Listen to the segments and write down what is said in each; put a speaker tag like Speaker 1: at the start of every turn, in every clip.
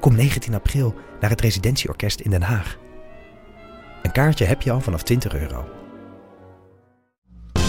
Speaker 1: Kom 19 april naar het Residentieorkest in Den Haag. Een kaartje heb je al vanaf 20 euro.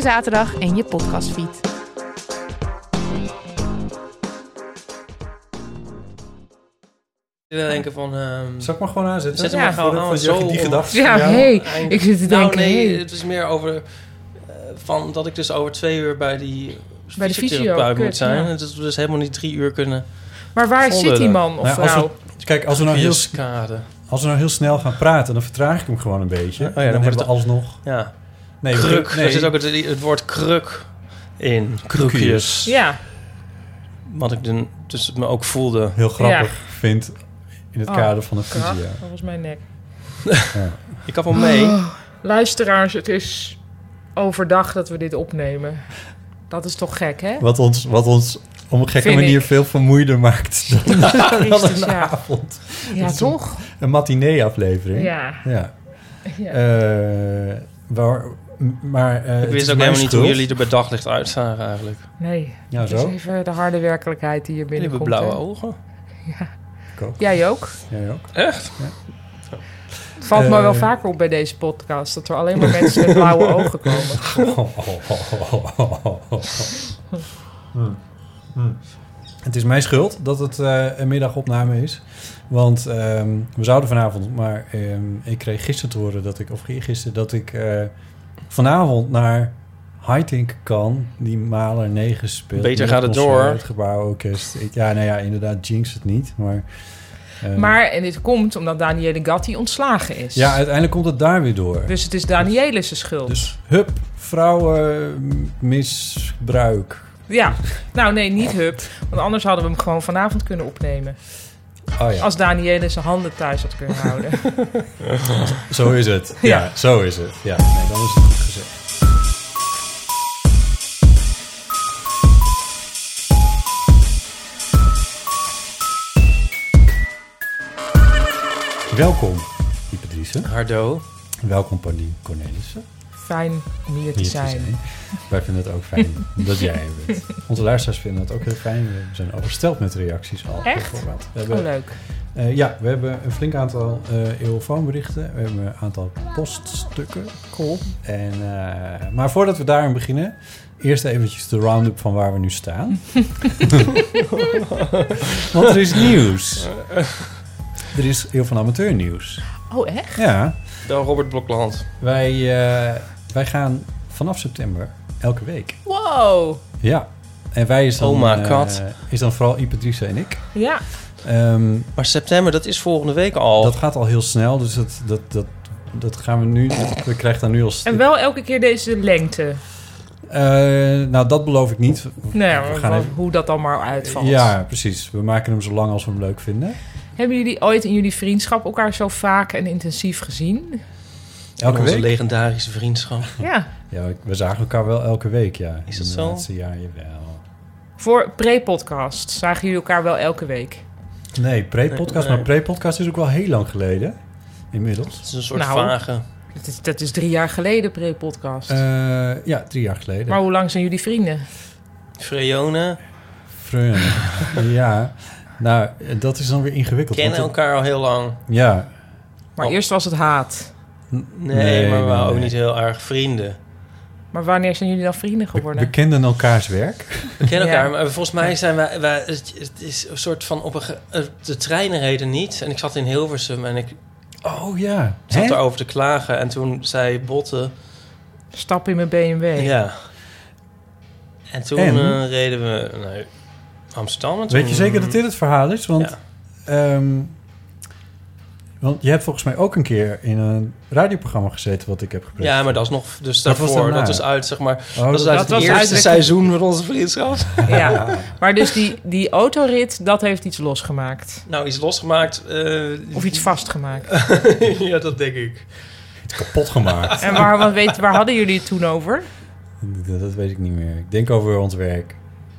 Speaker 2: zaterdag in je podcastfeed.
Speaker 3: Ik wil denken van... ehm,
Speaker 4: Zal ik maar gewoon aanzetten?
Speaker 3: Zet hem maar gewoon aan,
Speaker 4: Voordat je
Speaker 3: zo-
Speaker 4: Die gedachten
Speaker 2: Ja,
Speaker 4: van jou-
Speaker 2: hey,
Speaker 3: eind-
Speaker 2: ik zit te
Speaker 3: nou,
Speaker 2: denken,
Speaker 3: nee,
Speaker 2: hey.
Speaker 3: het is meer over... eh, van dat ik dus over twee uur bij die
Speaker 2: Bij de
Speaker 3: fysiotherapeut
Speaker 2: fysio,
Speaker 3: moet
Speaker 2: kut,
Speaker 3: zijn.
Speaker 2: ja.
Speaker 3: En dat we dus helemaal niet drie uur kunnen...
Speaker 2: Maar waar
Speaker 3: Volle-
Speaker 2: zit die man of
Speaker 4: Nou, als
Speaker 2: vrouw?
Speaker 4: Kijk, als we, nou
Speaker 3: via
Speaker 4: heel,
Speaker 3: skade.
Speaker 4: als we nou heel snel gaan praten, dan vertraag ik hem gewoon een beetje.
Speaker 3: Oh ja, dan
Speaker 4: dan, hebben
Speaker 3: wordt
Speaker 4: we
Speaker 3: het-
Speaker 4: alsnog...
Speaker 3: Ja,
Speaker 4: Nee, we-
Speaker 3: kruk.
Speaker 4: nee,
Speaker 3: Er zit ook het, het woord kruk in. Krukjes.
Speaker 2: Ja,
Speaker 3: Wat ik dan, dus het me ook voelde.
Speaker 4: heel grappig vind in het
Speaker 2: Oh,
Speaker 4: kader van een
Speaker 2: krach,
Speaker 4: video.
Speaker 2: dat was mijn nek.
Speaker 3: Ik had wel mee.
Speaker 2: Oh. Luisteraars, het is overdag dat we dit opnemen. Dat is toch gek, hè?
Speaker 4: Wat ons, wat ons op een gekke
Speaker 2: Vind
Speaker 4: manier
Speaker 2: ik.
Speaker 4: veel vermoeider maakt dan, dan
Speaker 2: Christus,
Speaker 4: een
Speaker 2: ja.
Speaker 4: avond.
Speaker 2: Ja,
Speaker 4: is-
Speaker 2: toch?
Speaker 4: Een matinee-aflevering.
Speaker 2: Ja.
Speaker 4: Ja.
Speaker 2: ja.
Speaker 4: Eh, waar, m- maar, eh,
Speaker 3: Ik
Speaker 4: het is
Speaker 3: wist ook
Speaker 4: mijn
Speaker 3: helemaal niet hoe
Speaker 4: schuld.
Speaker 3: jullie er bij daglicht uitzagen eigenlijk.
Speaker 2: nee,
Speaker 4: Ja,
Speaker 2: dat is
Speaker 4: Nou, zo.
Speaker 2: even de harde werkelijkheid die hier
Speaker 3: Jullie hebben
Speaker 2: binnenkomt.
Speaker 3: blauwe
Speaker 2: hè?
Speaker 3: ogen.
Speaker 2: Jij ook?
Speaker 4: Jij ook?
Speaker 3: Echt?
Speaker 2: Het valt me
Speaker 4: Eh,
Speaker 2: wel vaker op bij deze podcast dat er alleen maar mensen met blauwe ogen komen.
Speaker 4: Hmm. Hmm. Het is mijn schuld dat het eh, een middagopname is. Want ehm, we zouden vanavond, maar ehm, ik kreeg gisteren te horen dat ik, of gisteren, dat ik eh, vanavond naar Highting kan, die Maler 9 speelt.
Speaker 3: Beter
Speaker 4: met
Speaker 3: gaat het door.
Speaker 4: Concert, Gebouworkest. Ik- Ja, nou ja, inderdaad, jinx het niet. Maar, ehm,
Speaker 2: Maar, en dit komt omdat Daniele Gatti ontslagen is.
Speaker 4: ja, uiteindelijk komt het daar weer door.
Speaker 2: Dus het is Daniele's schuld.
Speaker 4: Dus hup, vrouwenmisbruik.
Speaker 2: Ja, nou nee, niet hup. Want anders hadden we hem gewoon vanavond kunnen opnemen.
Speaker 4: Oh ja,
Speaker 2: Als Daniele zijn handen thuis had kunnen houden.
Speaker 4: zo is het. Ja, zo is het. Ja, nee, dan is het goed gezegd. Welkom, Hyperdrice.
Speaker 3: Hardo.
Speaker 4: Welkom, Pauline Cornelissen.
Speaker 2: Fijn om hier te
Speaker 4: Hier
Speaker 2: zijn.
Speaker 4: Wij vinden het ook fijn dat jij er bent. Onze luisteraars vinden het ook heel fijn. We zijn oversteld met reacties al.
Speaker 2: Echt?
Speaker 4: bijvoorbeeld. We
Speaker 2: Oh,
Speaker 4: hebben
Speaker 2: leuk.
Speaker 4: Eh, ja, we hebben een flink aantal eh eeuwfoonberichten. We hebben een aantal poststukken.
Speaker 2: Cool.
Speaker 4: En, eh, maar voordat we daarin beginnen, eerst eventjes de round-up van waar we nu staan. Want er is nieuws. Er is heel van amateur nieuws.
Speaker 2: Oh, echt?
Speaker 4: Ja,
Speaker 3: Dan Robert Blokland.
Speaker 4: wij, eh, wij gaan vanaf september elke week.
Speaker 2: Wow.
Speaker 4: Ja. En wij is dan,
Speaker 3: Oma
Speaker 4: eh,
Speaker 3: Kat.
Speaker 4: is dan vooral Ipatrice en ik.
Speaker 2: Ja,
Speaker 4: Ehm,
Speaker 3: Maar september, dat is volgende week al.
Speaker 4: Dat gaat al heel snel, dus dat, dat, dat, dat gaan we nu... We krijgen daar nu als...
Speaker 2: en wel elke keer deze lengte.
Speaker 4: Eh, nou, dat beloof ik niet.
Speaker 2: Nou,
Speaker 4: We gaan
Speaker 2: wel-
Speaker 4: even-
Speaker 2: hoe dat dan maar uitvalt.
Speaker 4: Ja, precies. We maken hem zo lang als we hem leuk vinden.
Speaker 2: Hebben jullie ooit in jullie vriendschap elkaar zo vaak en intensief gezien?
Speaker 4: Elke
Speaker 3: Onze
Speaker 4: week?
Speaker 3: legendarische vriendschap.
Speaker 4: Hm.
Speaker 2: Ja.
Speaker 4: Ja, we zagen elkaar wel elke week, ja.
Speaker 3: Is dat
Speaker 4: In de
Speaker 3: zo?
Speaker 4: laatste jaar, jawel.
Speaker 2: Voor pre-podcast zagen jullie elkaar wel elke week.
Speaker 4: Nee, pre-podcast.
Speaker 3: Nee, nee.
Speaker 4: Maar pre-podcast is ook wel heel lang geleden. Inmiddels.
Speaker 3: Het is een soort
Speaker 2: Nou.
Speaker 3: vage.
Speaker 2: Dat is, dat is drie jaar geleden, pre-podcast.
Speaker 4: Eh, ja, drie jaar geleden.
Speaker 2: maar hoe lang zijn jullie vrienden?
Speaker 3: Freone
Speaker 4: Freun. ja. Nou, dat is dan weer ingewikkeld.
Speaker 3: kennen
Speaker 4: want het-
Speaker 3: elkaar al heel lang.
Speaker 4: Ja.
Speaker 2: Maar
Speaker 3: Oh.
Speaker 2: eerst was het haat.
Speaker 3: Nee,
Speaker 4: Nee,
Speaker 3: maar we
Speaker 4: nee,
Speaker 3: waren ook
Speaker 4: nee.
Speaker 3: niet heel erg vrienden.
Speaker 2: Maar wanneer zijn jullie dan vrienden
Speaker 4: We,
Speaker 2: geworden?
Speaker 4: we kenden elkaars werk.
Speaker 3: We kennen
Speaker 2: Ja.
Speaker 3: elkaar, maar volgens mij zijn wij... wij het, het is een soort van... Op een ge- eh, de treinen reden niet. En ik zat in Hilversum en ik
Speaker 4: Oh ja.
Speaker 3: zat
Speaker 4: Hè?
Speaker 3: erover te klagen. En toen zei Botte...
Speaker 2: Stap in mijn BMW.
Speaker 3: Ja. En toen
Speaker 4: En?
Speaker 3: eh, reden we naar Amsterdam. en toen-
Speaker 4: Weet je zeker dat dit het verhaal is? Want,
Speaker 3: Ja.
Speaker 4: ehm, want je hebt volgens mij ook een keer in een radioprogramma gezeten wat ik heb gepresenteerd.
Speaker 3: Ja, maar dat is nog... Dus
Speaker 4: Dat was
Speaker 3: daarvoor,
Speaker 4: daarna.
Speaker 3: dat is uit, zeg maar...
Speaker 4: Oh,
Speaker 3: Dat is uit
Speaker 2: dat
Speaker 3: het
Speaker 2: was
Speaker 3: eerste
Speaker 2: uit-
Speaker 3: seizoen van onze vriendschap.
Speaker 2: Ja. Maar dus die, die autorit, dat heeft iets losgemaakt.
Speaker 3: Nou, iets losgemaakt. eh,
Speaker 2: Of iets vastgemaakt.
Speaker 3: ja, dat denk ik.
Speaker 4: kapot gemaakt.
Speaker 2: En waar, want weet, waar hadden jullie het toen over?
Speaker 4: dat, dat weet ik niet meer. Ik denk over ons werk.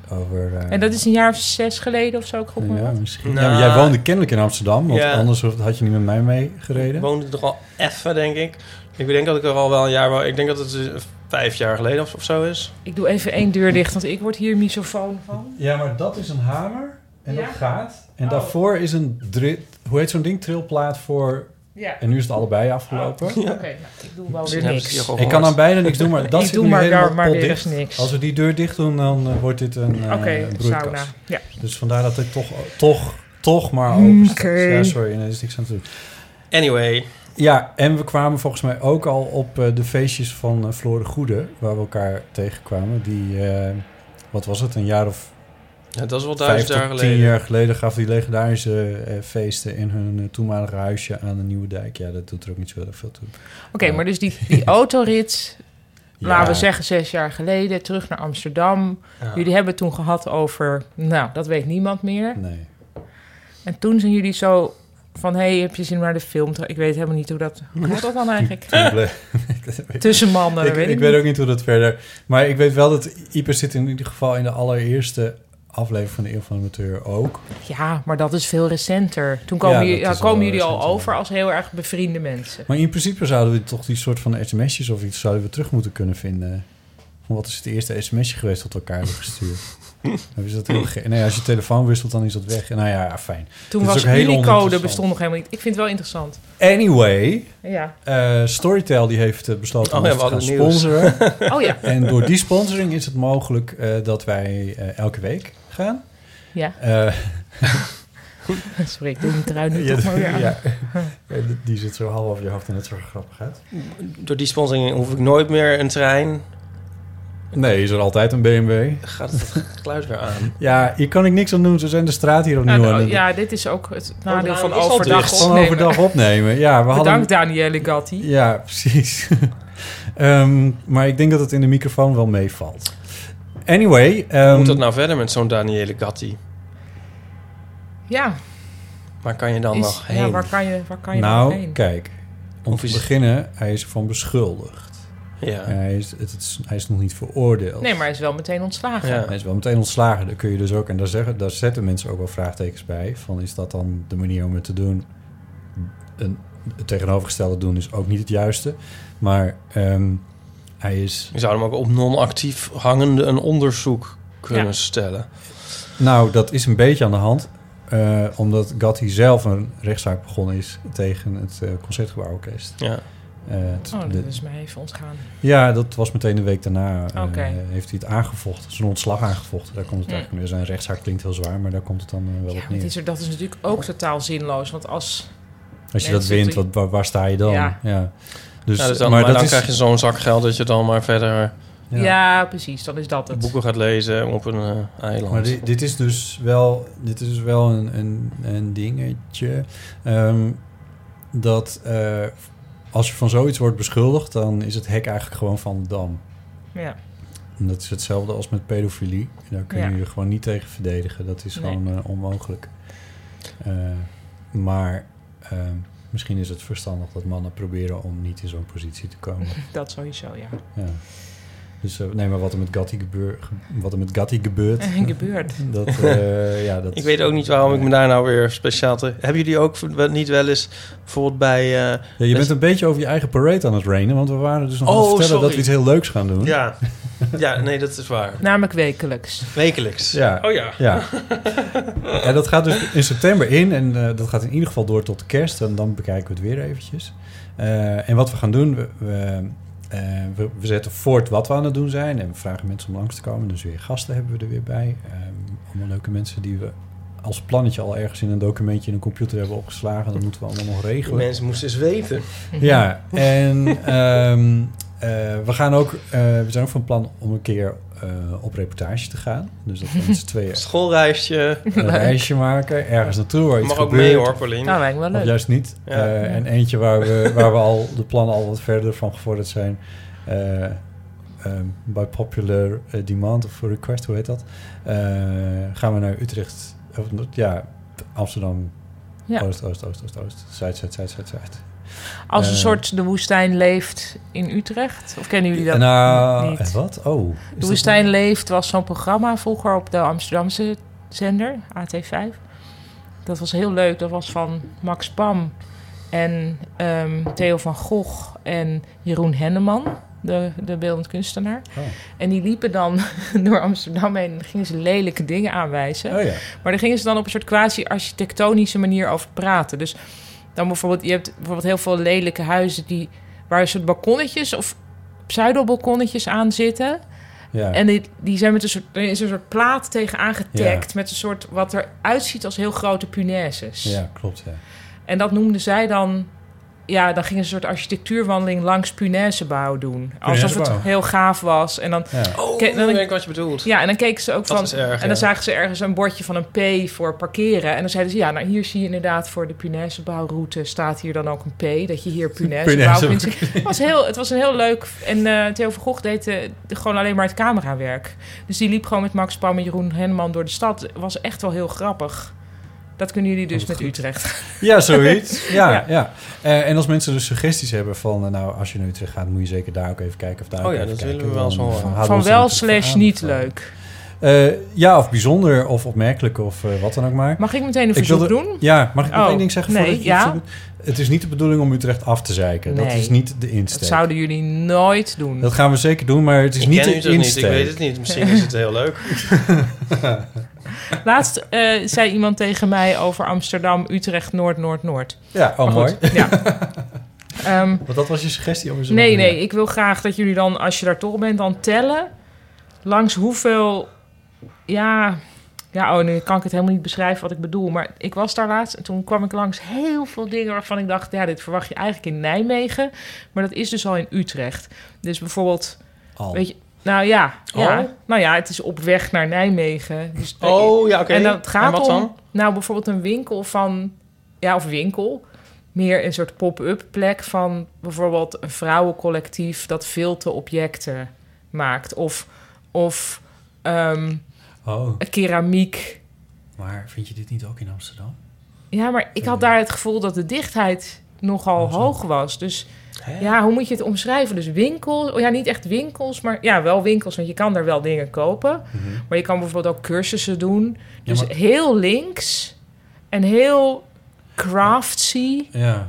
Speaker 4: Over, eh,
Speaker 2: En dat is een jaar of zes geleden of zo, ik gok maar
Speaker 4: Ja,
Speaker 2: wat.
Speaker 4: misschien.
Speaker 3: Nou.
Speaker 4: Ja, maar jij woonde kennelijk in Amsterdam, want
Speaker 3: Ja.
Speaker 4: anders had je niet met mij
Speaker 3: Ik
Speaker 4: meegereden.
Speaker 3: woonde er al even, denk ik. Ik denk dat ik er al wel een jaar... wou- Ik denk dat het eh, vijf jaar geleden of, of zo is.
Speaker 2: Ik doe even één deur dicht, want ik word hier misofoon van.
Speaker 4: Ja, maar dat is een hamer en
Speaker 2: Ja.
Speaker 4: dat gaat. En
Speaker 2: Oh.
Speaker 4: daarvoor is een, dri- hoe heet zo'n ding, trilplaat voor...
Speaker 2: Ja,
Speaker 4: En nu is het allebei afgelopen.
Speaker 2: oké. nou, ik doe wel weer
Speaker 3: Misschien hebben ze die
Speaker 2: niks.
Speaker 3: al
Speaker 4: Ik kan aan beide niks doen, maar dat
Speaker 2: Ik
Speaker 4: zit
Speaker 2: doe
Speaker 4: nu
Speaker 2: maar
Speaker 4: helemaal
Speaker 2: daar maar weer
Speaker 4: potdicht.
Speaker 2: eens niks.
Speaker 4: Als we die deur dicht doen, dan eh, wordt dit een eh
Speaker 2: Oké,
Speaker 4: broeikas.
Speaker 2: sauna. Ja.
Speaker 4: Dus vandaar dat het toch, toch, toch maar open staat.
Speaker 2: Oké.
Speaker 4: Ja, sorry, nee, er is niks aan te doen.
Speaker 3: Anyway.
Speaker 4: Ja, en we kwamen volgens mij ook al op eh, de feestjes van eh Floor de Goede, waar we elkaar tegenkwamen. Die, eh, wat was het, een jaar of
Speaker 3: ja, dat is wel
Speaker 4: vijf
Speaker 3: duizend
Speaker 4: tot
Speaker 3: jaar
Speaker 4: tien
Speaker 3: geleden.
Speaker 4: jaar geleden gaf die legendarische eh, feesten in hun eh, toenmalige huisje aan de Nieuwe Dijk. Ja, dat doet er ook niet zo heel veel toe. Eh,
Speaker 2: Oké, maar dus die, die autorit,
Speaker 4: Ja.
Speaker 2: laten we zeggen zes jaar geleden, terug naar Amsterdam.
Speaker 3: Ja.
Speaker 2: Jullie hebben het toen gehad over, nou, dat weet niemand meer.
Speaker 4: Nee.
Speaker 2: En toen zijn jullie zo van, hé, hey, heb je zin om naar de film? te- Ik weet helemaal niet hoe dat... Hoe moet dat dan eigenlijk?
Speaker 4: Toen bleef-
Speaker 2: Tussen mannen,
Speaker 4: ik,
Speaker 2: weet ik,
Speaker 4: ik weet ook niet hoe dat verder. Maar ik weet wel dat Ieper zit in ieder geval in de allereerste aflevering van de Eeuw van de Amateur ook.
Speaker 2: niet. Ja, maar dat is veel recenter. Toen komen,
Speaker 4: Ja,
Speaker 2: jullie,
Speaker 4: dat
Speaker 2: ja,
Speaker 4: is
Speaker 2: komen
Speaker 4: wel
Speaker 2: jullie al
Speaker 4: recenter.
Speaker 2: over als heel erg bevriende mensen.
Speaker 4: Maar in principe zouden we toch die soort van sms'jes of iets zouden we terug moeten kunnen vinden. Van wat is het eerste sms'je geweest dat we elkaar hebben gestuurd? nou, is dat heel ge- nee, als je telefoon wisselt, dan is dat weg. Nou ja, fijn.
Speaker 2: Toen
Speaker 4: is
Speaker 2: was
Speaker 4: ook heel
Speaker 2: jullie code
Speaker 4: oninteressant.
Speaker 2: bestond nog helemaal niet. Ik vind het wel interessant.
Speaker 4: Anyway,
Speaker 2: Ja.
Speaker 4: eh, Storytel die heeft eh, besloten
Speaker 3: Oh
Speaker 4: om
Speaker 3: ja,
Speaker 4: ons te
Speaker 3: we
Speaker 4: gaan
Speaker 3: hadden nieuws.
Speaker 4: sponsoren.
Speaker 2: Oh ja.
Speaker 4: en door die sponsoring is het mogelijk eh, dat wij eh, elke week gaan.
Speaker 2: Ja,
Speaker 4: Eh,
Speaker 2: sorry, ik doe mijn trui nu
Speaker 4: Ja,
Speaker 2: toch maar weer aan.
Speaker 4: ja. Ja, die- die zit zo half over je hoofd en het zo grappig uit.
Speaker 3: Door die sponsoring hoef ik nooit meer een trein.
Speaker 4: Nee, is er altijd een BMW.
Speaker 3: Gaat het geluid weer aan?
Speaker 4: Ja, hier kan ik niks aan doen. Ze zijn de straat hier opnieuw
Speaker 2: Nou,
Speaker 4: aan
Speaker 2: nou,
Speaker 4: het
Speaker 2: ja, dit is ook het nadeel
Speaker 3: nou,
Speaker 2: van
Speaker 3: het is al
Speaker 2: overdag
Speaker 3: dicht.
Speaker 4: van
Speaker 2: opnemen.
Speaker 4: overdag opnemen. Ja, we hadden...
Speaker 2: Bedankt, Daniele Gatti.
Speaker 4: Ja, precies. Ehm, maar ik denk dat het in de microfoon wel meevalt. Anyway, ehm,
Speaker 3: Hoe moet dat nou verder met zo'n Daniele Gatti?
Speaker 2: Ja,
Speaker 3: Waar kan je dan
Speaker 2: is-
Speaker 3: nog heen?
Speaker 2: ja waar kan je, waar kan je nog
Speaker 4: nou,
Speaker 2: heen?
Speaker 4: kijk. Om
Speaker 3: Of
Speaker 4: te
Speaker 3: is-
Speaker 4: beginnen, hij is ervan beschuldigd.
Speaker 3: Ja.
Speaker 4: Hij, is, het, het is- hij is nog niet veroordeeld.
Speaker 2: Nee, maar hij is wel meteen ontslagen.
Speaker 3: Ja.
Speaker 4: Hij is wel meteen ontslagen. Daar kun je dus ook, en daar, zeggen, daar zetten mensen ook wel vraagtekens bij. Van is dat dan de manier om het te doen? Een, het tegenovergestelde doen is ook niet het juiste. Maar ehm, hij is.
Speaker 3: Je zou hem ook op non-actief hangende een onderzoek kunnen
Speaker 2: Ja.
Speaker 3: stellen.
Speaker 4: Nou, dat is een beetje aan de hand. eh, omdat Gatti zelf een rechtszaak begonnen is tegen het eh, concertgebouworkest.
Speaker 3: Ja.
Speaker 4: Eh, het-
Speaker 2: Oh,
Speaker 4: de-
Speaker 2: dat is mij even ontgaan.
Speaker 4: Ja, dat was meteen de week daarna. eh,
Speaker 2: Oké.
Speaker 4: heeft hij het aangevochten, zijn ontslag aangevochten. Daar komt het
Speaker 2: Hm.
Speaker 4: eigenlijk. Zijn rechtszaak klinkt heel zwaar, maar daar komt het dan eh, wel
Speaker 2: Ja,
Speaker 4: op
Speaker 2: want
Speaker 4: neer.
Speaker 2: is er, dat is natuurlijk ook totaal zinloos. Want als...
Speaker 4: Als je
Speaker 2: Nee,
Speaker 4: dat
Speaker 2: dat is
Speaker 4: wint, wat, waar, waar sta je dan?
Speaker 2: Ja.
Speaker 4: Ja. Dus,
Speaker 3: Ja, dus dan, maar
Speaker 4: maar dat
Speaker 3: dan
Speaker 4: is,
Speaker 3: krijg je zo'n zak geld dat je dan maar verder
Speaker 2: Ja. precies, dan is dat het.
Speaker 3: boeken gaat lezen op een eh, eiland.
Speaker 4: Maar dit, dit is dus wel, dit is dus wel een, een, een dingetje. ehm, dat eh, als je van zoiets wordt beschuldigd, dan is het hek eigenlijk gewoon van de dam.
Speaker 2: Ja.
Speaker 4: En dat is hetzelfde als met pedofilie. Daar kun je
Speaker 2: Ja.
Speaker 4: je gewoon niet tegen verdedigen. Dat is
Speaker 2: Nee.
Speaker 4: gewoon eh, onmogelijk. Eh, maar ehm, misschien is het verstandig dat mannen proberen om niet in zo'n positie te komen.
Speaker 2: Dat sowieso, ja.
Speaker 4: Ja. Dus eh, nee, maar wat er met Gatti, gebeur, ge- wat er met Gatti gebeurt.
Speaker 2: Gebeurt.
Speaker 4: dat, eh, ja, dat, eh,
Speaker 3: Ik weet ook niet waarom ik me daar nou weer speciaal te... Hebben jullie ook wel- niet wel eens bijvoorbeeld bij... eh,
Speaker 4: Ja, je bent een beetje over je eigen parade aan het rainen, want we waren dus nog aan het
Speaker 3: Oh,
Speaker 4: vertellen dat
Speaker 3: sorry.
Speaker 4: we iets heel leuks gaan doen.
Speaker 3: ja. ja, nee, dat is waar.
Speaker 2: Namelijk wekelijks.
Speaker 3: Wekelijks.
Speaker 4: Ja.
Speaker 3: Oh ja.
Speaker 4: Ja. en dat gaat dus in september in. En eh, dat gaat in ieder geval door tot kerst. En dan bekijken we het weer eventjes. Eh, en wat we gaan doen, we, we, eh, we, we zetten voort wat we aan het doen zijn en we vragen mensen om langs te komen. Dus weer gasten hebben we er weer bij. Ehm, allemaal leuke mensen die we als plannetje al ergens in een documentje in een computer hebben opgeslagen. Dat moeten we allemaal nog
Speaker 3: Die
Speaker 4: regelen.
Speaker 3: mensen moesten eens weten.
Speaker 4: Ja, en ehm, eh, we gaan ook, eh, we zijn ook van plan om een keer eh, op reportage te gaan. Dus dat we met z'n tweeën
Speaker 3: Schoolreisje.
Speaker 4: een reisje maken, ergens naartoe waar iets
Speaker 3: Mag ook
Speaker 4: gebeurt.
Speaker 3: mee hoor, Paulien.
Speaker 2: Nou, lijkt me wel
Speaker 4: Of
Speaker 2: leuk.
Speaker 4: juist niet.
Speaker 3: Ja.
Speaker 4: Eh,
Speaker 2: Ja.
Speaker 4: En eentje waar we, waar we al de plannen al wat verder van gevorderd zijn. Eh, ehm, by popular eh, demand of request, hoe heet dat? Eh, gaan we naar Utrecht, of, ja, Amsterdam,
Speaker 2: Ja.
Speaker 4: Oost, Oost, Oost, Oost, Oost, Zuid, Zuid, Zuid, Zuid, Zuid.
Speaker 2: Als een
Speaker 4: Eh.
Speaker 2: soort de woestijn leeft in Utrecht. Of kennen jullie dat
Speaker 4: nou,
Speaker 2: niet?
Speaker 4: wat? Oh. is
Speaker 2: De
Speaker 4: dat-
Speaker 2: Woestijn Leeft was zo'n programma vroeger op de Amsterdamse zender, AT5. Dat was heel leuk. Dat was van Max Pam en ehm, Theo van Gogh en Jeroen Henneman, de, de beeldend kunstenaar.
Speaker 4: Oh.
Speaker 2: En die liepen dan door Amsterdam heen en dan gingen ze lelijke dingen aanwijzen.
Speaker 4: Oh ja.
Speaker 2: Maar daar gingen ze dan op een soort quasi-architectonische manier over praten. Dus dan bijvoorbeeld, je hebt bijvoorbeeld heel veel lelijke huizen die, waar een soort balkonnetjes of pseudo-balkonnetjes aan zitten.
Speaker 4: ja.
Speaker 2: En die, die zijn met een soort, er is een soort plaat tegen aangetagd. Met een soort wat eruit ziet als heel grote punaises.
Speaker 4: ja, klopt. Ja.
Speaker 2: En dat noemden zij dan. Ja, dan gingen ze een soort architectuurwandeling langs punaisebouw doen. Alsof het
Speaker 4: Punaisebouw.
Speaker 2: heel gaaf was. En dan,
Speaker 4: Ja.
Speaker 3: Oh,
Speaker 2: Kijk, dan-
Speaker 3: dan weet ik wat je bedoelt.
Speaker 2: ja, en dan keken ze ook
Speaker 3: Dat
Speaker 2: van.
Speaker 3: is erg,
Speaker 2: en dan
Speaker 3: ja.
Speaker 2: zagen ze ergens een bordje van een P voor parkeren. En dan zeiden ze, ja, nou hier zie je inderdaad voor de punaisebouwroute staat hier dan ook een P. Dat je hier punaisebouw
Speaker 4: Punaise-
Speaker 2: kunt zien. Het was, heel, het was een heel leuk... En eh, Theo van Gogh deed eh, gewoon alleen maar het camerawerk. Dus die liep gewoon met Max Pam en Jeroen Henneman door de stad. was echt wel heel grappig. Dat kunnen jullie dus
Speaker 4: Oh,
Speaker 2: met
Speaker 4: wat goed.
Speaker 2: Utrecht.
Speaker 4: Ja, zoiets. Ja,
Speaker 2: Ja.
Speaker 4: ja. Eh, en als mensen dus suggesties hebben van... eh, nou, als je naar Utrecht gaat, moet je zeker daar ook even kijken. Of daar
Speaker 3: Oh
Speaker 4: ook
Speaker 3: ja,
Speaker 4: even
Speaker 3: dat
Speaker 4: kijken.
Speaker 3: willen we wel eens
Speaker 4: Dan, eh,
Speaker 3: horen.
Speaker 4: houden we
Speaker 2: Van
Speaker 4: ons
Speaker 2: wel
Speaker 4: er natuurlijk
Speaker 2: slash
Speaker 4: aan.
Speaker 2: niet leuk.
Speaker 4: Eh, ja, of bijzonder, of opmerkelijk, of eh, wat dan ook maar.
Speaker 2: Mag ik meteen een
Speaker 4: Ik
Speaker 2: verzoek
Speaker 4: wilde-
Speaker 2: doen?
Speaker 4: Ja, mag ik nog
Speaker 2: Oh,
Speaker 4: één ding zeggen?
Speaker 2: nee,
Speaker 4: voordat je
Speaker 2: ja.
Speaker 4: het zo doet? Het is niet de bedoeling om Utrecht af te zeiken. Dat
Speaker 2: Nee.
Speaker 4: is niet de
Speaker 2: Dat
Speaker 4: insteek.
Speaker 2: zouden jullie nooit doen.
Speaker 4: Dat gaan we zeker doen, maar het is
Speaker 3: Ik
Speaker 4: niet
Speaker 3: ken
Speaker 4: de
Speaker 3: Utrecht niet,
Speaker 4: insteek.
Speaker 3: ik weet het niet. Misschien is het heel leuk.
Speaker 2: Laatst eh, zei iemand tegen mij over Amsterdam, Utrecht, Noord, Noord, Noord.
Speaker 4: Ja, oh
Speaker 2: Maar
Speaker 4: mooi.
Speaker 2: goed, Ja. Ehm,
Speaker 4: Want dat was je suggestie? Om
Speaker 2: nee, nee, ik wil graag dat jullie dan, als je daar toch bent, dan tellen langs hoeveel... Ja, ja, oh, nu kan ik het helemaal niet beschrijven wat ik bedoel. Maar ik was daar laatst en toen kwam ik langs heel veel dingen waarvan ik dacht... ja, dit verwacht je eigenlijk in Nijmegen, maar dat is dus al in Utrecht. Dus bijvoorbeeld,
Speaker 4: Al.
Speaker 2: weet je... Nou ja, ja,
Speaker 3: Oh.
Speaker 2: nou ja, het is op weg naar Nijmegen. Dus
Speaker 3: Oh, ja, oké.
Speaker 2: en dat gaat
Speaker 3: wat
Speaker 2: om,
Speaker 3: dan?
Speaker 2: nou bijvoorbeeld een winkel van, ja, of winkel, meer een soort pop-up plek van bijvoorbeeld een vrouwencollectief dat filterobjecten maakt. Of, of ehm,
Speaker 4: Oh,
Speaker 2: een keramiek.
Speaker 4: maar vind je dit niet ook in Amsterdam?
Speaker 2: Ja, maar ik had
Speaker 4: Ja.
Speaker 2: daar het gevoel dat de dichtheid nogal
Speaker 4: Oh, zo.
Speaker 2: hoog was. Dus
Speaker 3: Hè?
Speaker 2: ja, hoe moet je het omschrijven? Dus winkels, oh ja, niet echt winkels, maar ja, wel winkels, want je kan daar wel dingen kopen.
Speaker 3: Mhm.
Speaker 4: Mhm.
Speaker 2: Maar je kan bijvoorbeeld ook cursussen doen. Dus
Speaker 4: maar-
Speaker 2: heel links en heel craftsy.
Speaker 4: Ja.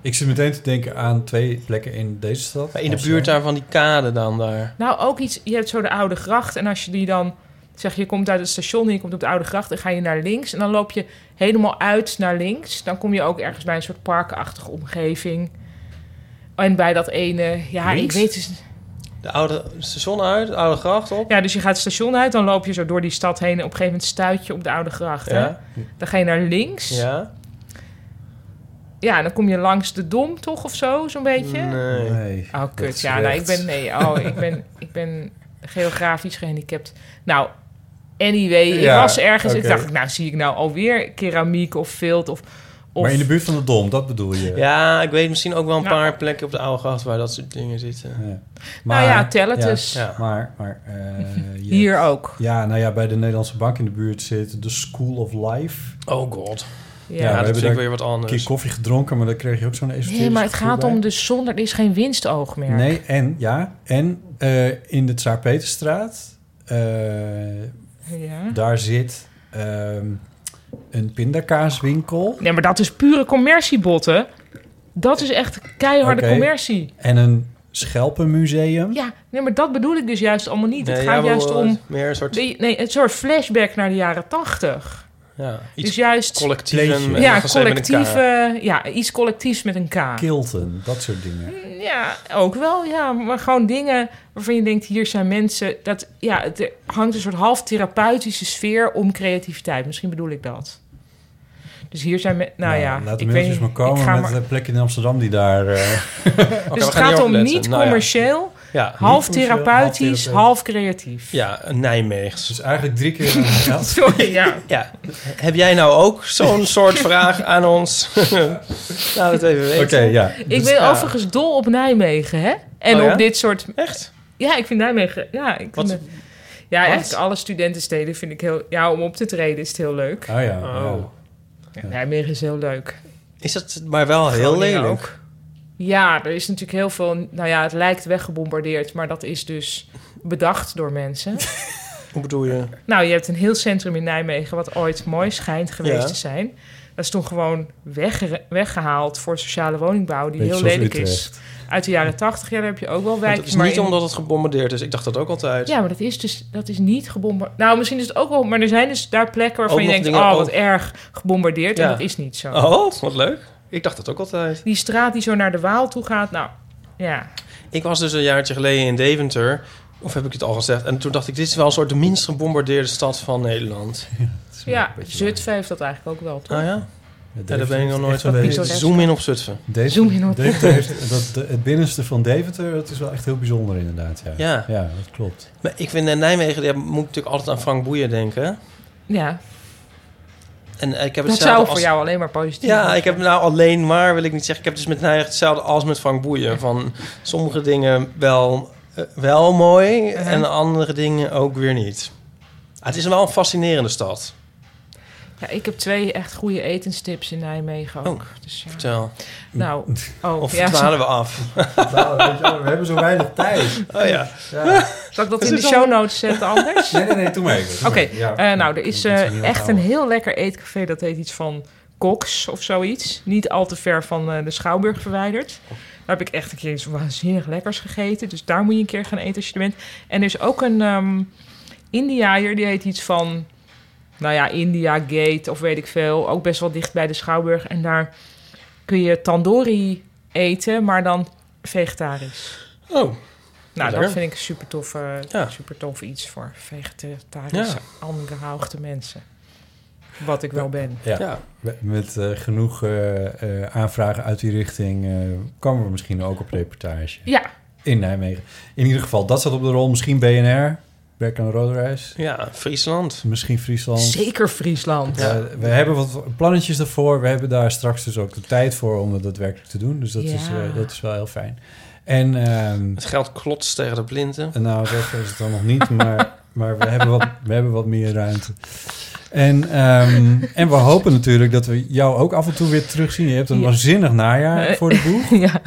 Speaker 4: Ik zit meteen te denken aan twee plekken in deze stad.
Speaker 3: Maar in de
Speaker 4: Amsterdam.
Speaker 3: buurt daar van die kade dan daar.
Speaker 2: Nou, ook iets, je hebt zo de Oude Gracht. En als je die dan, zeg je komt uit het station en je komt op de Oude Gracht, dan ga je naar links. En dan loop je helemaal uit naar links. Dan kom je ook ergens bij een soort parkachtige omgeving. En bij dat ene, ja,
Speaker 4: Links?
Speaker 2: ik weet dus
Speaker 3: De oude station uit, de oude gracht op.
Speaker 2: Ja, dus je gaat het station uit, dan loop je zo door die stad heen. En op een gegeven moment stuit je op de Oude Gracht. hè?
Speaker 3: Ja,
Speaker 2: Dan ga je naar links.
Speaker 3: ja.
Speaker 2: Ja, en dan kom je langs de Dom, toch? Of zo, zo'n beetje.
Speaker 3: Nee.
Speaker 4: Nee.
Speaker 2: Oh,
Speaker 4: Dat
Speaker 2: kut.
Speaker 4: is
Speaker 2: Ja, nou, ik
Speaker 4: rechts.
Speaker 2: ben... Nee, oh, ik ben, ik ben geografisch gehandicapt. Nou, anyway,
Speaker 4: Ja,
Speaker 2: ik was ergens... Ik
Speaker 4: oké.
Speaker 2: dacht, nou, zie ik nou alweer keramiek of vilt of... of
Speaker 4: Maar in de buurt van de Dom, dat bedoel je?
Speaker 3: Ja, ik weet misschien ook wel een
Speaker 2: Nou.
Speaker 3: paar plekken op de oude gracht waar dat soort dingen zitten.
Speaker 4: Ja.
Speaker 2: nou ja, tel het dus.
Speaker 3: Ja.
Speaker 4: Maar, maar eh, je-
Speaker 2: Hier ook.
Speaker 4: Ja, nou ja, bij de Nederlandse Bank in de buurt zit de School of Life.
Speaker 3: Oh god.
Speaker 2: Ja.
Speaker 4: Ja,
Speaker 3: Ja,
Speaker 4: we
Speaker 3: dat
Speaker 4: hebben
Speaker 3: vind ik
Speaker 4: daar
Speaker 3: weer wat
Speaker 4: Een keer
Speaker 3: anders.
Speaker 4: koffie gedronken, maar daar kreeg je ook zo'n esoterische
Speaker 2: Nee, maar het
Speaker 4: gevoel
Speaker 2: gaat
Speaker 4: bij.
Speaker 2: om dus zonder... Er is geen winstoogmerk.
Speaker 4: Nee, en ja, en eh, in de Tsaar Peterstraat, eh,
Speaker 2: Ja.
Speaker 4: daar zit ehm, een pindakaaswinkel
Speaker 2: Nee, maar dat is pure commerciebotten. Dat is echt keiharde
Speaker 4: Oké.
Speaker 2: commercie.
Speaker 4: en een schelpenmuseum.
Speaker 2: Ja, nee, maar dat bedoel ik dus juist allemaal niet.
Speaker 3: Nee,
Speaker 2: het
Speaker 3: jij
Speaker 2: gaat
Speaker 3: wil,
Speaker 2: juist
Speaker 3: eh,
Speaker 2: om...
Speaker 3: Meer een soort...
Speaker 2: Nee, nee, een soort flashback naar de jaren tachtig.
Speaker 3: Ja, iets
Speaker 2: dus juist
Speaker 3: collectief.
Speaker 4: Kleedje.
Speaker 3: en- en
Speaker 2: ja,
Speaker 3: van zeven met een
Speaker 2: collectief,
Speaker 3: K.
Speaker 2: eh, ja, iets collectiefs met een K.
Speaker 4: Kilten, dat soort dingen.
Speaker 2: Ah, Ja, ook wel, ja. Maar gewoon dingen waarvan je denkt, hier zijn mensen... Dat, ja, het- er hangt een soort half therapeutische sfeer om creativiteit. Misschien bedoel ik dat. Dus hier zijn... me- nou ja,
Speaker 4: laat de
Speaker 2: ik weet
Speaker 4: mailtjes
Speaker 2: niet.
Speaker 4: maar
Speaker 2: ik
Speaker 4: komen
Speaker 2: ga
Speaker 4: met eh,
Speaker 2: maar-
Speaker 4: de plek in Amsterdam die daar... eh,
Speaker 2: dus
Speaker 3: Oké, we
Speaker 2: het
Speaker 3: gaan hier
Speaker 2: gaat
Speaker 3: ook
Speaker 2: om
Speaker 3: letten.
Speaker 2: niet
Speaker 3: Nou ja.
Speaker 2: commercieel,
Speaker 3: Ja,
Speaker 2: half
Speaker 4: commercieel, half
Speaker 2: therapeutisch,
Speaker 4: therapeutisch.
Speaker 2: half creatief.
Speaker 3: ja een Nijmeegs.
Speaker 4: dus eigenlijk drie keer aan geld.
Speaker 2: Sorry, ja.
Speaker 3: Ja, heb jij nou ook zo'n soort vraag aan ons? Laat het even weten. Dus,
Speaker 4: Oké, ja.
Speaker 2: Ik ben
Speaker 3: ja.
Speaker 2: overigens dol op Nijmegen, hè? En
Speaker 3: Oh ja?
Speaker 2: op dit soort...
Speaker 3: Echt?
Speaker 2: Ja, ik vind Nijmegen... Ja, ik
Speaker 3: Wat-
Speaker 2: vind, ja
Speaker 3: wat?
Speaker 2: eigenlijk alle studentensteden vind ik heel... Ja, om op te treden is het heel leuk.
Speaker 4: Oh ja.
Speaker 3: Oh.
Speaker 2: Ja, Nijmegen is heel leuk.
Speaker 3: Is dat maar wel heel
Speaker 2: Groningen
Speaker 3: lelijk?
Speaker 2: ook. Ja, er is natuurlijk heel veel... Nou ja, het lijkt weggebombardeerd, maar dat is dus bedacht door mensen.
Speaker 3: Hoe bedoel je?
Speaker 2: nou, je hebt een heel centrum in Nijmegen... wat ooit mooi schijnt geweest
Speaker 3: Ja.
Speaker 2: te zijn. Dat is toen gewoon wegge- weggehaald voor sociale woningbouw... die
Speaker 4: Beetje
Speaker 2: heel
Speaker 4: zoals
Speaker 2: lelijk is.
Speaker 4: Utrecht.
Speaker 2: Uit de jaren tachtig, ja, daar heb je ook wel
Speaker 3: Want
Speaker 2: wijken.
Speaker 3: het is
Speaker 2: maar
Speaker 3: niet
Speaker 2: in-
Speaker 3: omdat het gebombardeerd is. Ik dacht dat ook altijd.
Speaker 2: Ja, maar dat is dus dat is niet gebombardeerd. Nou, misschien is het ook wel, maar er zijn dus daar plekken waarvan
Speaker 3: Ook
Speaker 2: je
Speaker 3: nog
Speaker 2: denkt:
Speaker 3: dingen
Speaker 2: oh, wat
Speaker 3: ook.
Speaker 2: erg gebombardeerd. En
Speaker 3: Ja.
Speaker 2: dat is niet zo.
Speaker 3: Oh, wat leuk. Ik dacht dat ook altijd.
Speaker 2: Die straat die zo naar de Waal toe gaat, nou ja.
Speaker 3: Ik was dus een jaartje geleden in Deventer. Of heb ik het al gezegd? En toen dacht ik, dit is wel een soort de minst gebombardeerde stad van Nederland.
Speaker 2: Ja, Zutphen heeft dat eigenlijk ook wel. Toch?
Speaker 3: Ah ja? ja daar
Speaker 4: Deventer
Speaker 3: ben ik nog
Speaker 4: is
Speaker 3: nooit
Speaker 4: echt
Speaker 2: van
Speaker 4: wel
Speaker 2: geweest.
Speaker 4: bezig.
Speaker 2: pittoresk.
Speaker 3: Zoom in op Zutphen.
Speaker 4: Deventer-
Speaker 2: Zoom in op-
Speaker 4: Deventer heeft- dat, de- het binnenste van Deventer, dat is wel echt heel bijzonder inderdaad. Ja,
Speaker 3: Ja.
Speaker 4: dat klopt.
Speaker 3: Maar ik vind in Nijmegen, daar moet ik natuurlijk altijd aan Frank Boeien denken.
Speaker 2: Ja,
Speaker 3: En eh, ik heb
Speaker 2: dat
Speaker 3: hetzelfde
Speaker 2: zou voor
Speaker 3: als-
Speaker 2: jou alleen maar positief
Speaker 3: Ja,
Speaker 2: zijn.
Speaker 3: ik heb nou alleen maar, wil ik niet zeggen. Ik heb dus met Nijmegen hetzelfde als met Frank Boeien. Van sommige dingen wel, eh, wel mooi
Speaker 2: Uh-huh.
Speaker 3: en andere dingen ook weer niet. Ah, het is wel een fascinerende stad.
Speaker 2: Ja, ik heb twee echt goede etenstips in Nijmegen ook. Dus ja.
Speaker 3: Oh, Vertel.
Speaker 2: Nou, oh,
Speaker 3: Of
Speaker 2: ja, zal,
Speaker 3: dwalen we af?
Speaker 4: Nou, we hebben zo weinig tijd.
Speaker 3: Oh ja.
Speaker 2: zal ik dat
Speaker 3: Is
Speaker 2: in de
Speaker 3: het dan-
Speaker 2: show notes zetten anders?
Speaker 4: Nee, nee, nee, doe maar even.
Speaker 2: Oké, eh, nou, er is eh, echt een heel lekker eetcafé. Dat heet iets van Cox of zoiets. Niet al te ver van eh, de Schouwburg verwijderd. Daar heb ik echt een keer iets waanzinnig lekkers gegeten. Dus daar moet je een keer gaan eten als je er bent. En er is ook een ehm Indiaaier, die heet iets van... Nou ja, India Gate of weet ik veel. Ook best wel dicht bij de Schouwburg. En daar kun je tandoori eten, maar dan vegetarisch.
Speaker 3: Oh,
Speaker 2: Nou,
Speaker 3: Lekker.
Speaker 2: dat vind ik een super tof, eh,
Speaker 3: Ja.
Speaker 2: super tof iets voor vegetarische, aangehoogde mensen. Wat ik wel ben.
Speaker 4: Ja,
Speaker 3: ja.
Speaker 4: met eh, genoeg eh, eh, aanvragen uit die richting eh, komen we misschien ook op reportage
Speaker 2: Ja,
Speaker 4: in Nijmegen. In ieder geval, dat staat op de rol. Misschien BNR, Berk aan Roderijs,
Speaker 3: Ja, Friesland.
Speaker 4: misschien Friesland.
Speaker 2: zeker Friesland.
Speaker 4: Eh, we hebben wat plannetjes daarvoor. We hebben daar straks dus ook de tijd voor om dat daadwerkelijk te doen. Dus dat,
Speaker 2: Ja.
Speaker 4: is, eh, dat is wel heel fijn. En ehm,
Speaker 3: Het geld klotst tegen de blinden.
Speaker 4: nou, zover is het dan nog niet, maar, maar we, hebben wat, we hebben wat meer ruimte. En, ehm, en we hopen natuurlijk dat we jou ook af en toe weer terugzien. Je hebt een
Speaker 2: Ja.
Speaker 4: waanzinnig najaar
Speaker 2: Nee.
Speaker 4: voor de boeg.
Speaker 2: Ja.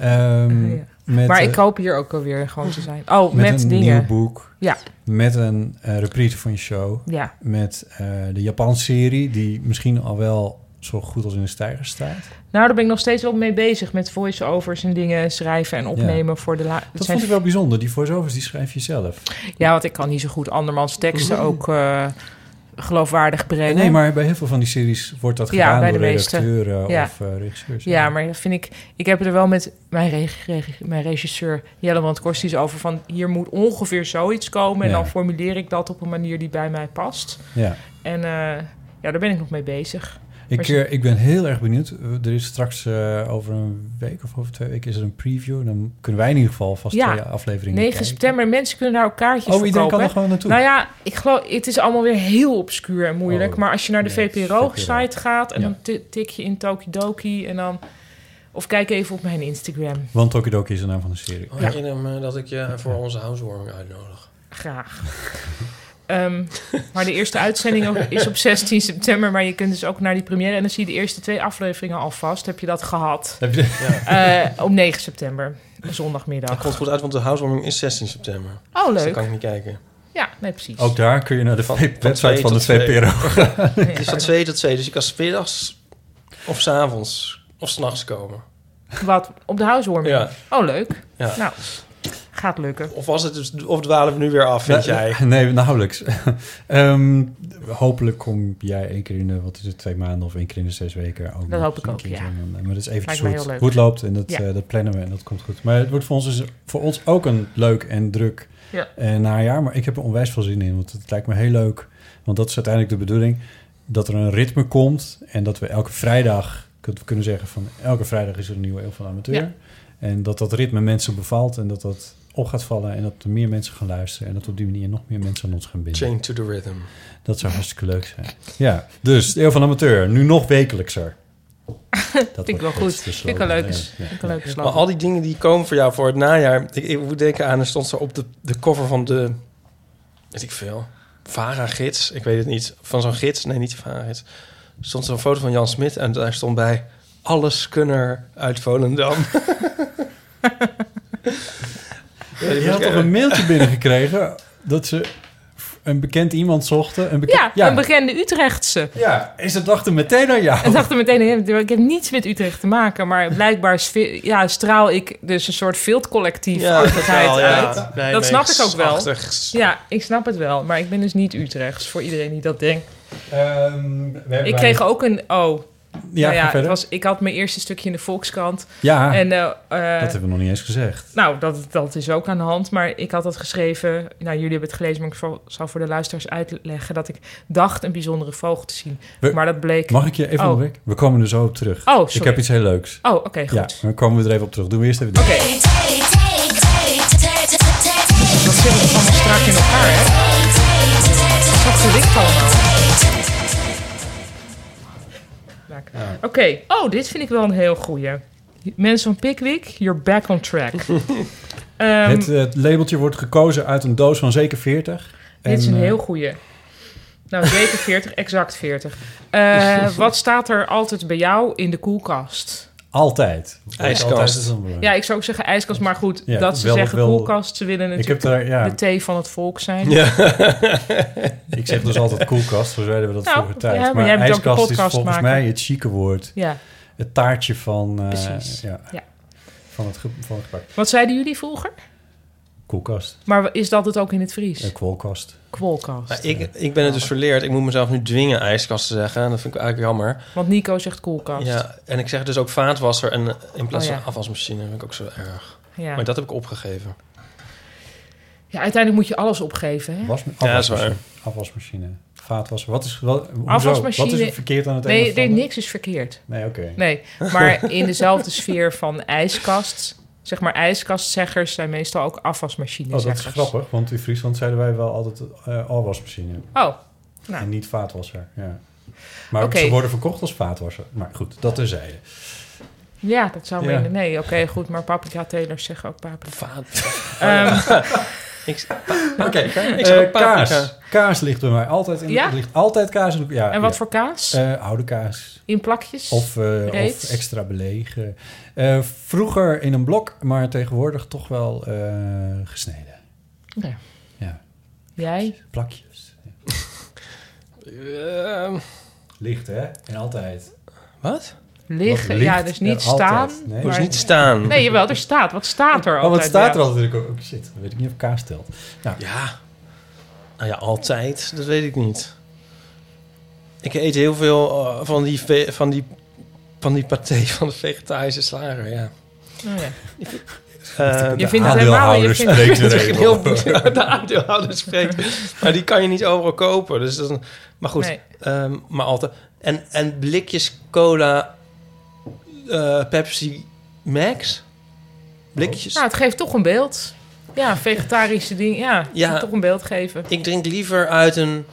Speaker 4: Ehm,
Speaker 2: Ja.
Speaker 4: met,
Speaker 2: Maar
Speaker 4: eh,
Speaker 2: ik hoop hier ook alweer gewoon te zijn. Oh,
Speaker 4: met,
Speaker 2: met,
Speaker 4: een nieuw
Speaker 2: dingen.
Speaker 4: boek.
Speaker 2: Ja.
Speaker 4: Met een eh, reprise van je show.
Speaker 2: Ja,
Speaker 4: Met eh, de Japan-serie, die misschien al wel zo goed als in de stijger staat.
Speaker 2: nou daar ben ik nog steeds wel mee bezig met voice-overs en dingen schrijven en opnemen voor de la.
Speaker 4: Dat
Speaker 2: het zijn-
Speaker 4: vond ik wel bijzonder. Die voiceovers die schrijf je zelf.
Speaker 2: Ja, want ik kan niet zo goed andermans teksten ook eh, geloofwaardig brengen.
Speaker 4: nee, maar bij heel veel van die series wordt dat
Speaker 2: Ja,
Speaker 4: gedaan
Speaker 2: bij
Speaker 4: door
Speaker 2: de meeste.
Speaker 4: redacteuren
Speaker 2: Ja.
Speaker 4: of eh, regisseurs.
Speaker 2: Ja, maar dat vind ik, ik heb er wel met mijn, reg- reg- mijn regisseur Jellemant Kostis over van hier moet ongeveer zoiets komen. En
Speaker 4: Ja.
Speaker 2: dan formuleer ik dat op een manier die bij mij past.
Speaker 4: Ja.
Speaker 2: En eh, ja, daar ben ik nog mee bezig.
Speaker 4: Ik,
Speaker 2: Maar-
Speaker 4: eh, ik ben heel erg benieuwd. Eh, Er is straks eh, over een week of over twee weken is er een preview. Dan kunnen wij in ieder geval vast
Speaker 2: Ja.
Speaker 4: twee afleveringen
Speaker 2: 9
Speaker 4: kijken.
Speaker 2: september, mensen kunnen daar ook kaartjes
Speaker 4: Oh, iedereen kan
Speaker 2: verkopen.
Speaker 4: er gewoon naartoe.
Speaker 2: nou ja, ik geloof, het is allemaal weer heel obscuur en moeilijk.
Speaker 4: Oh,
Speaker 2: maar als je naar de
Speaker 4: ja,
Speaker 2: VPRO-site
Speaker 4: VPRO.
Speaker 2: gaat en
Speaker 4: Ja.
Speaker 2: dan ti- tik je in Tokidoki en dan... Of kijk even op mijn Instagram.
Speaker 4: Want Tokidoki is de naam van de serie.
Speaker 3: Oh, herinner me dat ik je voor onze housewarming uitnodig.
Speaker 2: Graag. Ehm, maar de eerste uitzending ook- is op 16 september. Maar je kunt dus ook naar die première. En dan zie je de eerste twee afleveringen alvast. Heb je dat gehad?
Speaker 4: Heb je-
Speaker 2: Eh, op 9 september,
Speaker 3: Dat
Speaker 2: zondagmiddag.
Speaker 3: komt goed uit, want de housewarming is 16 september.
Speaker 2: Oh,
Speaker 3: Dus dan kan
Speaker 2: leuk.
Speaker 3: ik niet kijken.
Speaker 2: Ja, nee, precies.
Speaker 4: Ook daar kun je naar de
Speaker 3: Van-
Speaker 4: website
Speaker 3: van twee
Speaker 4: van de
Speaker 3: tot twee.
Speaker 4: VPRO.
Speaker 2: Ja.
Speaker 3: Het is van 2 tot 2, dus je kan 's middags of 's avonds of s'nachts komen.
Speaker 2: Wat? Op de housewarming?
Speaker 3: Ja.
Speaker 2: Oh, leuk.
Speaker 3: Ja.
Speaker 2: Nou, Gaat lukken.
Speaker 3: Of was het dus, of dwalen we nu weer af, vind
Speaker 4: Ja,
Speaker 3: jij?
Speaker 4: ja, Nee, nauwelijks. Ehm, hopelijk kom jij één keer in de, wat is het, twee maanden of één keer in de zes weken. Ook
Speaker 2: Dat
Speaker 4: nog
Speaker 2: hoop ik
Speaker 4: een
Speaker 2: ook,
Speaker 4: keertje.
Speaker 2: ja.
Speaker 4: En dan- Maar dat is
Speaker 2: Lijkt
Speaker 4: eventjes hoe
Speaker 2: me
Speaker 4: het,
Speaker 2: heel leuk.
Speaker 4: hoe het loopt en dat,
Speaker 2: Ja.
Speaker 4: eh, dat plannen we en dat komt goed. Maar het wordt voor ons, dus- voor ons ook een leuk en druk
Speaker 2: Ja.
Speaker 4: eh, najaar. Maar ik heb er onwijs veel zin in, want het lijkt me heel leuk. Want dat is uiteindelijk de bedoeling, dat er een ritme komt en dat we elke vrijdag kun- kunnen zeggen van elke vrijdag is er een nieuwe Eeuw van de Amateur.
Speaker 2: Ja.
Speaker 4: En dat dat ritme mensen bevalt en dat dat op gaat vallen en dat er meer mensen gaan luisteren en dat op die manier nog meer mensen aan ons gaan binden.
Speaker 3: Chain to the rhythm.
Speaker 4: Dat zou hartstikke leuk zijn. Ja, dus de Eeuw van de Amateur, nu nog wekelijkser. Dat
Speaker 2: Vind ik wel
Speaker 4: wordt
Speaker 2: goed.
Speaker 4: steeds de
Speaker 2: Vind ik wel
Speaker 4: slogan.
Speaker 2: leuk.
Speaker 4: Ja, ja.
Speaker 2: Vind ik een leuke slag.
Speaker 3: Maar al die dingen die komen voor jou voor het najaar. Ik, ik moet denken aan, er stond zo op de, de cover van de, weet ik veel, Vara-gids. Ik weet het niet. Van zo'n gids, nee niet de Vara-gids. Er Stond zo'n foto van Jan Smit en daar stond bij... Alles kunner uit Volendam. Ja, die
Speaker 4: Je had
Speaker 3: was-
Speaker 4: toch een mailtje binnengekregen dat ze een bekend iemand zochten? Een beken-
Speaker 2: Ja, een bekende Utrechtse.
Speaker 4: ja, en ze dachten meteen aan jou.
Speaker 2: En dacht er meteen, ik heb niets met Utrecht te maken, maar blijkbaar sfe- ja, straal ik dus een soort fieldcollectief
Speaker 3: Ja,
Speaker 2: achtigheid
Speaker 3: totaal, ja.
Speaker 2: uit.
Speaker 3: Nee,
Speaker 2: Dat
Speaker 3: nee,
Speaker 2: snap ik ook wel.
Speaker 3: achtig.
Speaker 2: Ja, ik snap het wel, maar ik ben dus niet Utrechts, voor iedereen die dat denkt.
Speaker 4: Ehm, we hebben
Speaker 2: Ik kreeg ook een, oh,
Speaker 4: Ja,
Speaker 2: nou
Speaker 4: ga
Speaker 2: ja, het
Speaker 4: verder.
Speaker 2: was, ik had mijn eerste stukje in de Volkskrant.
Speaker 4: ja
Speaker 2: en, eh, eh,
Speaker 4: dat hebben we nog niet eens gezegd.
Speaker 2: Nou, dat, dat is ook aan de hand. Maar ik had dat geschreven. Nou, jullie hebben het gelezen, maar ik zal- zal voor de luisteraars uitleggen dat ik dacht een bijzondere vogel te zien.
Speaker 4: We-
Speaker 2: maar dat bleek.
Speaker 4: Mag ik je even
Speaker 2: Oh.
Speaker 4: onderbreken? We komen er zo op terug.
Speaker 2: Oh, sorry.
Speaker 4: Ik heb iets heel leuks.
Speaker 2: Oh, oké,
Speaker 4: Ja,
Speaker 2: goed.
Speaker 4: dan komen we er even op terug. Doen we eerst even dit.
Speaker 2: Oké. Dat zit het allemaal strak in elkaar, hè? Wat gelikt allemaal. Lekker. Oké, oh, dit vind ik wel een heel goeie. Mensen van Pickwick, you're back on track. Ehm,
Speaker 4: Het, eh, het labeltje wordt gekozen uit een doos van zeker 40.
Speaker 2: Dit is
Speaker 4: En,
Speaker 2: een
Speaker 4: eh,
Speaker 2: heel goeie. Nou, zeker 40, exact 40. Eh, wat staat er altijd bij jou in de koelkast?
Speaker 4: Altijd.
Speaker 3: Ijskast.
Speaker 4: Altijd is dan belangrijk.
Speaker 2: Ja, ik zou ook zeggen ijskast, maar goed,
Speaker 4: Ja,
Speaker 2: dat ze
Speaker 4: wel-
Speaker 2: zeggen
Speaker 4: wel-
Speaker 2: koelkast. Ze willen
Speaker 4: ik heb
Speaker 2: natuurlijk
Speaker 4: daar,
Speaker 2: de
Speaker 4: ja,
Speaker 2: thee van het volk zijn.
Speaker 3: Ja.
Speaker 4: ik zeg dus altijd koelkast, zo zeiden we dat
Speaker 2: Nou,
Speaker 4: vroeger tijd.
Speaker 2: ja, maar
Speaker 4: maar
Speaker 2: jij hebt dus ook een
Speaker 4: ijskast is
Speaker 2: podcast
Speaker 4: volgens
Speaker 2: maken.
Speaker 4: mij het chique woord.
Speaker 2: Ja.
Speaker 4: Het taartje van, eh,
Speaker 2: Precies.
Speaker 4: Ja,
Speaker 2: Ja.
Speaker 4: van het ge- van het gebak.
Speaker 2: Wat zeiden jullie vroeger?
Speaker 4: Koelkast,
Speaker 2: Maar is dat het ook in het Fries?
Speaker 4: Eh, kwolkast.
Speaker 2: Kwolkast.
Speaker 3: Maar ik, ik ben het dus verleerd. Ik moet mezelf nu dwingen ijskast te zeggen. En dat vind ik eigenlijk jammer.
Speaker 2: Want Nico zegt koelkast. Ja.
Speaker 3: Ja, en ik zeg dus ook vaatwasser en eh, in plaats
Speaker 2: Oh, ja.
Speaker 3: van afwasmachine vind ik ook zo erg.
Speaker 2: Ja.
Speaker 3: Maar dat heb ik opgegeven.
Speaker 2: uiteindelijk moet je alles opgeven, hè?
Speaker 4: Was,
Speaker 3: Ja, dat is
Speaker 4: afwasmachine, afwasmachine, vaatwasser. Wat is, wel, hoezo?
Speaker 2: Afwasmachine-
Speaker 4: Wat is er verkeerd aan het een
Speaker 2: Nee,
Speaker 4: of ander?
Speaker 2: nee, niks is verkeerd.
Speaker 4: Nee, oké.
Speaker 2: Nee, maar in dezelfde sfeer van ijskast... Zeg maar, ijskastzeggers zijn meestal ook
Speaker 4: Oh, dat is
Speaker 2: afwasmachinezeggers.
Speaker 4: grappig, want in Friesland zeiden wij wel altijd eh alwasmachine
Speaker 2: Oh, Nou.
Speaker 4: en niet vaatwasser. Ja. Maar
Speaker 2: Oké.
Speaker 4: ze worden verkocht als vaatwasser. Maar goed, dat terzijde.
Speaker 2: ja, dat zou
Speaker 4: Ja.
Speaker 2: menen. Nee, oké, goed. Maar paprika telers zeggen ook paprika.
Speaker 3: Vaat.
Speaker 2: Ehm, Eh,
Speaker 3: Ik,
Speaker 4: Oké, eh,
Speaker 3: ik zeg ook
Speaker 4: kaas.
Speaker 3: paprika.
Speaker 4: Kaas ligt bij mij altijd in.
Speaker 2: Ja?
Speaker 4: Er ligt altijd kaas in de ja,
Speaker 2: en wat
Speaker 4: ja.
Speaker 2: voor kaas?
Speaker 4: Eh, oude kaas.
Speaker 2: in plakjes?
Speaker 4: Of, eh,
Speaker 2: Reeds?
Speaker 4: of extra belegen. Eh, vroeger in een blok, maar tegenwoordig toch wel eh, gesneden.
Speaker 2: Oké.
Speaker 4: Ja,
Speaker 2: Jij?
Speaker 4: plakjes.
Speaker 3: Ehm,
Speaker 4: Licht, hè? En altijd.
Speaker 3: wat?
Speaker 2: Liggen?
Speaker 4: Wat ligt
Speaker 2: ja, dus niet
Speaker 4: er altijd?
Speaker 2: staan.
Speaker 4: Nee.
Speaker 3: Moest
Speaker 2: maar-
Speaker 3: niet staan.
Speaker 2: Nee, jawel, er staat. Wat staat er
Speaker 4: Oh,
Speaker 2: altijd?
Speaker 4: wat staat er
Speaker 2: Ja.
Speaker 4: altijd natuurlijk ook? Oh, shit, weet ik niet of kaas telt.
Speaker 3: Ja. Nou ja, altijd. Dat weet ik niet. Ik eet heel veel eh, van, die ve- van, die, van die paté van de vegetarische slager, ja.
Speaker 2: Oh, ja.
Speaker 3: Eh,
Speaker 2: Je vindt het helemaal... Je vindt het
Speaker 3: dat is heel moeilijk met de aandeelhouder spreekt. Maar die kan je niet overal kopen. Dus dat, maar goed,
Speaker 2: Nee.
Speaker 3: Ehm, maar altijd. En, en blikjes cola, eh, Pepsi Max? Blikjes?
Speaker 2: Nou, het geeft toch een beeld. Ja, vegetarische ding. Ja, het
Speaker 3: Ja.
Speaker 2: moet toch een beeld geven.
Speaker 3: Ik drink liever uit een.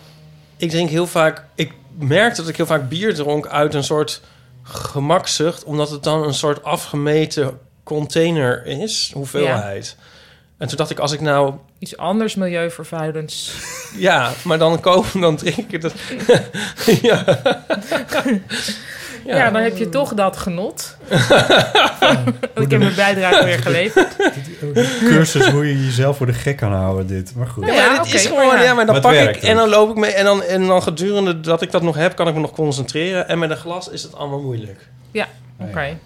Speaker 3: Ik drink heel vaak. Ik merk dat ik heel vaak bier dronk uit een soort gemakzucht, omdat het dan een soort afgemeten container is, hoeveelheid. En toen dacht ik, als ik nou.
Speaker 2: Iets anders milieuvervuilends.
Speaker 3: Ja, maar dan kopen, dan drinken. Dat... ja.
Speaker 2: Ja. dan heb je toch dat genot. ik heb mijn bijdrage weer geleverd.
Speaker 4: cursus hoe je jezelf voor de gek kan houden, dit. Maar goed.
Speaker 2: Nee.
Speaker 3: Ja,
Speaker 2: Ja,
Speaker 3: maar dit
Speaker 2: oké,
Speaker 3: is gewoon,
Speaker 2: maar
Speaker 3: ja.
Speaker 2: ja.
Speaker 3: maar dan
Speaker 4: Maar het
Speaker 3: pak ik
Speaker 4: werkt
Speaker 3: en
Speaker 4: ook.
Speaker 3: dan loop ik mee. En dan, en dan gedurende dat ik dat nog heb, kan ik me nog concentreren. En met een glas is het allemaal moeilijk.
Speaker 2: Ja, oké.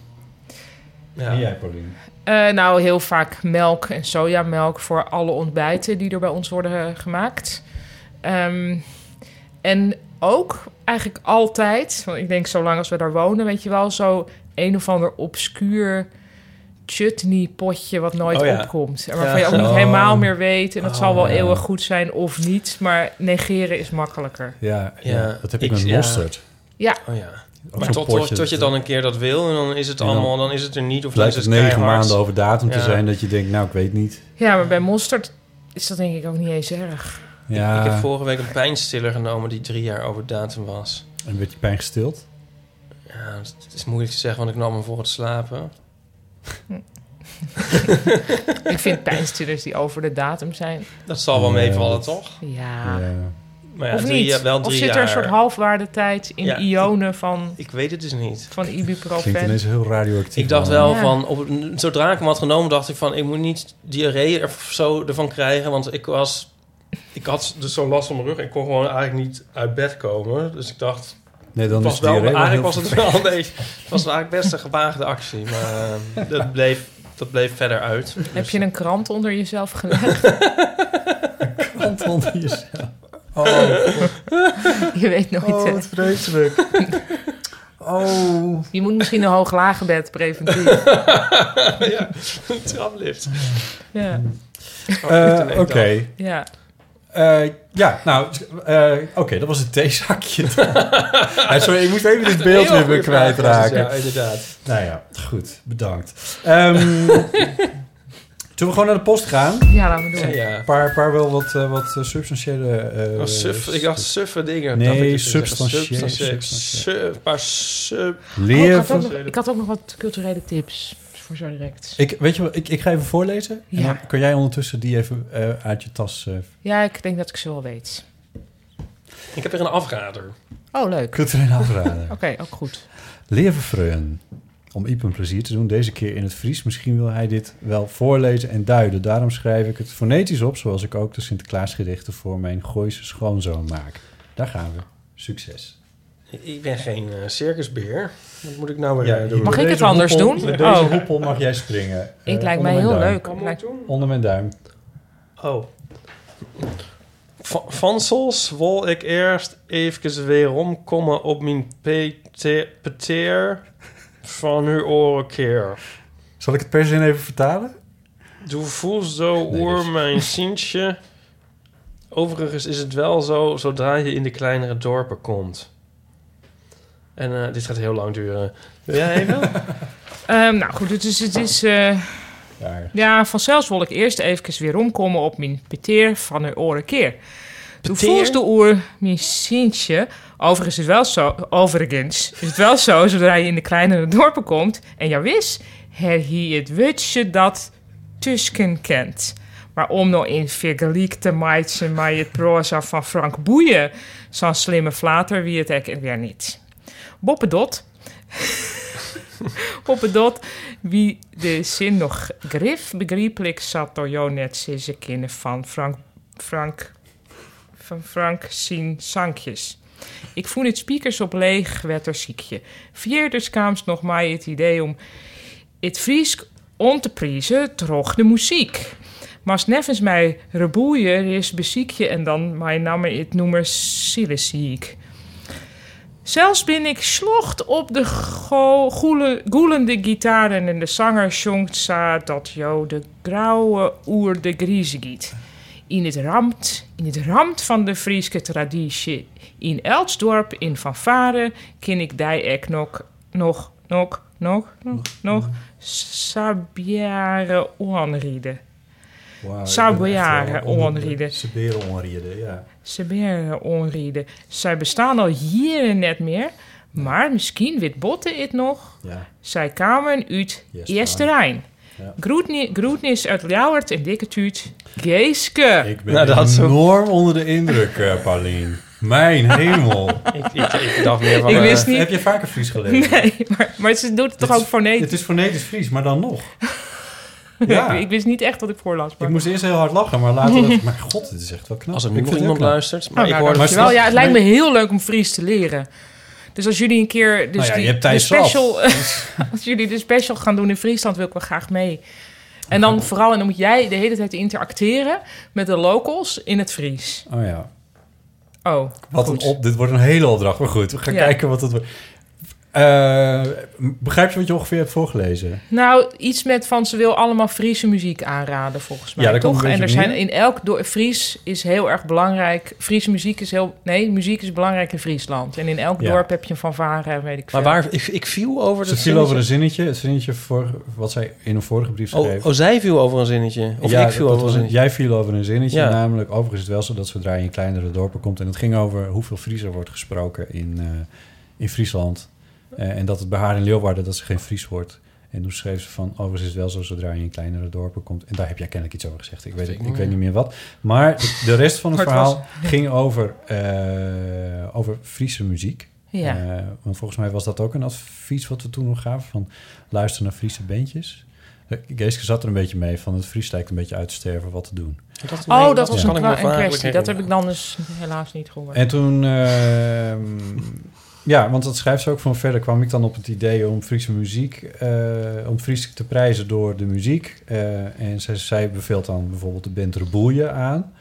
Speaker 3: Ja.
Speaker 4: En jij, Paulien?
Speaker 2: Eh, nou, heel vaak melk en sojamelk voor alle ontbijten die er bij ons worden eh, gemaakt. Ehm, en ook eigenlijk altijd, want ik denk zolang als we daar wonen, weet je wel, zo een of ander obscuur chutney potje wat nooit
Speaker 3: Oh ja.
Speaker 2: opkomt. En
Speaker 3: Ja.
Speaker 2: waarvan je ook niet
Speaker 4: Oh.
Speaker 2: helemaal meer weet. En dat zal wel
Speaker 4: ja.
Speaker 2: eeuwig goed zijn of niet, maar negeren is makkelijker.
Speaker 4: Ja, ja,
Speaker 3: Ja,
Speaker 4: dat heb ik,
Speaker 3: ik-
Speaker 4: met
Speaker 3: ja.
Speaker 4: mosterd.
Speaker 3: Oh ja.
Speaker 4: Ook
Speaker 3: Maar
Speaker 4: zo'n
Speaker 3: tot,
Speaker 4: potje,
Speaker 3: tot je
Speaker 4: dat-
Speaker 3: dan een keer dat wil en dan is het
Speaker 4: En dan
Speaker 3: allemaal, dan is het er niet of
Speaker 4: Het
Speaker 3: dan is
Speaker 4: lijkt
Speaker 3: het
Speaker 4: het negen
Speaker 3: keihard.
Speaker 4: maanden over datum te
Speaker 3: Ja.
Speaker 4: zijn dat je denkt, nou, ik weet niet.
Speaker 2: Ja, maar bij mosterd is dat denk ik ook niet eens erg.
Speaker 4: Ja,
Speaker 3: Ik heb vorige week een pijnstiller genomen die drie jaar over datum was.
Speaker 4: een beetje pijn gestild.
Speaker 3: Oh, Ja, het is moeilijk te zeggen, want ik nam hem voor het slapen.
Speaker 2: ik vind pijnstillers die over de datum zijn,
Speaker 3: Dat zal wel
Speaker 4: Ja,
Speaker 3: meevallen,
Speaker 4: dat-
Speaker 3: toch?
Speaker 2: ja...
Speaker 4: Ja.
Speaker 3: Maar ja,
Speaker 2: of
Speaker 3: drie,
Speaker 2: niet?
Speaker 3: jaar- wel
Speaker 2: of
Speaker 3: drie
Speaker 2: zit er
Speaker 3: jaar.
Speaker 2: een soort halfwaardetijd in
Speaker 3: Ja.
Speaker 2: ionen van,
Speaker 3: Ik weet het dus niet.
Speaker 2: van
Speaker 4: Klinkt
Speaker 2: ibuprofen?
Speaker 4: ineens heel radioactief.
Speaker 3: Ik dacht
Speaker 4: man.
Speaker 3: wel
Speaker 2: Ja.
Speaker 3: van, op, zodra ik hem had genomen, dacht ik van, ik moet niet diarree of zo ervan krijgen. Want ik was, ik had dus zo'n last van mijn rug. Ik kon gewoon eigenlijk niet uit bed komen. Dus ik dacht,
Speaker 4: Nee, dan is
Speaker 3: was
Speaker 4: het
Speaker 3: wel,
Speaker 4: diarree
Speaker 3: eigenlijk
Speaker 4: heel
Speaker 3: was het wel een beetje, het was eigenlijk best een gewaagde actie. Maar eh, dat, bleef, dat bleef verder uit.
Speaker 2: Heb je een krant onder jezelf gelegd?
Speaker 4: verbrand onder jezelf. Oh,
Speaker 2: Je weet nooit. hè.
Speaker 4: vreselijk. Oh.
Speaker 2: Je moet misschien een hoog-lage bed preventief.
Speaker 3: ja, een traplift.
Speaker 2: ja.
Speaker 3: Oh,
Speaker 4: Eh, Oké.
Speaker 3: Oké.
Speaker 2: ja.
Speaker 4: Eh, ja, nou, eh, oké, dat was het theezakje. Ah, sorry, ik moest even dit beeld weer weer kwijtraken.
Speaker 3: Ja, inderdaad.
Speaker 4: Nou ja, goed, bedankt. Ehm, zullen we gewoon naar de post gaan?
Speaker 2: ja, laten we doen.
Speaker 3: Ja.
Speaker 4: Een paar, paar wel wat, eh, wat eh, substantiële... eh,
Speaker 3: Oh, suf, ik dacht suffe dingen.
Speaker 4: Nee,
Speaker 3: dacht ik dus te zeggen.
Speaker 4: substantieel,
Speaker 3: Substantieel.
Speaker 4: substantieel.
Speaker 3: Su- Een paar sub...
Speaker 2: Oh, ik,
Speaker 4: leer
Speaker 2: had ook
Speaker 4: van...
Speaker 2: nog, ik had ook nog wat culturele tips voor zo direct.
Speaker 4: Ik, weet je wat, ik, ik ga even voorlezen. En
Speaker 2: Ja.
Speaker 4: dan kan jij ondertussen die even eh, uit je tas... eh
Speaker 2: Ja, ik denk dat ik ze wel weet.
Speaker 3: Oh, Ik heb weer een afrader.
Speaker 2: Oh, leuk. Oké,
Speaker 4: cultureel afraden.
Speaker 2: ook goed.
Speaker 4: Leverfreun. Om Iep een plezier te doen, deze keer in het Fries. Misschien wil hij dit wel voorlezen en duiden. Daarom schrijf ik het fonetisch op, zoals ik ook de Sinterklaasgedichten voor mijn Gooise schoonzoon maak. Daar gaan we. Succes.
Speaker 3: Ik ben geen eh, circusbeer. Wat moet ik nou weer eh, doen?
Speaker 2: Mag ik
Speaker 4: Met
Speaker 2: het
Speaker 4: deze
Speaker 2: anders
Speaker 4: hoepel-
Speaker 2: doen?
Speaker 4: Met deze
Speaker 2: Oh.
Speaker 4: hoepel mag jij springen. Eh,
Speaker 2: ik lijkt
Speaker 4: onder
Speaker 2: mij
Speaker 4: mijn
Speaker 2: heel
Speaker 4: duim.
Speaker 2: leuk.
Speaker 3: Kan ik
Speaker 2: Lijkt-
Speaker 3: doen?
Speaker 4: Onder mijn duim.
Speaker 3: Oh. Va- Vansels wil ik eerst even weer omkomen op mijn pete- peteer van uw oren keer.
Speaker 4: Zal ik het per zin even vertalen?
Speaker 3: Doe voel zo
Speaker 4: Nee,
Speaker 3: oer
Speaker 4: dus-
Speaker 3: mijn zientje. Overigens is het wel zo zodra je in de kleinere dorpen komt. En eh, dit gaat heel lang duren. Wil jij even?
Speaker 2: Ehm, nou goed, dus het is... eh,
Speaker 4: Daar.
Speaker 2: Ja, vanzelfs wil ik eerst even weer omkomen op mijn peteer van de oren keer. Toen
Speaker 3: Peteer?
Speaker 2: voelst de oer mijn sintje. Overigens is, het wel zo, overigens is het wel zo, zodra je in de kleinere dorpen komt... en ja, wist, her hier het wutje dat Tusken kent. Maar om nou in vergelijk te maken met het proza van Frank Boeien... zo'n slimme flater wie het ek weer niet. Boppedot... Boppedot wie de zin nog grif begrijpelijk zat door jou net zes kennen van Frank, Frank, van Frank zien zankjes. Ik voel het speakers op leeg wetterziekje. Vierders kaams nog mij het idee om het Fries on te prijzen troch de muziek. Maar neffens mij reboeier is beziekje en dan mijn naam het noemer Silesiek. Zelfs ben ik slocht op de go- goele- goelende gitaren en de zanger zongt sa dat jou de grauwe oer de grieze giet. In het ramt, in het ramt van de Frieske traditie, in Elsdorp, in Fanfare, ken ik die ek nog, nog, nog, nog, nog, nog, sabjaren onrieden.
Speaker 4: Wow,
Speaker 2: Zou bejaren, onrieden.
Speaker 4: Saberen onrieden, ja.
Speaker 2: Ze weer onrieden. eh, Zij bestaan al jaren net meer, maar misschien wit botten het nog.
Speaker 4: ja.
Speaker 2: Zij kwamen uit
Speaker 4: Eerste
Speaker 2: Eerste Rijn.
Speaker 4: Ja.
Speaker 2: Groetni- Groetnis uit Ljouwert en dikke tuut. Geeske.
Speaker 4: Ik ben
Speaker 3: Nou, dat had zo-
Speaker 4: enorm onder de indruk, eh, Paulien. Mijn hemel.
Speaker 3: ik, ik, ik dacht meer van...
Speaker 2: Ik
Speaker 3: eh,
Speaker 2: wist niet-
Speaker 4: Heb je vaker Fries gelezen?
Speaker 2: Nee, maar, maar ze doet het
Speaker 4: Dit
Speaker 2: toch ook
Speaker 4: is- Het
Speaker 2: fonetisch?
Speaker 4: is fonetisch Fries, maar dan nog. ja.
Speaker 2: ik, ik wist niet echt wat ik voorlas.
Speaker 4: Ik
Speaker 2: Maar...
Speaker 4: moest eerst heel hard lachen, maar later dacht ik... Maar god, dit is echt wel knap.
Speaker 3: Als er
Speaker 4: Ik
Speaker 3: nu
Speaker 4: vond
Speaker 3: nog iemand
Speaker 4: het heel knap.
Speaker 3: luistert. Maar
Speaker 2: Oh, nou,
Speaker 3: ik hoorde
Speaker 4: maar
Speaker 2: dankjewel.
Speaker 4: snap-
Speaker 2: ja, het lijkt me
Speaker 4: nee.
Speaker 2: heel leuk om Fries te leren. Dus als jullie een keer dus
Speaker 4: Nou ja,
Speaker 2: die,
Speaker 4: je hebt
Speaker 2: de
Speaker 4: Thijs Schwab.
Speaker 2: special, als jullie de special gaan doen in Friesland, wil ik wel graag mee. En dan vooral, en dan moet jij de hele tijd interacteren met de locals in het Fries.
Speaker 4: Oh ja.
Speaker 2: Oh,
Speaker 4: Wat
Speaker 2: goed.
Speaker 4: een op, dit wordt een hele opdracht, maar goed. We gaan
Speaker 2: Ja.
Speaker 4: kijken wat het wordt. Eh, begrijp je wat je ongeveer hebt voorgelezen?
Speaker 2: Nou, iets met van ze wil allemaal Friese muziek aanraden, volgens mij.
Speaker 4: Ja, daar komt
Speaker 2: toch?
Speaker 4: een
Speaker 2: En er
Speaker 4: beetje
Speaker 2: zijn
Speaker 4: neer.
Speaker 2: in elk dorp. Fries is heel erg belangrijk. Friese muziek is heel. Nee, muziek is belangrijk in Friesland. En in elk
Speaker 4: Ja.
Speaker 2: dorp heb je een fanfare en weet ik
Speaker 3: Maar
Speaker 2: veel.
Speaker 3: waar, ik, ik viel over
Speaker 4: Ze
Speaker 3: dat
Speaker 4: viel over een
Speaker 3: zinnetje.
Speaker 4: zinnetje. Het zinnetje voor, wat zij in een vorige brief schreef.
Speaker 3: Oh, oh, zij viel over een zinnetje. eh, Of
Speaker 4: Ja,
Speaker 3: ik viel over
Speaker 4: dat
Speaker 3: een
Speaker 4: was een-
Speaker 3: zinnetje.
Speaker 4: Jij viel over een zinnetje.
Speaker 3: Ja.
Speaker 4: Namelijk, overigens is het wel zo dat zodra je in kleinere dorpen komt... en het ging over hoeveel Fries er wordt gesproken in, eh, in Friesland... eh, en dat het bij haar in Leeuwarden dat ze geen Fries wordt... En toen schreef ze van, overigens is het wel zo zodra je in kleinere dorpen komt. En daar heb jij kennelijk iets over gezegd. Ik weet, ik,
Speaker 3: ik niet
Speaker 4: weet niet meer wat. Maar de, de rest van het
Speaker 2: Maar het was-
Speaker 4: verhaal ging over, eh, over Friese muziek.
Speaker 2: Ja.
Speaker 4: Eh, want volgens mij was dat ook een advies wat we toen nog gaven: van luister naar Friese bandjes. Eh, Geeske zat er een beetje mee van het Fries lijkt een beetje uit te sterven wat te doen.
Speaker 2: Oh, dat was een,
Speaker 3: kan ik
Speaker 2: kwa-
Speaker 3: me
Speaker 2: een
Speaker 3: vaak
Speaker 2: kwestie. Dat
Speaker 3: herinneren.
Speaker 2: heb ik dan dus helaas niet gehoord.
Speaker 4: En toen, ehm, ja, want dat schrijft ze ook van verder, kwam ik dan op het idee om Friese muziek, eh, om Fries te prijzen door de muziek. Eh, en zij, zij beveelt dan bijvoorbeeld de band Reboelje aan.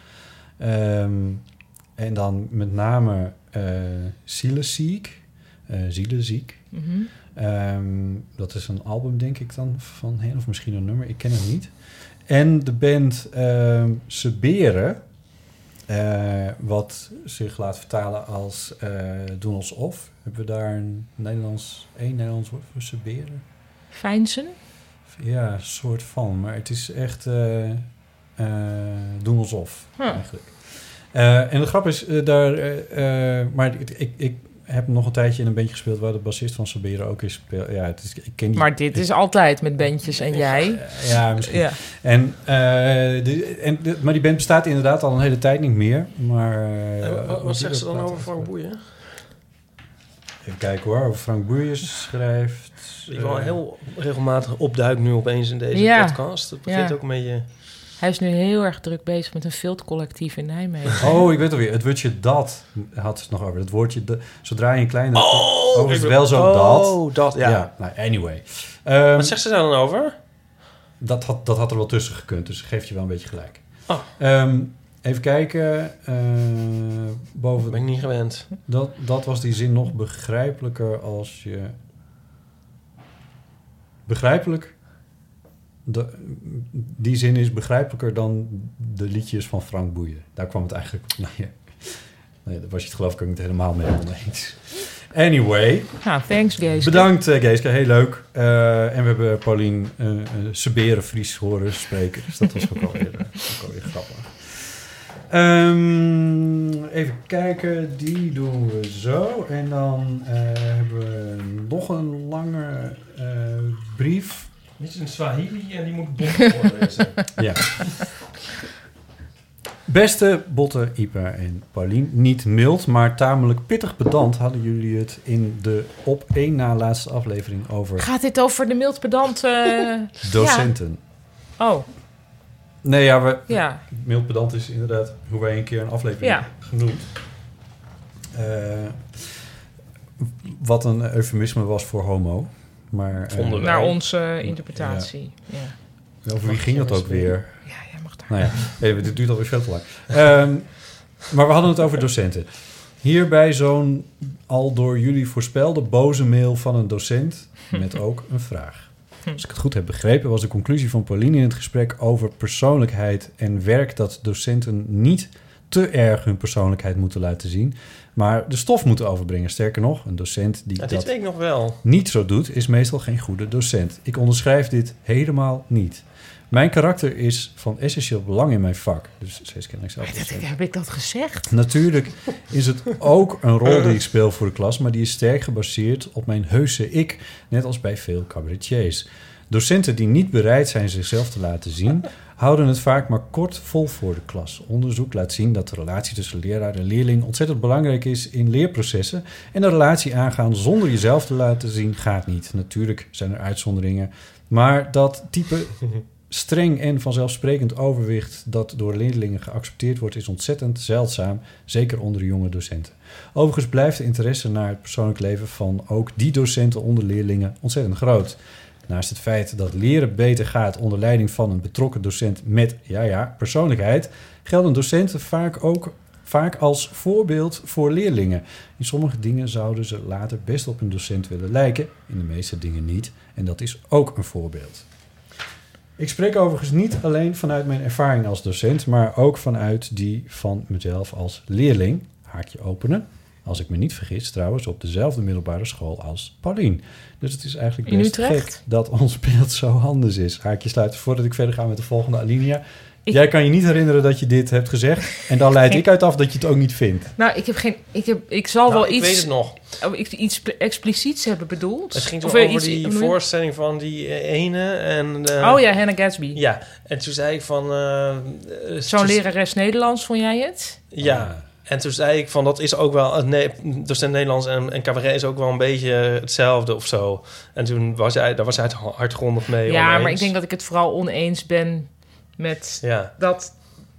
Speaker 4: Ehm, en dan met name eh Zieleziek. Eh, Zieleziek.
Speaker 2: Mhm.
Speaker 4: Ehm, dat is een album, denk ik dan, van hen. Of misschien een nummer, ik ken het niet. En de band ehm Seberen. eh, wat zich laat vertalen als eh, Doen Alsof. Hebben we daar een Nederlands, één Nederlands woord voor Seberen?
Speaker 2: Fijnsen?
Speaker 4: Ja, een soort van. Maar het is echt eh, eh, Doen Alsof,
Speaker 2: Hm.
Speaker 4: eigenlijk. Eh, en de grap is, eh, daar, eh, eh, maar ik, ik, ik heb nog een tijdje in een bandje gespeeld... waar de bassist van Seberen ook is gespeeld. Ja, het is, ik ken die
Speaker 2: Maar dit is altijd met bandjes en jij.
Speaker 4: eh, Ja, misschien.
Speaker 2: Ja.
Speaker 4: En, eh, de- en, de- maar die band bestaat inderdaad al een hele tijd niet meer. Maar, eh,
Speaker 3: Eh, wat-
Speaker 4: die
Speaker 3: Wat zegt ze dan
Speaker 4: plaat-
Speaker 3: over Frank Boeien?
Speaker 4: Even kijken hoor, of Frank Boeiers schrijft...
Speaker 3: Die wel
Speaker 4: eh,
Speaker 3: heel regelmatig opduikt nu opeens in deze
Speaker 2: Ja.
Speaker 3: podcast. Dat begint
Speaker 2: Ja.
Speaker 3: ook een beetje...
Speaker 2: Hij is nu heel erg druk bezig met een veldcollectief in Nijmegen.
Speaker 4: Oh, ik weet alweer. Het woordje dat had het nog over. Het woordje de, zodra je een kleine... Oh, is het wel zo dat?
Speaker 3: Oh, dat, ja.
Speaker 4: nou, anyway. Ehm,
Speaker 3: Wat zegt ze daar dan over?
Speaker 4: dat, had, dat had er wel tussen gekund, dus geeft je wel een beetje gelijk.
Speaker 3: Oh.
Speaker 4: Ehm, even kijken. eh, boven
Speaker 3: Dat ben ik niet gewend.
Speaker 4: Dat, dat was die zin nog begrijpelijker als je. Begrijpelijk. De, die zin is begrijpelijker dan de liedjes van Frank Boeien. Daar kwam het eigenlijk op neer. Nee, daar was je het geloof ik ook niet helemaal mee oneens. Anyway,
Speaker 2: nou, thanks, Gees.
Speaker 4: bedankt eh, Geeske, heel leuk. Eh, en we hebben Paulien eh eh, Seberen Fries horen spreken. Dus dat was ook wel weer, eh, ook wel weer grappig. Ehm, even kijken, die doen we zo. En dan eh, hebben we nog een lange eh, brief.
Speaker 3: Dit is een Swahili en die moet bond voorlezen.
Speaker 4: Ja. Beste Botte, Ipe en Paulien, niet mild, maar tamelijk pittig pedant hadden jullie het in de op één na laatste aflevering over
Speaker 2: Gaat dit over de mild pedant? eh,
Speaker 4: docenten.
Speaker 2: Oh,
Speaker 4: Nee, ja, we,
Speaker 2: ja.
Speaker 4: mild pedant is inderdaad hoe wij een keer een aflevering
Speaker 2: Ja.
Speaker 4: genoemd. Eh, wat een eufemisme was voor homo. Maar, eh,
Speaker 3: Vonden we.
Speaker 2: Naar onze eh, interpretatie. Ja.
Speaker 4: Over wie ging dat ook weer?
Speaker 2: Ja, jij mag daar.
Speaker 4: Nou ja, even, dit duurt alweer veel te lang. Ehm, maar we hadden het over docenten. Hierbij zo'n al door jullie voorspelde boze mail van een docent met ook een vraag. Als ik het goed heb begrepen, was de conclusie van Pauline in het gesprek over persoonlijkheid en werk dat docenten niet te erg hun persoonlijkheid moeten laten zien, maar de stof moeten overbrengen. Sterker nog, een docent die
Speaker 3: Ja, dit
Speaker 4: dat
Speaker 3: weet ik nog wel.
Speaker 4: niet zo doet, is meestal geen goede docent. Ik onderschrijf dit helemaal niet. Mijn karakter is van essentieel belang in mijn vak. Dus steeds kennelijk zelf.
Speaker 2: Dat, heb ik dat gezegd?
Speaker 4: Natuurlijk is het ook een rol die ik speel voor de klas, maar die is sterk gebaseerd op mijn heuse ik, net als bij veel cabaretiers. Docenten die niet bereid zijn zichzelf te laten zien, houden het vaak maar kort vol voor de klas. Onderzoek laat zien dat de relatie tussen leraar en leerling ontzettend belangrijk is in leerprocessen. En een relatie aangaan zonder jezelf te laten zien gaat niet. Natuurlijk zijn er uitzonderingen, maar dat type streng en vanzelfsprekend overwicht dat door leerlingen geaccepteerd wordt, is ontzettend zeldzaam, zeker onder jonge docenten. Overigens blijft de interesse naar het persoonlijk leven van ook die docenten onder leerlingen ontzettend groot. Naast het feit dat leren beter gaat onder leiding van een betrokken docent met, ja ja, persoonlijkheid, gelden docenten vaak ook vaak als voorbeeld voor leerlingen. In sommige dingen zouden ze later best op een docent willen lijken, in de meeste dingen niet. En dat is ook een voorbeeld. Ik spreek overigens niet alleen vanuit mijn ervaring als docent, maar ook vanuit die van mezelf als leerling. Haakje openen. Als ik me niet vergis, trouwens op dezelfde middelbare school als Paulien. Dus het is eigenlijk
Speaker 2: In
Speaker 4: best
Speaker 2: Utrecht?
Speaker 4: gek dat ons beeld zo anders is. Haakje sluiten voordat ik verder ga met de volgende alinea.
Speaker 2: Ik-
Speaker 4: Jij kan je niet herinneren dat je dit hebt gezegd. En dan leid ik uit af dat je het ook niet vindt.
Speaker 2: Nou, ik heb geen. Ik, heb, ik zal
Speaker 3: Nou,
Speaker 2: wel
Speaker 3: Ik weet het
Speaker 2: iets,
Speaker 3: nog.
Speaker 2: oh, ik, iets pl- expliciets hebben bedoeld.
Speaker 3: Het ging
Speaker 2: Of eh,
Speaker 3: toch over
Speaker 2: iets-
Speaker 3: die
Speaker 2: hoe noem je-
Speaker 3: voorstelling van die eh, ene. En, eh,
Speaker 2: Oh ja, Hannah Gatsby.
Speaker 3: Ja, en toen zei ik van... eh, eh,
Speaker 2: Zo'n
Speaker 3: toen-
Speaker 2: lerares Nederlands, vond jij het?
Speaker 3: Ja,
Speaker 4: Ah.
Speaker 3: en toen zei ik van dat is ook wel... eh, Nee, docent Nederlands en, en cabaret is ook wel een beetje hetzelfde of zo. En toen was hij, daar was hij het hardgrondig mee
Speaker 2: ja, maar ik
Speaker 3: oneens.
Speaker 2: denk dat ik het vooral oneens ben met
Speaker 3: Ja,
Speaker 2: dat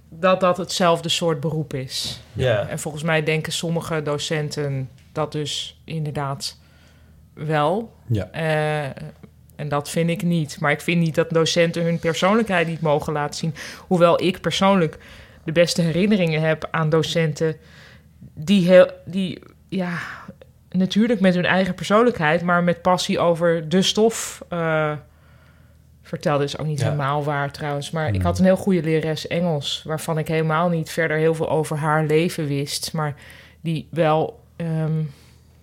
Speaker 2: dat, dat hetzelfde soort beroep is.
Speaker 3: ja.
Speaker 2: En volgens mij denken sommige docenten dat dus inderdaad wel.
Speaker 4: Ja.
Speaker 2: Eh, en dat vind ik niet. Maar ik vind niet dat docenten hun persoonlijkheid niet mogen laten zien. Hoewel ik persoonlijk de beste herinneringen heb aan docenten die heel, die ja, natuurlijk met hun eigen persoonlijkheid, maar met passie over de stof. eh vertelde is ook niet
Speaker 3: Ja. Mm.
Speaker 2: helemaal waar trouwens. Maar ik
Speaker 4: Hmm.
Speaker 2: had een heel goede lerares Engels, waarvan ik helemaal niet verder heel veel over haar leven wist. Maar die wel ehm,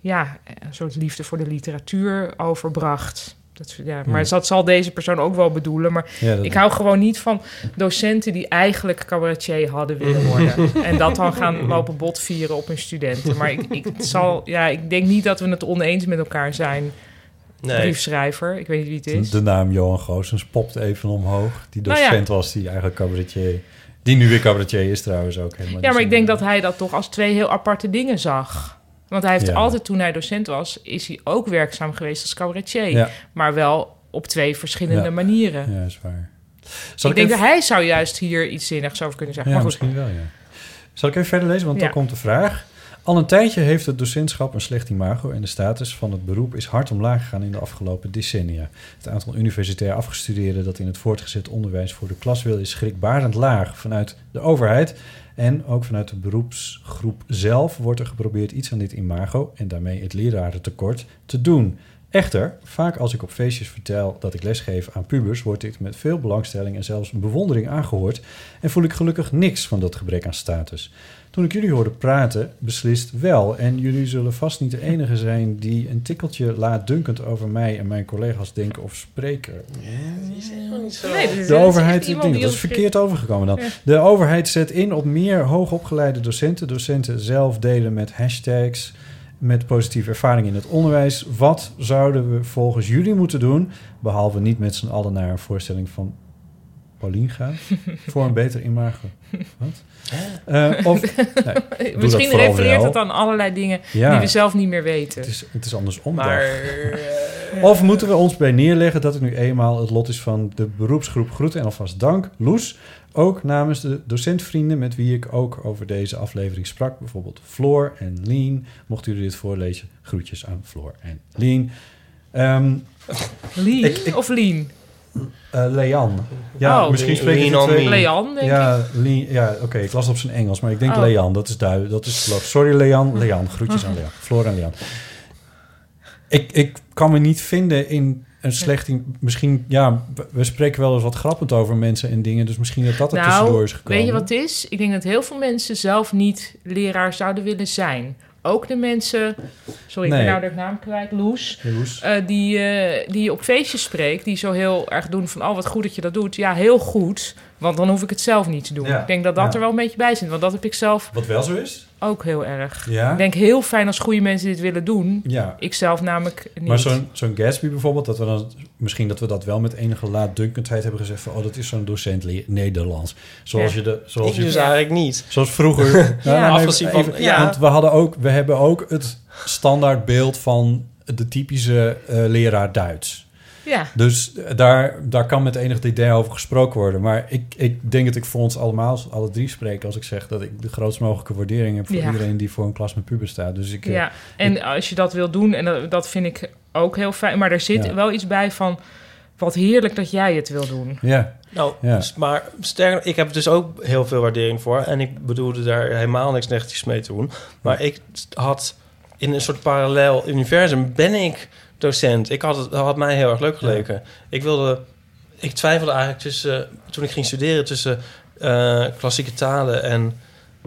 Speaker 2: ja, een soort liefde voor de literatuur overbracht. Dat, ja, maar
Speaker 4: Hmm.
Speaker 2: dat zal deze persoon ook wel bedoelen. Maar
Speaker 4: Ja, dat-
Speaker 2: ik hou gewoon niet van docenten die eigenlijk cabaretier hadden willen worden. en dat dan gaan lopen botvieren op hun studenten. Maar ik, ik, het zal, ja, ik denk niet dat we het oneens met elkaar zijn.
Speaker 3: Nee,
Speaker 2: Briefschrijver, ik weet niet wie het
Speaker 4: de,
Speaker 2: is.
Speaker 4: de naam Johan Goossens popt even omhoog. Die
Speaker 2: Nou
Speaker 4: docent was die eigenlijk cabaretier... Die nu weer cabaretier is trouwens ook. Helemaal
Speaker 2: Ja, maar ik denk dat hij dat toch als twee heel aparte dingen zag. Want hij heeft
Speaker 4: Ja.
Speaker 2: altijd, toen hij docent was, is hij ook werkzaam geweest als cabaretier.
Speaker 4: Ja.
Speaker 2: Maar wel op twee verschillende
Speaker 4: Ja.
Speaker 2: manieren.
Speaker 4: Ja, is waar.
Speaker 2: Ik,
Speaker 4: Zal ik,
Speaker 2: denk
Speaker 4: even...
Speaker 2: dat hij zou juist hier iets zinnigs over kunnen zeggen.
Speaker 4: Ja,
Speaker 2: maar goed,
Speaker 4: misschien wel, ja. Zal ik even verder lezen, want
Speaker 2: Ja.
Speaker 4: dan komt de vraag. Al een tijdje heeft het docentschap een slecht imago... en de status van het beroep is hard omlaag gegaan in de afgelopen decennia. Het aantal universitair afgestudeerden dat in het voortgezet onderwijs voor de klas wil... is schrikbarend laag vanuit de overheid... En ook vanuit de beroepsgroep zelf wordt er geprobeerd iets aan dit imago en daarmee het lerarentekort te doen. Echter, vaak als ik op feestjes vertel dat ik lesgeef aan pubers, wordt dit met veel belangstelling en zelfs bewondering aangehoord en voel ik gelukkig niks van dat gebrek aan status. Toen ik jullie hoorde praten, beslist wel. En jullie zullen vast niet de enige zijn die een tikkeltje laatdunkend over mij en mijn collega's denken of spreken.
Speaker 2: Nee, dit is-
Speaker 4: De
Speaker 2: dit is
Speaker 4: overheid
Speaker 2: echt iemand
Speaker 4: doet dingen.
Speaker 2: die
Speaker 4: Dat is
Speaker 2: ons-
Speaker 4: verkeerd overgekomen dan. De overheid zet in op meer hoogopgeleide docenten. Docenten zelf delen met hashtags, met positieve ervaring in het onderwijs. Wat zouden we volgens jullie moeten doen? Behalve niet met z'n allen naar een voorstelling van Paulien gaan. voor een beter imago. Wat? Eh, of, nee, doe dat
Speaker 2: Misschien
Speaker 4: vooral
Speaker 2: refereert
Speaker 4: wel.
Speaker 2: het aan allerlei dingen die
Speaker 4: Ja,
Speaker 2: we zelf niet meer
Speaker 4: het
Speaker 2: weten.
Speaker 4: is, het is andersom.
Speaker 3: maar...
Speaker 4: dag.
Speaker 3: eh,
Speaker 4: Of moeten we ons bij neerleggen dat het nu eenmaal het lot is van de beroepsgroep Groet en alvast dank, Loes. Ook namens de docentvrienden met wie ik ook over deze aflevering sprak. Bijvoorbeeld Floor en Lien. Mochten jullie dit voorlezen, groetjes aan Floor en Lien. Ehm
Speaker 2: Lean
Speaker 4: Ik- ik-
Speaker 2: of Lean?
Speaker 4: eh, Lean. Ja,
Speaker 2: Oh,
Speaker 4: misschien
Speaker 3: Lien-
Speaker 4: spreek ik
Speaker 3: Lien
Speaker 4: die
Speaker 3: on
Speaker 4: twee-
Speaker 3: me.
Speaker 2: Lean, denk ik.
Speaker 4: Ja, Lien- ja oké, ik las het op zijn Engels, maar ik denk
Speaker 2: Oh.
Speaker 4: Lean, dat is duidelijk. Dat is geloof. Sorry Lean, Lean, groetjes aan Lean. Floor en Lean. Ik, ik kan me niet vinden in een slecht... in- Misschien, ja, we- we spreken wel eens wat grappend over mensen en dingen, dus misschien dat dat er tussendoor is gekomen.
Speaker 2: Nou, Weet je wat het is? Ik denk dat heel veel mensen zelf niet leraar zouden willen zijn. Ook de mensen, sorry, ik
Speaker 4: Nee.
Speaker 2: ben nou de naam kwijt, Loes.
Speaker 4: Ja, Loes.
Speaker 2: eh, die, eh, die je op feestjes spreekt, die zo heel erg doen van... oh, wat goed dat je dat doet. Ja, heel goed, want dan hoef ik het zelf niet te doen.
Speaker 4: Ja.
Speaker 2: Ik denk dat dat
Speaker 4: Ja.
Speaker 2: er wel een beetje bij zit, want dat heb ik zelf
Speaker 4: Wat wel zo is?
Speaker 2: ook heel erg.
Speaker 4: Ja.
Speaker 2: Ik denk heel fijn als goede mensen dit willen doen.
Speaker 4: ja.
Speaker 2: Ik zelf namelijk niet.
Speaker 4: Maar zo'n zo'n Gatsby bijvoorbeeld, dat we dan, misschien dat we dat wel met enige laatdunkendheid hebben gezegd van, oh, dat is zo'n docent le- Nederlands. Zoals
Speaker 2: Ja.
Speaker 4: je de,
Speaker 3: ik
Speaker 4: zoals je
Speaker 3: dus eigenlijk niet.
Speaker 4: Zoals vroeger. Nou, nou,
Speaker 3: Afgezien van- ja.
Speaker 4: Want we, hadden ook, we hebben ook het standaardbeeld van de typische eh, leraar Duits.
Speaker 2: Ja.
Speaker 4: Dus daar, daar kan met enig idee over gesproken worden. Maar ik, ik denk dat ik voor ons allemaal, alle drie spreek... als ik zeg dat ik de grootst mogelijke waardering heb... voor
Speaker 2: Ja.
Speaker 4: iedereen die voor een klas met pubers staat. Dus ik, eh,
Speaker 2: Ja, en als je dat wil doen, en dat, dat vind ik ook heel fijn. Maar er zit
Speaker 4: Ja.
Speaker 2: wel iets bij van, wat heerlijk dat jij het wil doen.
Speaker 4: ja,
Speaker 3: Nou,
Speaker 4: Ja.
Speaker 3: s- maar sterker, ik heb dus ook heel veel waardering voor. En ik bedoelde daar helemaal niks negatiefs mee te doen. Maar ik st- had in een soort parallel universum ben ik docent. Ik had het had mij heel erg leuk geleken. eh, Ik wilde, ik twijfelde eigenlijk tussen toen ik ging studeren tussen eh, klassieke talen en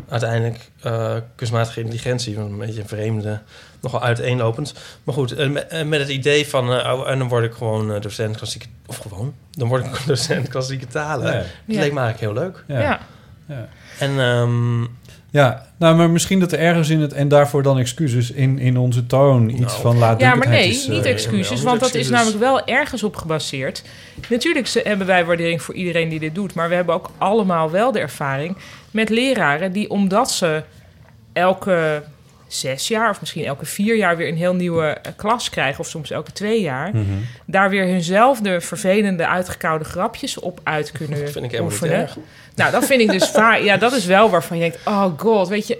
Speaker 3: uiteindelijk eh, kunstmatige intelligentie. Een beetje een vreemde, nogal uiteenlopend. Maar goed, en me- en met het idee van, eh, oh, en dan word ik gewoon eh, docent klassieke, of gewoon, dan word ik docent klassieke talen.
Speaker 4: ja,
Speaker 3: Dat
Speaker 2: Ja.
Speaker 3: leek me eigenlijk heel leuk.
Speaker 4: ja.
Speaker 2: Ja, ja.
Speaker 4: ja.
Speaker 3: En ehm,
Speaker 4: Ja, nou, maar misschien dat er ergens in het... en daarvoor dan excuses in, in onze toon iets
Speaker 3: Nou.
Speaker 4: van laat
Speaker 2: maar nee, niet
Speaker 3: eh, jawel,
Speaker 2: excuses,
Speaker 3: niet
Speaker 2: want dat is
Speaker 3: excuses.
Speaker 2: namelijk wel ergens op gebaseerd. Natuurlijk ze- hebben wij waardering voor iedereen die dit doet, maar we hebben ook allemaal wel de ervaring met leraren die omdat ze elke zes jaar of misschien elke vier jaar weer een heel nieuwe eh, klas krijgen, of soms elke twee jaar,
Speaker 4: Mhm.
Speaker 2: daar weer hunzelfde vervelende uitgekoude grapjes op uit kunnen
Speaker 3: dat vind ik helemaal
Speaker 2: oefenen.
Speaker 3: niet erg.
Speaker 2: Nou, dat vind ik dus vaak. Ja, dat is wel waarvan je denkt: oh god, weet je.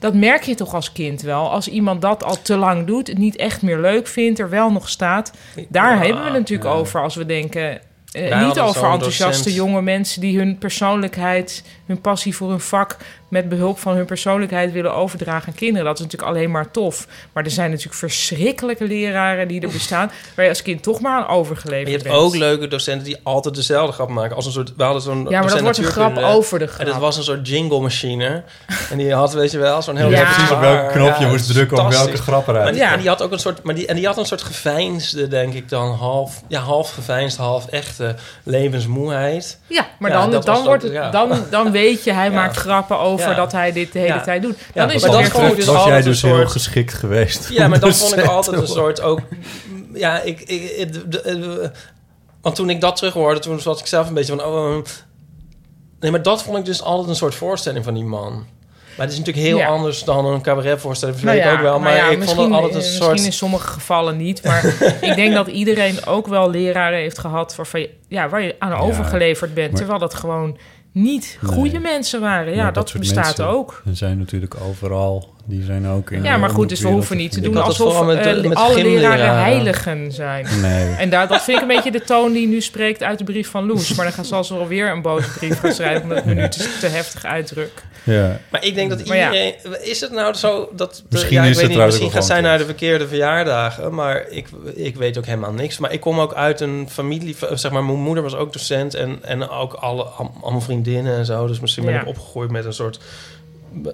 Speaker 2: Dat merk je toch als kind wel. Als iemand dat al te lang doet, het niet echt meer leuk vindt, er wel nog staat. Daar
Speaker 3: Ja,
Speaker 2: hebben we het natuurlijk
Speaker 4: ja.
Speaker 2: over als we denken. eh,
Speaker 3: Wij
Speaker 2: niet
Speaker 3: hadden
Speaker 2: over
Speaker 3: zo'n
Speaker 2: enthousiaste
Speaker 3: docent.
Speaker 2: jonge mensen die hun persoonlijkheid, hun passie voor hun vak met behulp van hun persoonlijkheid willen overdragen aan kinderen. Dat is natuurlijk alleen maar tof. Maar er zijn natuurlijk verschrikkelijke leraren die er bestaan, waar je als kind toch maar aan overgeleverd
Speaker 3: Maar je hebt
Speaker 2: bent.
Speaker 3: ook leuke docenten die altijd dezelfde grap maken. Als een soort, we hadden zo'n
Speaker 2: ja, maar dat
Speaker 3: docent
Speaker 2: wordt een grap
Speaker 3: natuurkunde.
Speaker 2: over de grap.
Speaker 3: En dat was een soort jingle machine. En die had, weet je wel, zo'n heel
Speaker 2: Ja.
Speaker 3: repertoire.
Speaker 4: precies op welke knop je
Speaker 3: Ja,
Speaker 4: moest drukken om welke
Speaker 3: fantastisch.
Speaker 4: grap
Speaker 3: Maar
Speaker 4: eruit.
Speaker 3: die,
Speaker 2: Ja.
Speaker 3: en die had ook een soort, maar die, en die had een soort geveinsde, denk ik dan, half, ja, half geveinsd, half echte levensmoeheid.
Speaker 2: Ja, maar
Speaker 3: Ja,
Speaker 2: dan,
Speaker 3: dat
Speaker 2: dan,
Speaker 3: was
Speaker 2: wordt
Speaker 3: ook-
Speaker 2: het,
Speaker 3: ja.
Speaker 2: dan, dan weet je, hij
Speaker 3: Ja.
Speaker 2: maakt grappen over
Speaker 3: Ja.
Speaker 2: dat hij dit de hele
Speaker 3: Ja.
Speaker 2: tijd doet. Dan
Speaker 3: Ja,
Speaker 2: is
Speaker 3: maar
Speaker 2: het
Speaker 3: dat
Speaker 2: weer
Speaker 3: vond ik
Speaker 2: goed.
Speaker 3: dus
Speaker 4: was jij
Speaker 3: altijd
Speaker 4: dus
Speaker 3: een
Speaker 4: heel
Speaker 3: soort-
Speaker 4: geschikt geweest.
Speaker 3: Ja,
Speaker 4: om
Speaker 3: maar dan
Speaker 4: docent
Speaker 3: vond ik altijd
Speaker 4: te
Speaker 3: een
Speaker 4: worden.
Speaker 3: soort ook, ja, ik, ik, ik- de- de- de- want toen ik dat terughoorde, toen zat ik zelf een beetje van, oh, ehm, nee, maar dat vond ik dus altijd een soort voorstelling van die man. Maar het is natuurlijk heel
Speaker 2: Ja.
Speaker 3: anders dan een cabaretvoorstelling, dat
Speaker 2: Nou
Speaker 3: weet
Speaker 2: ja,
Speaker 3: ik ook wel. Maar,
Speaker 2: ja,
Speaker 3: ik vond
Speaker 2: misschien-
Speaker 3: het altijd een
Speaker 2: eh,
Speaker 3: soort...
Speaker 2: Misschien in sommige gevallen niet. Maar ik denk dat iedereen ook wel leraren heeft gehad... Waarvan je, ja, waar je aan overgeleverd bent.
Speaker 4: maar-
Speaker 2: terwijl dat gewoon niet goede
Speaker 4: Nee.
Speaker 2: mensen waren. Ja,
Speaker 4: Ja,
Speaker 2: dat,
Speaker 4: dat soort
Speaker 2: bestaat
Speaker 4: mensen.
Speaker 2: ook.
Speaker 4: Er zijn natuurlijk overal, die zijn ook in
Speaker 2: Ja, maar goed, dus we hoeven niet te doen
Speaker 3: had dat
Speaker 2: alsof
Speaker 3: vooral met,
Speaker 2: eh,
Speaker 3: eh, met
Speaker 2: alle leraren
Speaker 3: gymleraren.
Speaker 2: heiligen zijn.
Speaker 4: Nee.
Speaker 2: En daar, dat vind ik een beetje de toon die nu spreekt uit de brief van Loes. Maar dan gaan ze als alweer een boze brief gaan schrijven... omdat ik me nu te, te heftig uitdruk.
Speaker 4: Ja.
Speaker 3: Maar ik denk dat
Speaker 2: Maar ja.
Speaker 3: iedereen... Is het nou zo dat...
Speaker 4: Misschien
Speaker 3: ja, ik weet niet,
Speaker 4: is het trouwens
Speaker 3: misschien
Speaker 4: ook
Speaker 3: gaat zij
Speaker 4: gewoon
Speaker 3: naar de verkeerde verjaardagen. Maar ik, ik weet ook helemaal niks. Maar ik kom ook uit een familie... van- Zeg maar, mijn moeder was ook docent. En, en ook alle, al, allemaal vriendinnen en zo. Dus misschien ben
Speaker 2: Ja.
Speaker 3: ik opgegroeid met een soort...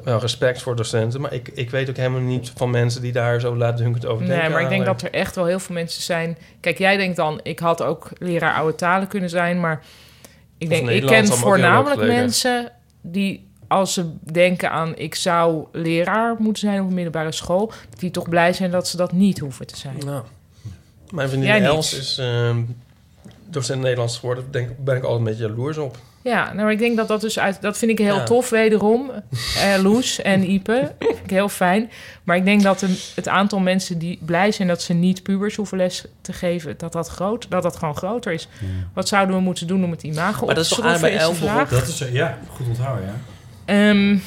Speaker 3: Wel respect voor docenten. Maar ik, ik weet ook helemaal niet van mensen die daar zo laatdunkend over denken.
Speaker 2: Nee, maar ik denk
Speaker 3: eigenlijk.
Speaker 2: dat er echt wel heel veel mensen zijn. Kijk, jij denkt dan, ik had ook leraar oude talen kunnen zijn, maar ik
Speaker 3: Of
Speaker 2: denk, ik
Speaker 3: Nederlands,
Speaker 2: ken
Speaker 3: allemaal ook heel
Speaker 2: voornamelijk
Speaker 3: leuk geleken.
Speaker 2: mensen die als ze denken aan ik zou leraar moeten zijn op een middelbare school, die toch blij zijn dat ze dat niet hoeven te zijn.
Speaker 3: Nou, mijn vriendin
Speaker 2: Jij niet.
Speaker 3: Els is ehm, docent Nederlands geworden. Daar ben ik altijd een beetje jaloers op.
Speaker 2: Ja, nou, maar ik denk dat dat dus uit. Dat vind ik heel
Speaker 3: Ja.
Speaker 2: tof, wederom. Eh, Loes en Ipe. Vind ik heel fijn. Maar ik denk dat de- het aantal mensen die blij zijn dat ze niet pubers hoeven les te geven, dat dat, groot, dat, dat gewoon groter is. Wat zouden we moeten doen om het imago
Speaker 3: Maar
Speaker 2: op
Speaker 3: dat
Speaker 2: te
Speaker 3: is toch
Speaker 2: schroeven?
Speaker 3: aan bij
Speaker 2: is de
Speaker 3: elf
Speaker 2: vraag.
Speaker 4: Dat
Speaker 3: eh,
Speaker 4: is, ja, goed onthouden, ja.
Speaker 2: Ehm,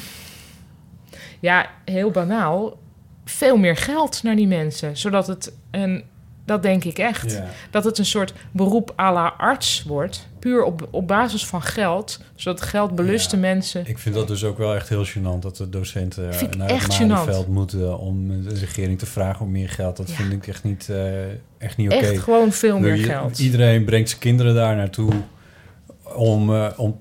Speaker 2: ja, heel banaal. Veel meer geld naar die mensen. Zodat het een. Dat denk ik echt
Speaker 4: ja.
Speaker 2: dat het een soort beroep à la arts wordt. Puur op, op basis van geld. Zodat geld beluste
Speaker 4: Ja.
Speaker 2: mensen.
Speaker 4: Ik vind dat dus ook wel echt heel gênant dat de docenten
Speaker 2: Vind ik
Speaker 4: naar
Speaker 2: echt
Speaker 4: het
Speaker 2: gênant.
Speaker 4: Malieveld moeten om de regering te vragen om meer geld. Dat
Speaker 2: Ja.
Speaker 4: vind ik echt niet, eh, echt niet oké.
Speaker 2: Echt gewoon veel meer
Speaker 4: Je-
Speaker 2: geld.
Speaker 4: Iedereen brengt zijn kinderen daar naartoe om, eh, om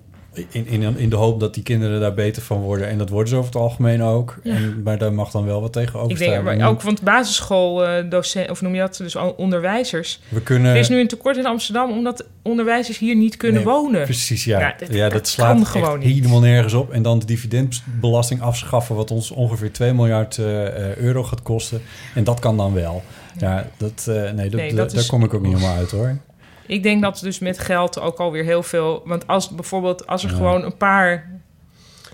Speaker 4: in, in, in de hoop dat die kinderen daar beter van worden. En dat worden ze over het algemeen ook.
Speaker 2: Ja.
Speaker 4: En, maar daar mag dan wel wat tegenover
Speaker 2: Ik denk
Speaker 4: staan.
Speaker 2: maar
Speaker 4: En
Speaker 2: ook, want basisschooldocenten, of noem je dat, dus al- onderwijzers.
Speaker 4: we kunnen,
Speaker 2: Er is nu een tekort in Amsterdam omdat onderwijzers hier niet kunnen
Speaker 4: Nee,
Speaker 2: wonen.
Speaker 4: Precies, ja.
Speaker 2: Ja,
Speaker 4: Ja,
Speaker 2: dit-
Speaker 4: dat,
Speaker 2: dat
Speaker 4: slaat
Speaker 2: kan
Speaker 4: echt
Speaker 2: gewoon niet.
Speaker 4: helemaal nergens op. En dan de dividendbelasting afschaffen... wat ons ongeveer 2 miljard eh, eh, euro gaat kosten. En dat kan dan wel. Ja, dat, eh, nee, dat,
Speaker 2: Nee,
Speaker 4: dat-
Speaker 2: dat
Speaker 4: daar
Speaker 2: is-
Speaker 4: kom ik ook niet helemaal uit, hoor.
Speaker 2: Ik denk dat dus met geld ook alweer heel veel. Want als bijvoorbeeld, als er
Speaker 4: Ja.
Speaker 2: gewoon een paar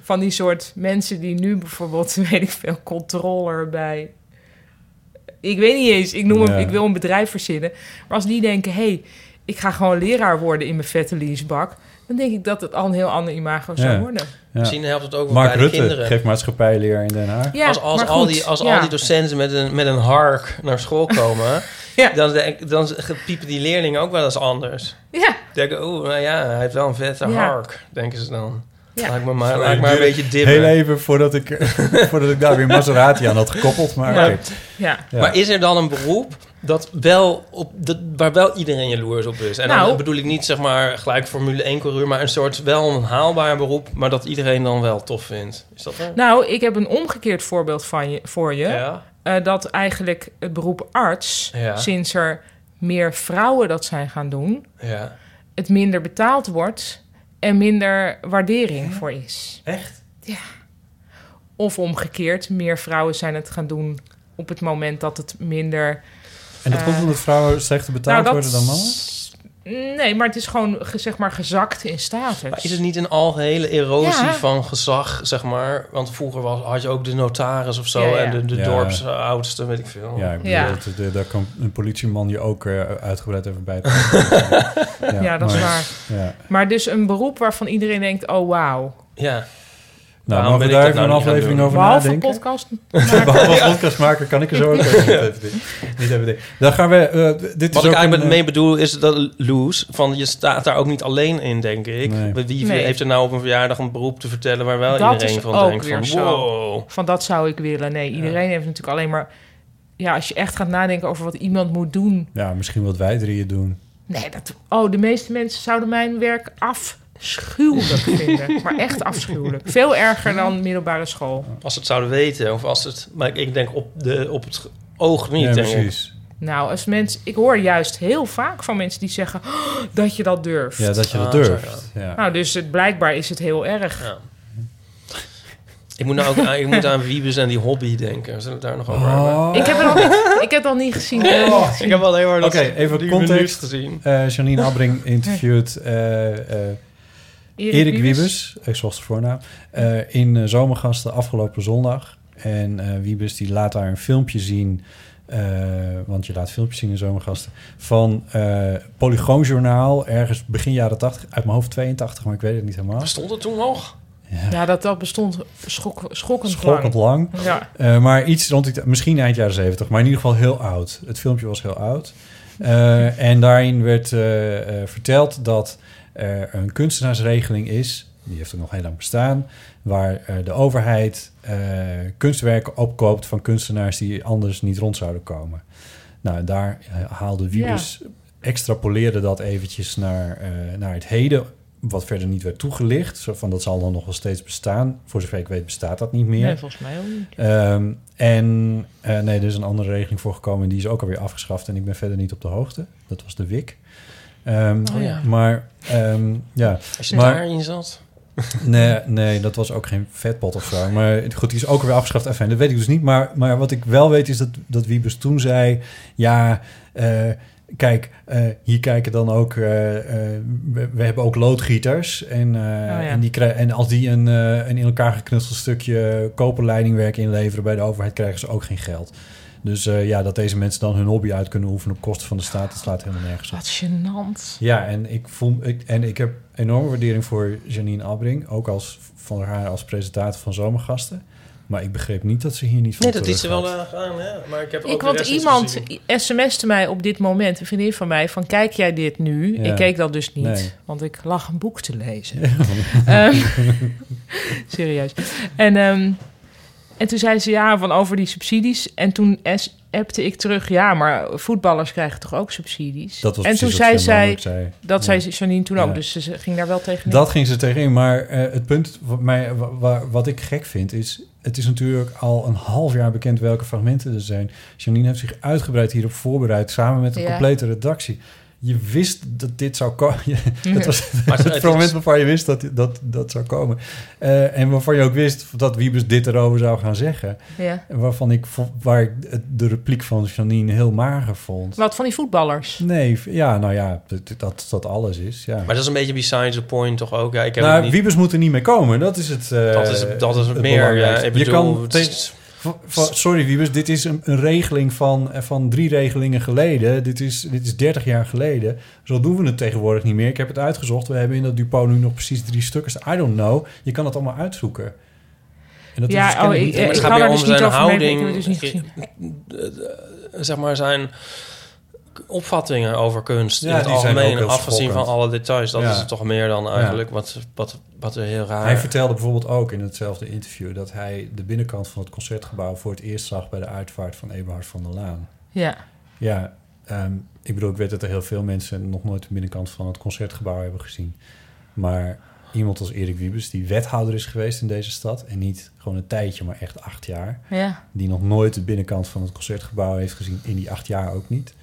Speaker 2: van die soort mensen die nu bijvoorbeeld, weet ik veel, controller bij Ik weet niet eens. Ik, noem hem,
Speaker 4: Ja.
Speaker 2: ik wil een bedrijf verzinnen. Maar als die denken, hé, hey, ik ga gewoon leraar worden in mijn vette leasebak. Dan denk ik dat het al een heel ander imago zou
Speaker 4: Ja.
Speaker 2: worden.
Speaker 3: Misschien helpt het ook wel
Speaker 4: Mark
Speaker 3: bij de
Speaker 4: Rutte
Speaker 3: kinderen.
Speaker 4: geeft maatschappijleer in Den Haag.
Speaker 2: Ja,
Speaker 3: als als,
Speaker 2: maar
Speaker 3: al,
Speaker 2: goed,
Speaker 3: die, als
Speaker 2: ja.
Speaker 3: al die docenten met een, met een hark naar school komen,
Speaker 2: Ja.
Speaker 3: dan, denk- dan piepen die leerlingen ook wel eens anders.
Speaker 2: Ja,
Speaker 3: Denken, oeh, nou ja, hij heeft wel een vette
Speaker 2: Ja.
Speaker 3: hark, denken ze dan.
Speaker 2: Ja.
Speaker 3: Laat ik me maar,
Speaker 4: Sorry,
Speaker 3: laat ik maar een
Speaker 4: duur-
Speaker 3: beetje dimmen.
Speaker 4: Heel even voordat ik, voordat ik daar weer Maserati aan had gekoppeld. Maar
Speaker 2: Ja.
Speaker 4: oké.
Speaker 2: ja.
Speaker 4: Ja.
Speaker 3: Maar is er dan een beroep dat wel op, dat, waar wel iedereen jaloers op is? En
Speaker 2: Nou.
Speaker 3: dan bedoel ik niet zeg maar gelijk Formule 1 coureur, maar een soort wel een haalbaar beroep, maar dat iedereen dan wel tof vindt. Is dat er?
Speaker 2: Nou, ik heb een omgekeerd voorbeeld van je, voor je.
Speaker 3: Ja.
Speaker 2: Eh, dat eigenlijk het beroep arts,
Speaker 3: Ja.
Speaker 2: sinds er meer vrouwen dat zijn gaan doen,
Speaker 3: ja.
Speaker 2: het minder betaald wordt en minder waardering voor is.
Speaker 4: Echt?
Speaker 2: Of omgekeerd, meer vrouwen zijn het gaan doen op het moment dat het minder.
Speaker 4: En dat komt
Speaker 2: Eh, nou,
Speaker 4: omdat vrouwen slechter betaald
Speaker 2: dat-
Speaker 4: worden dan mannen?
Speaker 2: Nee, maar het is gewoon ge- zeg maar gezakt in status.
Speaker 3: Maar is het niet een algehele erosie
Speaker 2: Ja.
Speaker 3: van gezag, zeg maar? Want vroeger was, had je ook de notaris of zo
Speaker 2: Ja, ja.
Speaker 3: en de, de
Speaker 4: Ja.
Speaker 3: dorpsoudste, weet ik veel.
Speaker 4: Ja, ik bedoel,
Speaker 2: Ja.
Speaker 4: Dat, dat- daar kan een politieman je ook eh, uitgebreid even bij. ja,
Speaker 2: ja, dat is
Speaker 4: maar-
Speaker 2: waar.
Speaker 4: Ja.
Speaker 2: Maar dus een beroep waarvan iedereen denkt: oh wauw.
Speaker 3: Ja.
Speaker 4: Nou,
Speaker 3: Waarom
Speaker 4: mogen
Speaker 3: ben
Speaker 4: we
Speaker 3: ik
Speaker 4: daar
Speaker 3: dat
Speaker 4: even
Speaker 3: nou
Speaker 4: een
Speaker 3: niet gaan
Speaker 4: aflevering
Speaker 3: doen?
Speaker 4: over
Speaker 2: Behalve
Speaker 4: nadenken?
Speaker 2: podcast.
Speaker 4: Behalve als podcastmaker kan ik er zo ook even niet even ding- niet even ding. Dan gaan we... eh, dit is
Speaker 3: Wat
Speaker 4: ook
Speaker 3: ik eigenlijk
Speaker 4: een, eh,
Speaker 3: mee bedoel is dat loose, van je staat daar ook niet alleen in, denk ik.
Speaker 4: Nee.
Speaker 3: Wie
Speaker 2: Nee.
Speaker 3: heeft er nou op een verjaardag een beroep te vertellen waar wel
Speaker 2: Dat
Speaker 3: Oh, iedereen
Speaker 2: is
Speaker 3: van
Speaker 2: ook
Speaker 3: denkt
Speaker 2: weer
Speaker 3: van
Speaker 2: zo.
Speaker 3: wow.
Speaker 2: van dat zou ik willen. Nee, iedereen heeft natuurlijk alleen maar... Ja, als je echt gaat nadenken over wat iemand moet doen.
Speaker 4: eh, Ja, misschien wat wij drieën doen.
Speaker 2: Nee, dat... Oh, de meeste mensen zouden mijn werk afschuwelijk vinden. Maar echt afschuwelijk. Veel erger dan middelbare school.
Speaker 3: Als ze het zouden weten, of als het, maar ik- ik denk op, de, op het oog niet.
Speaker 4: ja,
Speaker 3: denk ik.
Speaker 4: precies.
Speaker 2: Nou, als mensen... Ik hoor juist heel vaak van mensen die zeggen... "Oh, dat je dat durft.
Speaker 4: Ja, dat je dat
Speaker 3: Ah,
Speaker 4: durft. Ja.
Speaker 2: Nou, dus het, blijkbaar is het heel erg.
Speaker 3: Ja. Ik moet nou ook aan, ik moet aan Wiebes en die hobby denken. Zullen we het daar nog over hebben?
Speaker 4: Oh.
Speaker 2: Ik, heb het al niet, ik heb het al niet gezien. Oh.
Speaker 3: Ik heb wel heel erg
Speaker 4: Oké, even context.
Speaker 3: gezien.
Speaker 4: Eh, Janine Abbring interviewt eh, eh, Erik Wiebes, ik zocht zijn voornaam, eh, in eh, Zomergasten afgelopen zondag. En eh, Wiebes die laat daar een filmpje zien, eh, want je laat filmpjes zien in Zomergasten, van eh Polygoonjournaal, ergens begin jaren 80, uit mijn hoofd 82, maar ik weet het niet helemaal.
Speaker 3: Stond het toen nog?
Speaker 2: Ja, dat, dat bestond schok, schokkend,
Speaker 4: Schokkend
Speaker 2: lang.
Speaker 4: lang.
Speaker 2: Ja.
Speaker 4: Eh, maar iets rond die, t- misschien eind jaren 70, maar in ieder geval heel oud. Het filmpje was heel oud. Eh, en daarin werd eh, eh, verteld dat er een kunstenaarsregeling is, die heeft er nog heel lang bestaan, waar eh, de overheid eh, kunstwerken opkoopt van kunstenaars die anders niet rond zouden komen. Nou, en daar eh, haalde Wiebes, extrapoleerde dat eventjes naar, eh, naar het heden, wat verder niet werd toegelicht. Zo van dat zal dan nog wel steeds bestaan. Voor zover ik weet bestaat dat niet meer.
Speaker 2: Nee, volgens mij ook niet.
Speaker 4: Ehm, en eh, nee, er is een andere regeling voor gekomen. en Die is ook alweer afgeschaft. En ik ben verder niet op de hoogte. Dat was de WIC. Ehm,
Speaker 3: Oh ja.
Speaker 4: Maar ehm, ja,
Speaker 3: Als je
Speaker 4: Maar-
Speaker 3: daarin zat.
Speaker 4: nee, nee, dat was ook geen vetpot of zo. Maar goed, die is ook weer afgeschaft. Enfin, dat weet ik dus niet. Maar, maar wat ik wel weet is dat, dat Wiebes toen zei... Ja, eh, kijk, eh, hier kijken dan ook... eh, eh, we, we hebben ook loodgieters. En, eh,
Speaker 2: ja.
Speaker 4: en, die krij- en als die een, eh, een in elkaar geknutseld stukje koperleidingwerk inleveren bij de overheid... krijgen ze ook geen geld. Dus eh, ja, dat deze mensen dan hun hobby uit kunnen oefenen op kosten van de staat... dat slaat helemaal nergens op.
Speaker 2: Wat gênant.
Speaker 4: Ja, en ik, voel, ik, en ik heb enorme waardering voor Janine Abbring. Ook als, van haar als presentator van Zomergasten. Maar ik begreep niet dat ze hier niet van
Speaker 3: Nee, dat
Speaker 4: terug
Speaker 3: is er wel
Speaker 4: had.
Speaker 3: eh, aan, hè. Maar ik heb ook
Speaker 2: Ik,
Speaker 3: de
Speaker 2: want
Speaker 3: rest niet
Speaker 2: iemand
Speaker 3: gezien.
Speaker 2: sms'te mij op dit moment, een vriendin van mij, van kijk jij dit nu?
Speaker 4: Ja.
Speaker 2: Ik keek dat dus niet,
Speaker 4: Nee.
Speaker 2: want ik lag een boek te lezen. Ehm, serieus. En, ehm, en toen zei ze ja, van over die subsidies. En toen s- appte ik terug, ja, maar voetballers krijgen toch ook subsidies?
Speaker 4: Dat was
Speaker 2: en toen
Speaker 4: precies
Speaker 2: zei
Speaker 4: wat Jan
Speaker 2: zij,
Speaker 4: Lammerk zei.
Speaker 2: dat
Speaker 4: Ja.
Speaker 2: zei Janine toen ook,
Speaker 4: Ja.
Speaker 2: dus ze- ze ging daar wel tegen.
Speaker 4: Dat ging ze tegenin. Maar eh, het punt wat, mij, wa- wa- wat ik gek vind is... het is natuurlijk al een half jaar bekend welke fragmenten er zijn. Janine heeft zich uitgebreid hierop voorbereid... samen met de
Speaker 2: Ja.
Speaker 4: complete redactie. Je wist dat dit zou komen. het was
Speaker 3: Maar
Speaker 4: het,
Speaker 3: het
Speaker 4: moment
Speaker 3: is-
Speaker 4: waarvan je wist dat dat, dat zou komen. Eh, en waarvan je ook wist dat Wiebes dit erover zou gaan zeggen.
Speaker 2: Ja.
Speaker 4: En Waarvan ik, vo- waar ik het- de repliek van Janine heel mager vond.
Speaker 2: Wat van die voetballers?
Speaker 4: Nee, v- ja, nou ja, dat dat, dat alles is. Ja.
Speaker 3: Maar dat is een beetje beside the point toch ook? Ja, ik heb
Speaker 4: Nou,
Speaker 3: het niet...
Speaker 4: Wiebes moet er niet mee komen. Dat is het. eh,
Speaker 3: Dat is, dat is
Speaker 4: het
Speaker 3: meer. Ja,
Speaker 4: belangrijkste.
Speaker 3: ik
Speaker 4: je
Speaker 3: bedoel,
Speaker 4: kan
Speaker 3: het
Speaker 4: tegen-
Speaker 3: is-
Speaker 4: Va- va- Sorry Wiebes, dit is een, een regeling van, eh, van drie regelingen geleden. Dit is, dit is 30 jaar geleden. Zo doen we het tegenwoordig niet meer. Ik heb het uitgezocht. We hebben in dat Dupont nu nog precies drie stukken. staan. I don't know. Je kan het allemaal uitzoeken. En dat
Speaker 2: Ja,
Speaker 4: is dus kennelijk
Speaker 2: oh,
Speaker 4: niet-
Speaker 2: ik-
Speaker 3: Maar het
Speaker 2: ik-
Speaker 3: gaat
Speaker 2: kan
Speaker 3: meer
Speaker 2: er
Speaker 3: om
Speaker 2: dus niet
Speaker 3: zijn
Speaker 2: over mee, maar ik
Speaker 3: houding,
Speaker 2: heb het dus niet
Speaker 3: eh, zeg maar zijn opvattingen over kunst
Speaker 4: Ja,
Speaker 3: in het
Speaker 4: die zijn ook
Speaker 3: algemeen,
Speaker 4: heel
Speaker 3: afgezien van
Speaker 4: schokkend.
Speaker 3: alle details. Dat
Speaker 4: Ja.
Speaker 3: is het toch meer dan eigenlijk wat, wat, wat er heel
Speaker 2: Ah,
Speaker 3: raar...
Speaker 4: Hij vertelde bijvoorbeeld ook in hetzelfde interview... dat hij de binnenkant van het Concertgebouw voor het eerst zag... bij de uitvaart van Eberhard van der Laan.
Speaker 2: Ja.
Speaker 4: Ja, ehm, ik bedoel, ik weet dat er heel veel mensen nog nooit de binnenkant van het concertgebouw hebben gezien. Maar iemand als Erik Wiebes, die wethouder is geweest in deze stad. En niet gewoon een tijdje, maar echt acht jaar.
Speaker 2: Ja.
Speaker 4: Die nog nooit de binnenkant van het concertgebouw heeft gezien. In die acht jaar ook niet.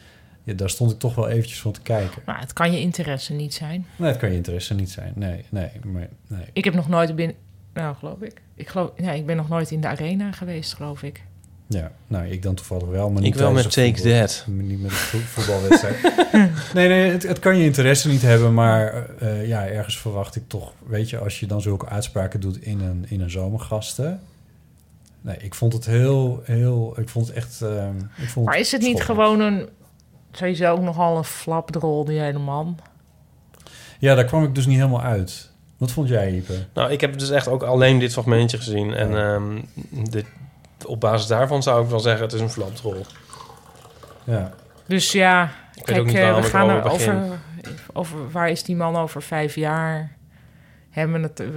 Speaker 4: Ja, daar stond ik toch wel eventjes van te kijken.
Speaker 2: Maar het kan je interesse niet zijn.
Speaker 4: Nee, het kan je interesse niet zijn. Nee, nee, maar nee.
Speaker 2: Ik heb nog nooit binnen... Nou, geloof ik. Ik, geloof... ja, ik ben nog nooit in de arena geweest, geloof ik.
Speaker 4: Ja, nou, ik dan toevallig wel. Maar niet
Speaker 3: Ik wel
Speaker 4: tijdens
Speaker 3: met
Speaker 4: een
Speaker 3: Take
Speaker 4: voetbal-
Speaker 3: That.
Speaker 4: Niet met een vo- voetbalwedstrijd. nee, nee, het, het kan je interesse niet hebben. Maar eh, eh, ja, ergens verwacht ik toch... Weet je, als je dan zulke uitspraken doet in een, in een zomergasten... Nee, ik vond het heel, heel... Ik vond het echt... ehm, ik vond
Speaker 2: Maar is het niet
Speaker 4: schokkend.
Speaker 2: gewoon een... Sowieso ook nogal een flapdrol, die hele man.
Speaker 4: Ja, daar kwam ik dus niet helemaal uit. Wat vond jij, Ipe?
Speaker 3: Nou, ik heb dus echt ook alleen dit fragmentje gezien. En ehm, dit, op basis daarvan zou ik wel zeggen, het is een flapdrol.
Speaker 4: Ja.
Speaker 2: Dus ja,
Speaker 3: Ik weet ook
Speaker 2: kijk,
Speaker 3: niet
Speaker 2: eh,
Speaker 3: waarom
Speaker 2: we
Speaker 3: ik
Speaker 2: gaan
Speaker 3: erover
Speaker 2: er
Speaker 3: begin.
Speaker 2: over, over... Waar is die man over vijf jaar? Hebben we het... eh,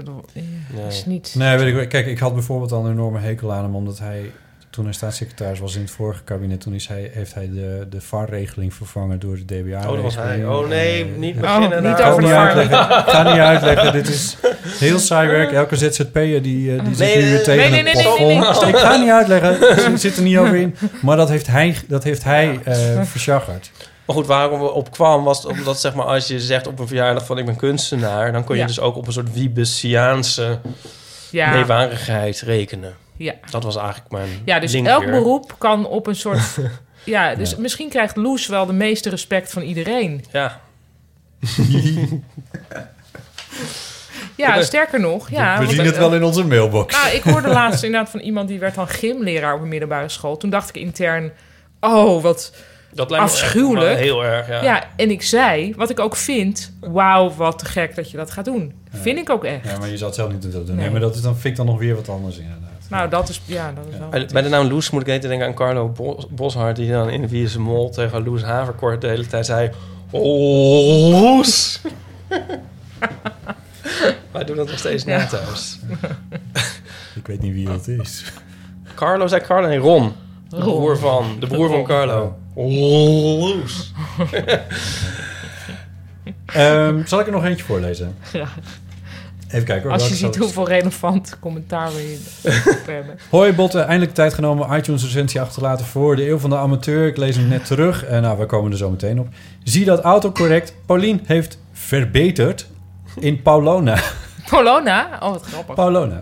Speaker 3: Nee.
Speaker 2: is niet...
Speaker 4: Nee, weet ik wel. Kijk, ik had bijvoorbeeld al een enorme hekel aan hem... omdat hij, toen hij staatssecretaris was in het vorige kabinet... toen is hij, heeft hij de, de VAR-regeling vervangen door de DBA-regeling.
Speaker 3: Oh, dat was hij. Oh nee, niet beginnen
Speaker 2: Oh, niet
Speaker 3: daar.
Speaker 4: Ga
Speaker 2: over
Speaker 4: eh, niet
Speaker 2: de VAR.
Speaker 4: uitleggen. Ga niet uitleggen. Dit is heel saai werk. Elke ZZP'er die, eh, die zit
Speaker 3: Nee,
Speaker 4: nu
Speaker 3: nee,
Speaker 4: weer tegen
Speaker 2: nee,
Speaker 4: een
Speaker 2: nee, nee, nee, nee,
Speaker 4: plafond.
Speaker 2: stop.
Speaker 4: Ik ga niet uitleggen. Het zit er niet over in. Maar dat heeft hij, dat heeft hij eh verschaggerd.
Speaker 3: Maar goed, waarom we op kwam was het omdat zeg maar, als je zegt op een verjaardag van ik ben kunstenaar... dan kun je
Speaker 2: Ja.
Speaker 3: dus ook op een soort Wiebesiaanse
Speaker 2: Ja,
Speaker 3: meewarigheid rekenen.
Speaker 2: ja.
Speaker 3: Dat was eigenlijk mijn
Speaker 2: Ja, dus
Speaker 3: link
Speaker 2: elk
Speaker 3: weer.
Speaker 2: beroep kan op een soort... ja, dus misschien krijgt Loes wel de meeste respect van iedereen.
Speaker 3: Ja,
Speaker 2: Ja, sterker nog. Ja,
Speaker 4: We
Speaker 2: want
Speaker 4: zien
Speaker 2: dat-
Speaker 4: het wel in onze mailbox.
Speaker 2: Nou, ik hoorde laatst inderdaad van iemand die werd dan gymleraar op een middelbare school. Toen dacht ik intern, oh, wat...
Speaker 3: dat lijkt me echt
Speaker 2: Afschuwelijk.
Speaker 3: wel heel erg, ja.
Speaker 2: Ja, en ik zei, wat ik ook vind, wauw, wat te gek dat je dat gaat doen. Vind ik ook echt.
Speaker 4: Ja, maar je zou het zelf niet willen doen. Nee,
Speaker 2: Nee.
Speaker 4: maar dat is dan vind ik dan nog weer wat anders inderdaad.
Speaker 2: Nou, dat is, ja, dat is wel...
Speaker 3: Bij, bij de naam Loes moet ik eten denken aan Carlo Bos, Boshart... die dan in Wie is de Mol tegen Loes Haverkort de hele tijd zei... Oh, Loes! Wij doen dat nog steeds na thuis.
Speaker 4: Ik weet niet wie dat is.
Speaker 3: Ah. Carlo zei Carlo, nee, Ron. De
Speaker 2: Ron.
Speaker 4: Oh.
Speaker 3: broer van, de broer van
Speaker 2: Ron.
Speaker 3: Carlo. Oh, Loes!
Speaker 4: Ehm, zal ik er nog eentje voorlezen?
Speaker 2: Graag.
Speaker 4: Even kijken hoor.
Speaker 2: Als je
Speaker 4: welke zal
Speaker 2: ziet
Speaker 4: ik-
Speaker 2: hoeveel relevant commentaar we hierop hebben.
Speaker 4: Hoi Botten, eindelijk tijd genomen iTunes recensie achterlaten voor de eeuw van de amateur. Ik lees hem net terug. en nou, we komen er zo meteen op. Zie dat autocorrect. Paulien heeft verbeterd in Paulona.
Speaker 2: Polona? Oh, wat grappig.
Speaker 4: Paulona.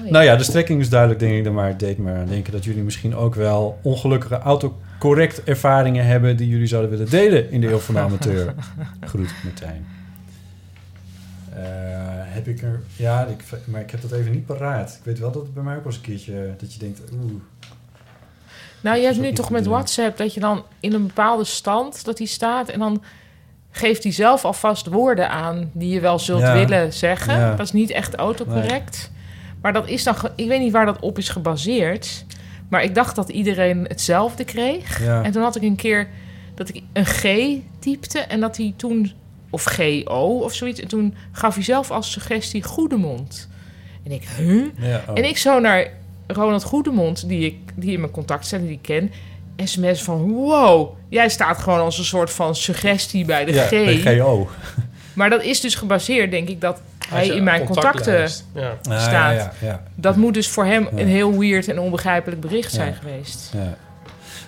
Speaker 2: Oh, ja.
Speaker 4: Nou ja, de strekking is duidelijk, denk ik. dan Maar het deed me aan denken dat jullie misschien ook wel ongelukkige autocorrect ervaringen hebben... die jullie zouden willen delen in de eeuw van de amateur. Eh, Groet, Martijn. Eh, heb ik er... Ja, ik, maar ik heb dat even niet paraat. Ik weet wel dat het bij mij ook wel eens een keertje... eh, dat je denkt, oeh...
Speaker 2: Nou, je hebt
Speaker 4: is ook
Speaker 2: nu
Speaker 4: niet
Speaker 2: toch
Speaker 4: te
Speaker 2: met
Speaker 4: doen.
Speaker 2: WhatsApp dat je dan in een bepaalde stand dat hij staat en dan geeft hij zelf alvast woorden aan die je wel zult
Speaker 4: Ja.
Speaker 2: willen zeggen.
Speaker 4: Ja.
Speaker 2: Dat is niet echt autocorrect. Maar dat is dan, ge- ik weet niet waar dat op is gebaseerd. Maar ik dacht dat iedereen hetzelfde kreeg.
Speaker 4: Ja.
Speaker 2: En toen had ik een keer dat ik een G typte en dat hij toen, of GO of zoiets. En toen gaf hij zelf als suggestie Goedemond. En ik, huh?
Speaker 4: Ja, oh.
Speaker 2: En ik zo naar Ronald Goedemond, die, ik, die in mijn contact staat en die ik ken. SMS van, wow, jij staat gewoon als een soort van suggestie bij de
Speaker 4: ja,
Speaker 2: G.
Speaker 4: bij GO.
Speaker 2: Maar dat is dus gebaseerd, denk ik, dat hij
Speaker 3: Als je
Speaker 2: in mijn contacten...
Speaker 3: contactlijst- Ja.
Speaker 4: Ah,
Speaker 2: staat.
Speaker 4: Ja, ja,
Speaker 2: Dat moet dus voor hem
Speaker 4: Ja.
Speaker 2: een heel weird en onbegrijpelijk bericht zijn
Speaker 4: Ja.
Speaker 2: geweest.
Speaker 4: ja, ja.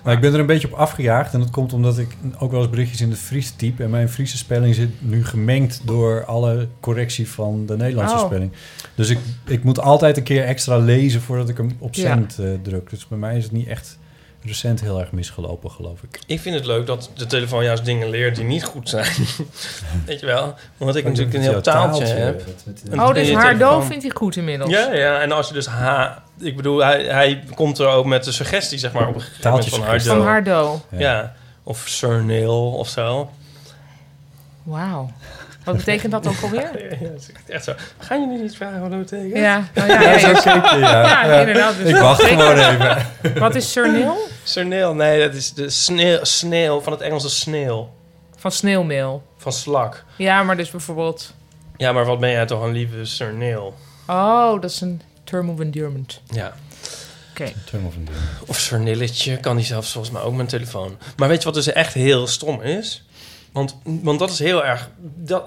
Speaker 4: Maar ik ben er een beetje op afgejaagd. En dat komt omdat ik ook wel eens berichtjes in de Fries type. En mijn Friese spelling zit nu gemengd door alle correctie van de Nederlandse
Speaker 2: Oh.
Speaker 4: spelling. Dus ik, ik moet altijd een keer extra lezen voordat ik hem op
Speaker 2: Ja.
Speaker 4: send eh, druk. Dus bij mij is het niet echt... recent heel erg misgelopen, geloof ik.
Speaker 3: Ik vind het leuk dat de telefoon juist dingen leert die niet goed zijn. Weet je wel? Omdat
Speaker 4: Oh,
Speaker 3: ik natuurlijk een heel taaltje, heb. En
Speaker 2: Oh,
Speaker 3: dan
Speaker 2: dus
Speaker 3: je
Speaker 2: haar
Speaker 3: telefoon-
Speaker 2: doof vindt hij goed inmiddels.
Speaker 3: Ja, ja, en als je dus ha... Ik bedoel, hij, hij komt er ook met de suggestie, zeg maar, op een gegeven moment van haar
Speaker 2: Van
Speaker 4: Taaltjesuggestie.
Speaker 3: doof.
Speaker 2: haar doof.
Speaker 3: Ja. of surneel of zo.
Speaker 2: Wauw. Wat betekent dat ook alweer?
Speaker 3: Ja, ja, het is echt- echt zo. Gaan jullie niet vragen wat
Speaker 4: Oh,
Speaker 3: dat betekent?
Speaker 2: Ja, nou ja, nee. ja, inderdaad. Dus
Speaker 4: Ik wacht gewoon even.
Speaker 2: Wat is surneel?
Speaker 3: Surneel, nee, dat is de sneeuw, sneeuw van het Engelse sneeuw.
Speaker 2: Van sneeuwmeel.
Speaker 3: Van slak.
Speaker 2: Ja, maar dus bijvoorbeeld...
Speaker 3: Ja, maar wat ben jij toch een lieve surneel?
Speaker 2: Oh, dat is een term of endearment.
Speaker 3: Ja.
Speaker 2: Oké.
Speaker 4: Turn off and do.
Speaker 3: Of surnilletje kan die zelfs volgens mij ook met een telefoon. Maar weet je wat dus echt heel stom is? Want, want dat is heel erg... Dat,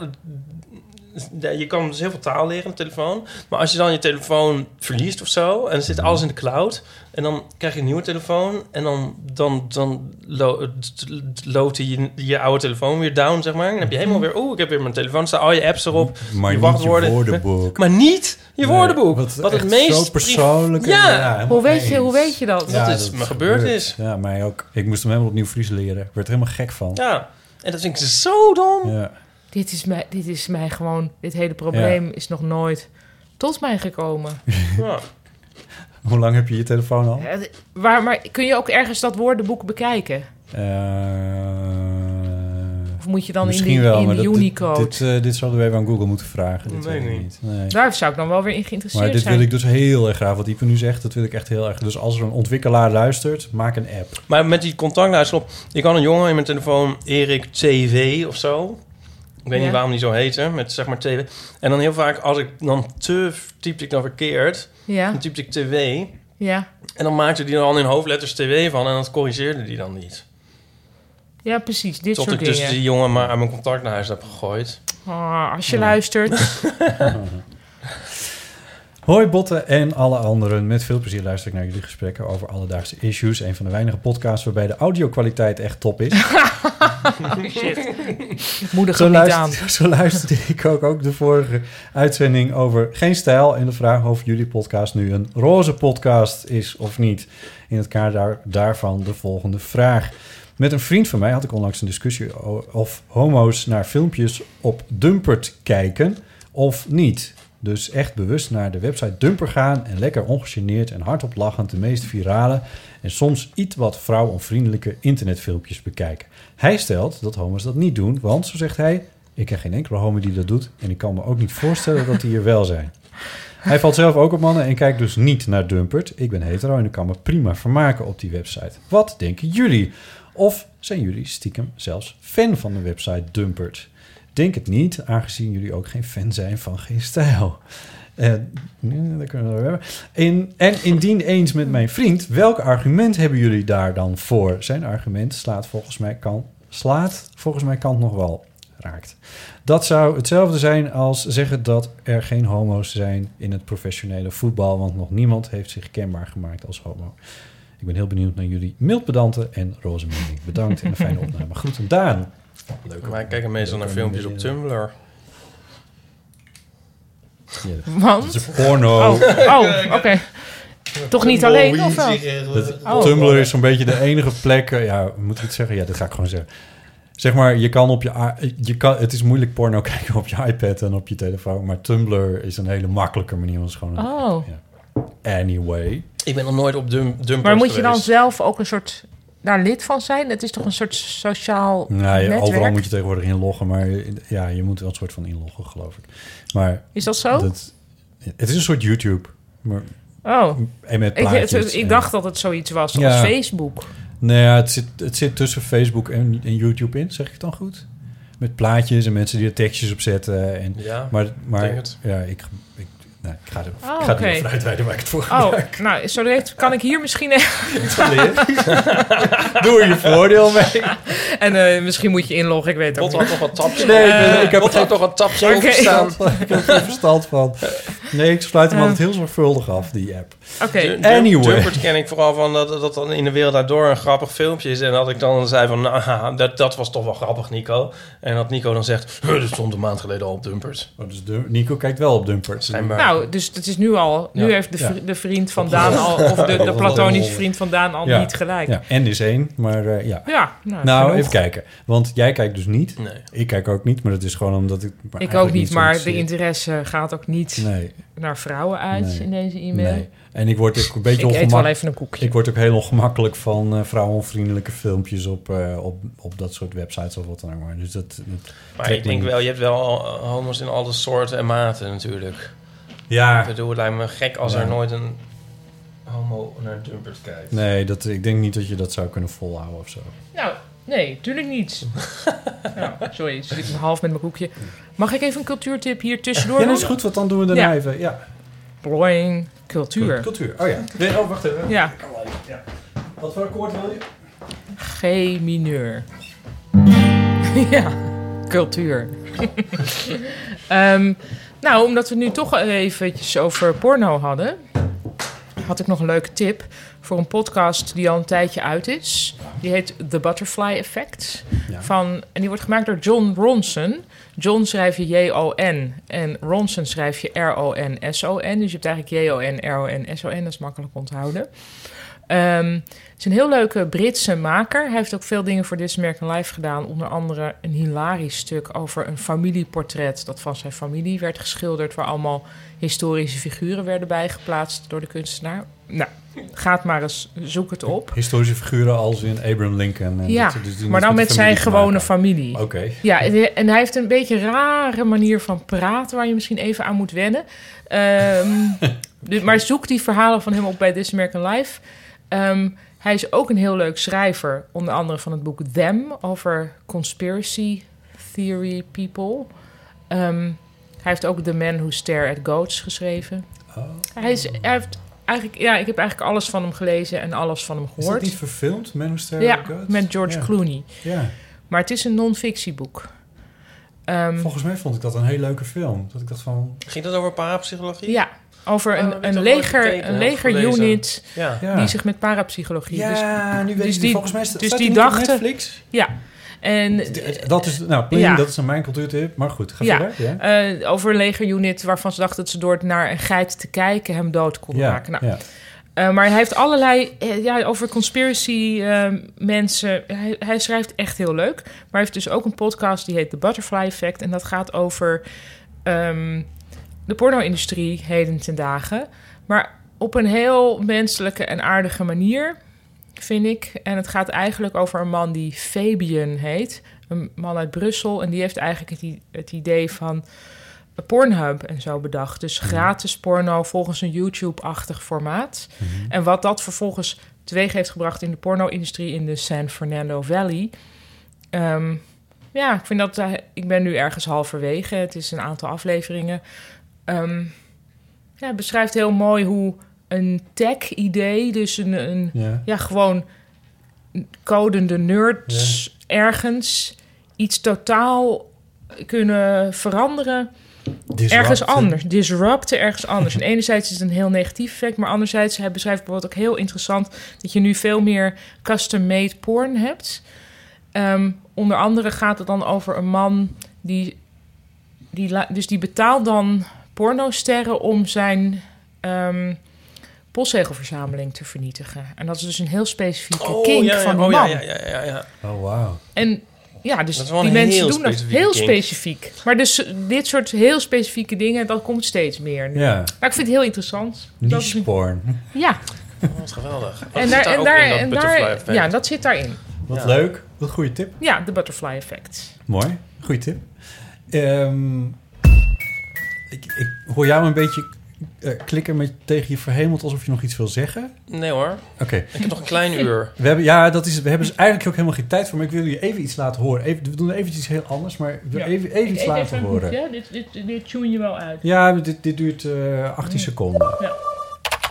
Speaker 3: je kan dus heel veel taal leren op de telefoon. Maar als je dan je telefoon verliest of zo... en dan
Speaker 4: Mm.
Speaker 3: zit alles in de cloud... en dan krijg je een nieuwe telefoon... en dan, dan, dan lo- loopt je, je oude telefoon weer down, zeg maar. En dan heb je helemaal weer... oeh, ik heb weer mijn telefoon staan. Al je apps erop.
Speaker 4: Mm-hmm. Maar
Speaker 3: je
Speaker 4: niet
Speaker 3: wachtwoorden.
Speaker 4: je woordenboek.
Speaker 3: Maar niet je
Speaker 4: Nee,
Speaker 3: woordenboek.
Speaker 4: wat
Speaker 3: wat het
Speaker 4: echt
Speaker 3: meest...
Speaker 4: Zo persoonlijk. en-
Speaker 3: Ja,
Speaker 4: helemaal
Speaker 2: Hoe weet, je,
Speaker 4: eens.
Speaker 2: hoe weet je dat?
Speaker 3: Ja. dat is me gebeurd is.
Speaker 4: Ja, mij ook. Ik moest hem helemaal opnieuw Fries leren. Ik werd er helemaal gek van. Ja.
Speaker 3: Ja, en dat vind ik zo dom.
Speaker 2: Dit, is mij, dit is mij gewoon... Dit hele probleem is nog nooit tot mij gekomen.
Speaker 3: Ja.
Speaker 4: Hoe lang heb je je telefoon al?
Speaker 2: Eh, Waar, maar kun je ook ergens dat woordenboek bekijken?
Speaker 4: Eh,
Speaker 2: Of moet je dan
Speaker 4: misschien
Speaker 2: in de,
Speaker 4: wel,
Speaker 2: in
Speaker 4: maar
Speaker 2: de
Speaker 4: dat- dit-
Speaker 2: Unicode?
Speaker 4: Dit, eh, dit zouden we even aan Google moeten vragen. Dit
Speaker 3: Weet
Speaker 4: weet
Speaker 3: ik
Speaker 4: ik
Speaker 3: niet.
Speaker 4: niet. Nee.
Speaker 2: Daar zou ik dan wel weer in
Speaker 4: Maar
Speaker 2: geïnteresseerd
Speaker 4: dit
Speaker 2: zijn.
Speaker 4: wil ik dus heel erg graag. Wat Ipe nu zegt, dat wil ik echt heel erg. Dus als er een ontwikkelaar luistert, maak een app.
Speaker 3: Maar met die contactlijst op. Ik had een jongen in mijn telefoon, Erik TV of zo. Ik weet
Speaker 2: Ja.
Speaker 3: niet waarom die zo heette, met zeg maar TV. En dan heel vaak, als ik dan te typte ik dan verkeerd,
Speaker 2: Ja,
Speaker 3: dan typte ik TV.
Speaker 2: ja.
Speaker 3: En dan maakte die er dan in hoofdletters TV van en dat corrigeerde die dan niet.
Speaker 2: ja, precies. Dit
Speaker 3: Tot
Speaker 2: soort
Speaker 3: ik dus
Speaker 2: dingen.
Speaker 3: die jongen maar aan mijn contactlijst heb gegooid.
Speaker 2: Ah, als je luistert.
Speaker 4: Hoi Botten en alle anderen. Met veel plezier luister ik naar jullie gesprekken over alledaagse issues. Een van de weinige podcasts waarbij de audiokwaliteit echt top is.
Speaker 2: Moedig
Speaker 4: Zo
Speaker 2: hem niet aan.
Speaker 4: luisterde, zo luisterde ik ook, ook de vorige uitzending over Geen Stijl... en de vraag of jullie podcast nu een roze podcast is of niet. In het kader daar- daarvan de volgende vraag. Met een vriend van mij had ik onlangs een discussie o- of homo's naar filmpjes op Dumpert kijken of niet. Dus echt bewust naar de website Dumper gaan en lekker ongegeneerd en hardop lachend de meest virale en soms iets wat vrouwonvriendelijke internetfilmpjes bekijken. Hij stelt dat homo's dat niet doen, want zo zegt hij: Ik ken geen enkele homo die dat doet en ik kan me ook niet voorstellen dat die hier wel zijn. Hij valt zelf ook op mannen en kijkt dus niet naar Dumpert. Ik ben hetero en ik kan me prima vermaken op die website. Wat denken jullie? Of zijn jullie stiekem zelfs fan van de website Dumpert? Denk het niet, aangezien jullie ook geen fan zijn van geen stijl. Eh, nee, dat kunnen we wel hebben. In, en indien eens met mijn vriend, welk argument hebben jullie daar dan voor? Zijn argument slaat volgens mij kan, slaat volgens mij kant nog wel raakt. Dat zou hetzelfde zijn als zeggen dat er geen homo's zijn in het professionele voetbal, want nog niemand heeft zich kenbaar gemaakt als homo. Ik ben heel benieuwd naar jullie mildpedanten en roze mening. Bedankt en een fijne opname. Groeten Daan.
Speaker 3: Leuk. Maar ik kijk meestal naar filmpjes op Tumblr.
Speaker 2: Want?
Speaker 4: is porno.
Speaker 2: Oh, oké. Toch niet alleen, of wel?
Speaker 3: eh,
Speaker 4: Dat-
Speaker 2: Oh.
Speaker 4: Tumblr is zo'n beetje de enige plek. eh, Ja, moet ik het zeggen? Ja, dat ga ik gewoon zeggen. Zeg maar, je kan op je, i- je kan, het is moeilijk porno kijken op je iPad en op je telefoon, maar Tumblr is een hele makkelijke manier. Want het is gewoon
Speaker 2: Oh.
Speaker 4: een anyway.
Speaker 3: Ik ben nog nooit op dum Dumpers
Speaker 2: Maar moet je dan
Speaker 3: geweest.
Speaker 2: zelf ook een soort daar lid van zijn? Het is toch een soort sociaal
Speaker 4: Nou, je-
Speaker 2: netwerk?
Speaker 4: overal moet je tegenwoordig inloggen, maar ja, je moet wel een soort van inloggen, geloof ik. Maar
Speaker 2: Is dat zo?
Speaker 4: dat, het is een soort YouTube. Maar,
Speaker 2: Oh.
Speaker 4: en met
Speaker 2: Ik,
Speaker 4: plaatjes.
Speaker 2: het- ik
Speaker 4: en-
Speaker 2: dacht dat het zoiets was
Speaker 4: Ja.
Speaker 2: als Facebook.
Speaker 4: Nou ja, het zit, het zit tussen Facebook en, en YouTube in, zeg ik het dan goed? Met plaatjes en mensen die er tekstjes op zetten. En,
Speaker 3: Ja,
Speaker 4: maar maar
Speaker 3: denk het.
Speaker 4: ja, ik, ik, nou, ik ga er, ik
Speaker 2: Oh,
Speaker 4: ga er
Speaker 2: oké.
Speaker 4: niet van uitweiden waar ik het voor
Speaker 2: Oh,
Speaker 4: gebruik.
Speaker 2: nou, zo direct kan ik hier misschien...
Speaker 4: Doe er je voordeel mee.
Speaker 2: en eh, misschien moet je inloggen, ik weet het ook
Speaker 3: Bot
Speaker 2: niet. Eh,
Speaker 3: had nog wat tapjes.
Speaker 4: Nee, ik ben- ik heb
Speaker 3: Bot had nog wat tapjes
Speaker 2: Oké.
Speaker 3: overstaan.
Speaker 4: Ik heb er verstand van. Nee, ik sluit hem
Speaker 2: Eh.
Speaker 4: altijd heel zorgvuldig af, die app.
Speaker 2: Oké,
Speaker 3: Du- Dur-
Speaker 4: eh, Anyway.
Speaker 3: Dumpert ken ik vooral van dat, dat dan in de wereld daardoor een grappig filmpje is. En dat ik dan zei van, nou, haha, dat, dat was toch wel grappig, Nico. En dat Nico dan zegt, "Huh, dat stond een maand geleden al op Dumpert.
Speaker 4: Oh, dus Dum- Nico kijkt wel op Dumpert.
Speaker 3: Schijnbaar.
Speaker 2: nou, dus het is nu al... Nu
Speaker 3: Ja.
Speaker 2: heeft de,
Speaker 4: Ja.
Speaker 2: vri- de vriend van Daan al... Of de, de platonische vriend van Daan al
Speaker 4: Oh. Ja.
Speaker 2: niet gelijk. Ja,
Speaker 4: Ja, en is één, maar eh, ja.
Speaker 2: nou,
Speaker 4: Nou,
Speaker 2: genoeg.
Speaker 4: even kijken. Want jij kijkt dus niet.
Speaker 3: Nee.
Speaker 4: Ik kijk ook niet, maar dat is gewoon omdat ik... maar
Speaker 2: Ik ook
Speaker 4: eigenlijk
Speaker 2: niet,
Speaker 4: zo
Speaker 2: maar de
Speaker 4: interesseert.
Speaker 2: interesse gaat ook niet
Speaker 4: Nee,
Speaker 2: naar vrouwen uit
Speaker 4: Nee.
Speaker 2: in deze e-mail.
Speaker 4: nee. En ik word ook een beetje
Speaker 2: Ik eet wel
Speaker 4: ongemakkelijk.
Speaker 2: even een koekje.
Speaker 4: Ik word ook heel ongemakkelijk van eh vrouwenvriendelijke filmpjes op, eh, op, op dat soort websites of wat dan ook. Maar. Dus dat, dat-
Speaker 3: Maar
Speaker 4: Trek
Speaker 3: ik denk
Speaker 4: me.
Speaker 3: wel, je hebt wel eh, homo's in alle soorten en maten natuurlijk. Ik
Speaker 4: ja,
Speaker 3: bedoel, het lijkt me gek als
Speaker 4: Ja.
Speaker 3: er nooit een homo naar Dumpert kijkt.
Speaker 4: nee, dat, ik denk niet dat je dat zou kunnen volhouden of zo.
Speaker 2: Nou, nee, tuurlijk niet. nou, sorry, zit ik half met mijn koekje. Mag ik even een cultuurtip hier tussendoor
Speaker 4: Ja,
Speaker 2: doen?
Speaker 4: dat is goed, want dan doen we daarna
Speaker 2: Ja.
Speaker 4: even. Ja,
Speaker 2: Bloing, cultuur.
Speaker 4: cultuur. Oh ja. Nee, oh, wacht even.
Speaker 2: Ja,
Speaker 4: Wat voor akkoord wil je?
Speaker 2: G mineur. ja, cultuur. Ehm, nou, omdat we nu toch eventjes over porno hadden... had ik nog een leuke tip voor een podcast die al een tijdje uit is. Die heet The Butterfly Effect.
Speaker 4: Ja.
Speaker 2: Van, en die wordt gemaakt door John Ronson. John schrijf je J-O-N. En Ronson schrijf je R-O-N-S-O-N. Dus je hebt eigenlijk J-O-N, R-O-N-S-O-N. Dat is makkelijk onthouden. Ehm, het is een heel leuke Britse maker. Hij heeft ook veel dingen voor This American Life gedaan. Onder andere een hilarisch stuk over een familieportret... dat van zijn familie werd geschilderd... waar allemaal historische figuren werden bijgeplaatst door de kunstenaar. Nou, gaat maar eens, zoek het op.
Speaker 4: Historische figuren als in Abraham Lincoln. En
Speaker 2: Ja,
Speaker 4: dat- dus die
Speaker 2: maar dan
Speaker 4: de
Speaker 2: met zijn
Speaker 4: familie te
Speaker 2: gewone
Speaker 4: maken.
Speaker 2: familie.
Speaker 4: Oké.
Speaker 2: Ja, en- en hij heeft een beetje een rare manier van praten... waar je misschien even aan moet wennen. Ehm, dus, maar zoek die verhalen van hem op bij This American Life. Ehm, hij is ook een heel leuk schrijver. Onder andere van het boek Them... over conspiracy theory people. Ehm, hij heeft ook The Man Who Stare at Goats geschreven.
Speaker 4: Oh.
Speaker 2: Hij, is, hij heeft eigenlijk... Ja, ik heb eigenlijk alles van hem gelezen en alles van hem
Speaker 4: Is dat
Speaker 2: gehoord.
Speaker 4: niet verfilmd, Man Who Stared
Speaker 2: Ja,
Speaker 4: at Gods?
Speaker 2: met George
Speaker 4: Ja.
Speaker 2: Clooney.
Speaker 4: Ja.
Speaker 2: Maar het is een non-fictieboek. Ehm,
Speaker 4: Volgens mij vond ik dat een hele leuke film. Dat ik dacht van...
Speaker 3: Ging dat over parapsychologie?
Speaker 2: ja, over
Speaker 3: Oh, dat heb
Speaker 2: een, een
Speaker 3: ik nog nooit
Speaker 2: leger,
Speaker 3: gekeken,
Speaker 2: een
Speaker 3: heb gelezen.
Speaker 2: legerunit
Speaker 3: Ja.
Speaker 4: Ja,
Speaker 2: die zich met parapsychologie...
Speaker 4: ja
Speaker 2: Dus,
Speaker 4: nu
Speaker 2: dus
Speaker 4: weet ik het.
Speaker 2: die-
Speaker 4: Volgens mij staat
Speaker 2: dus
Speaker 4: staat
Speaker 2: die
Speaker 4: niet op
Speaker 2: dachten-
Speaker 4: Netflix.
Speaker 2: ja, en
Speaker 4: D- Dat is, nou, Pliny,
Speaker 2: Eh, Ja.
Speaker 4: dat is een mijn cultuurtip. Maar goed, ga
Speaker 2: Ja.
Speaker 4: verder. Ja.
Speaker 2: eh, over een legerunit waarvan ze dachten dat ze door naar een geit te kijken hem dood konden
Speaker 4: Ja,
Speaker 2: maken. Nou,
Speaker 4: ja.
Speaker 2: Eh, maar hij heeft allerlei... eh, ja, over conspiracy eh, mensen... Hij, hij schrijft echt heel leuk. Maar hij heeft dus ook een podcast die heet The Butterfly Effect. En dat gaat over ehm, de porno-industrie heden ten dagen. Maar op een heel menselijke en aardige manier, vind ik. En het gaat eigenlijk over een man die Fabian heet. Een man uit Brussel. En die heeft eigenlijk het, i- het idee van... Pornhub en zo bedacht. Dus gratis porno volgens een YouTube-achtig formaat. En wat dat vervolgens teweeg heeft gebracht in de porno-industrie in de San Fernando Valley. Ehm, ja, ik vind dat. eh, ik ben nu ergens halverwege. Het is een aantal afleveringen. Ehm, ja, het beschrijft heel mooi hoe een tech-idee, dus een, een
Speaker 4: Ja.
Speaker 2: ja, gewoon codende nerds ergens iets totaal kunnen veranderen ergens
Speaker 4: Disrupten.
Speaker 2: anders. Disrupten ergens anders. En enerzijds is het een heel negatief effect, maar anderzijds hij beschrijft bijvoorbeeld ook heel interessant dat je nu veel meer custom-made porn hebt. Ehm, onder andere gaat het dan over een man die, die la- dus die betaalt dan pornosterren om zijn ehm postzegelverzameling te vernietigen. En dat is dus een heel specifieke kink
Speaker 3: ja, ja,
Speaker 2: van die
Speaker 3: oh,
Speaker 2: man.
Speaker 3: ja, ja, ja, ja, ja.
Speaker 4: Oh, wauw.
Speaker 2: En ja, dus
Speaker 3: Dat is wel
Speaker 2: die
Speaker 3: een
Speaker 2: mensen
Speaker 3: heel
Speaker 2: doen dat
Speaker 3: specifieke
Speaker 2: heel
Speaker 3: kink.
Speaker 2: specifiek. Maar dus dit soort heel specifieke dingen, dat komt steeds meer. nu.
Speaker 4: Ja,
Speaker 2: Maar ik vind het heel interessant. Dat is-
Speaker 4: niche porn.
Speaker 2: ja,
Speaker 3: Oh, Wat geweldig. Wat
Speaker 2: en daar,
Speaker 3: zit daar
Speaker 2: en
Speaker 3: ook
Speaker 2: daar,
Speaker 3: in dat
Speaker 2: en
Speaker 3: butterfly
Speaker 2: daar,
Speaker 3: effect?
Speaker 2: ja, dat zit daarin.
Speaker 4: Wat
Speaker 3: Ja.
Speaker 4: leuk. Wat een goede tip.
Speaker 2: Ja, de butterfly effect.
Speaker 4: Mooi. Goeie tip. Ehm, ik, ik hoor jou een beetje eh, klikken met, tegen je verhemeld alsof je nog iets wil zeggen.
Speaker 3: Nee hoor,
Speaker 4: Oké.
Speaker 3: ik heb nog een klein uur.
Speaker 4: We hebben, ja, dat is, we hebben dus eigenlijk ook helemaal geen tijd voor. Maar ik wil jullie even iets laten horen. Even, we doen even iets heel anders, maar ik wil
Speaker 2: Ja. E-
Speaker 4: even, even iets laten horen.
Speaker 2: Dit, dit, dit tune je wel uit.
Speaker 4: Ja, dit, dit duurt eh 18 seconden.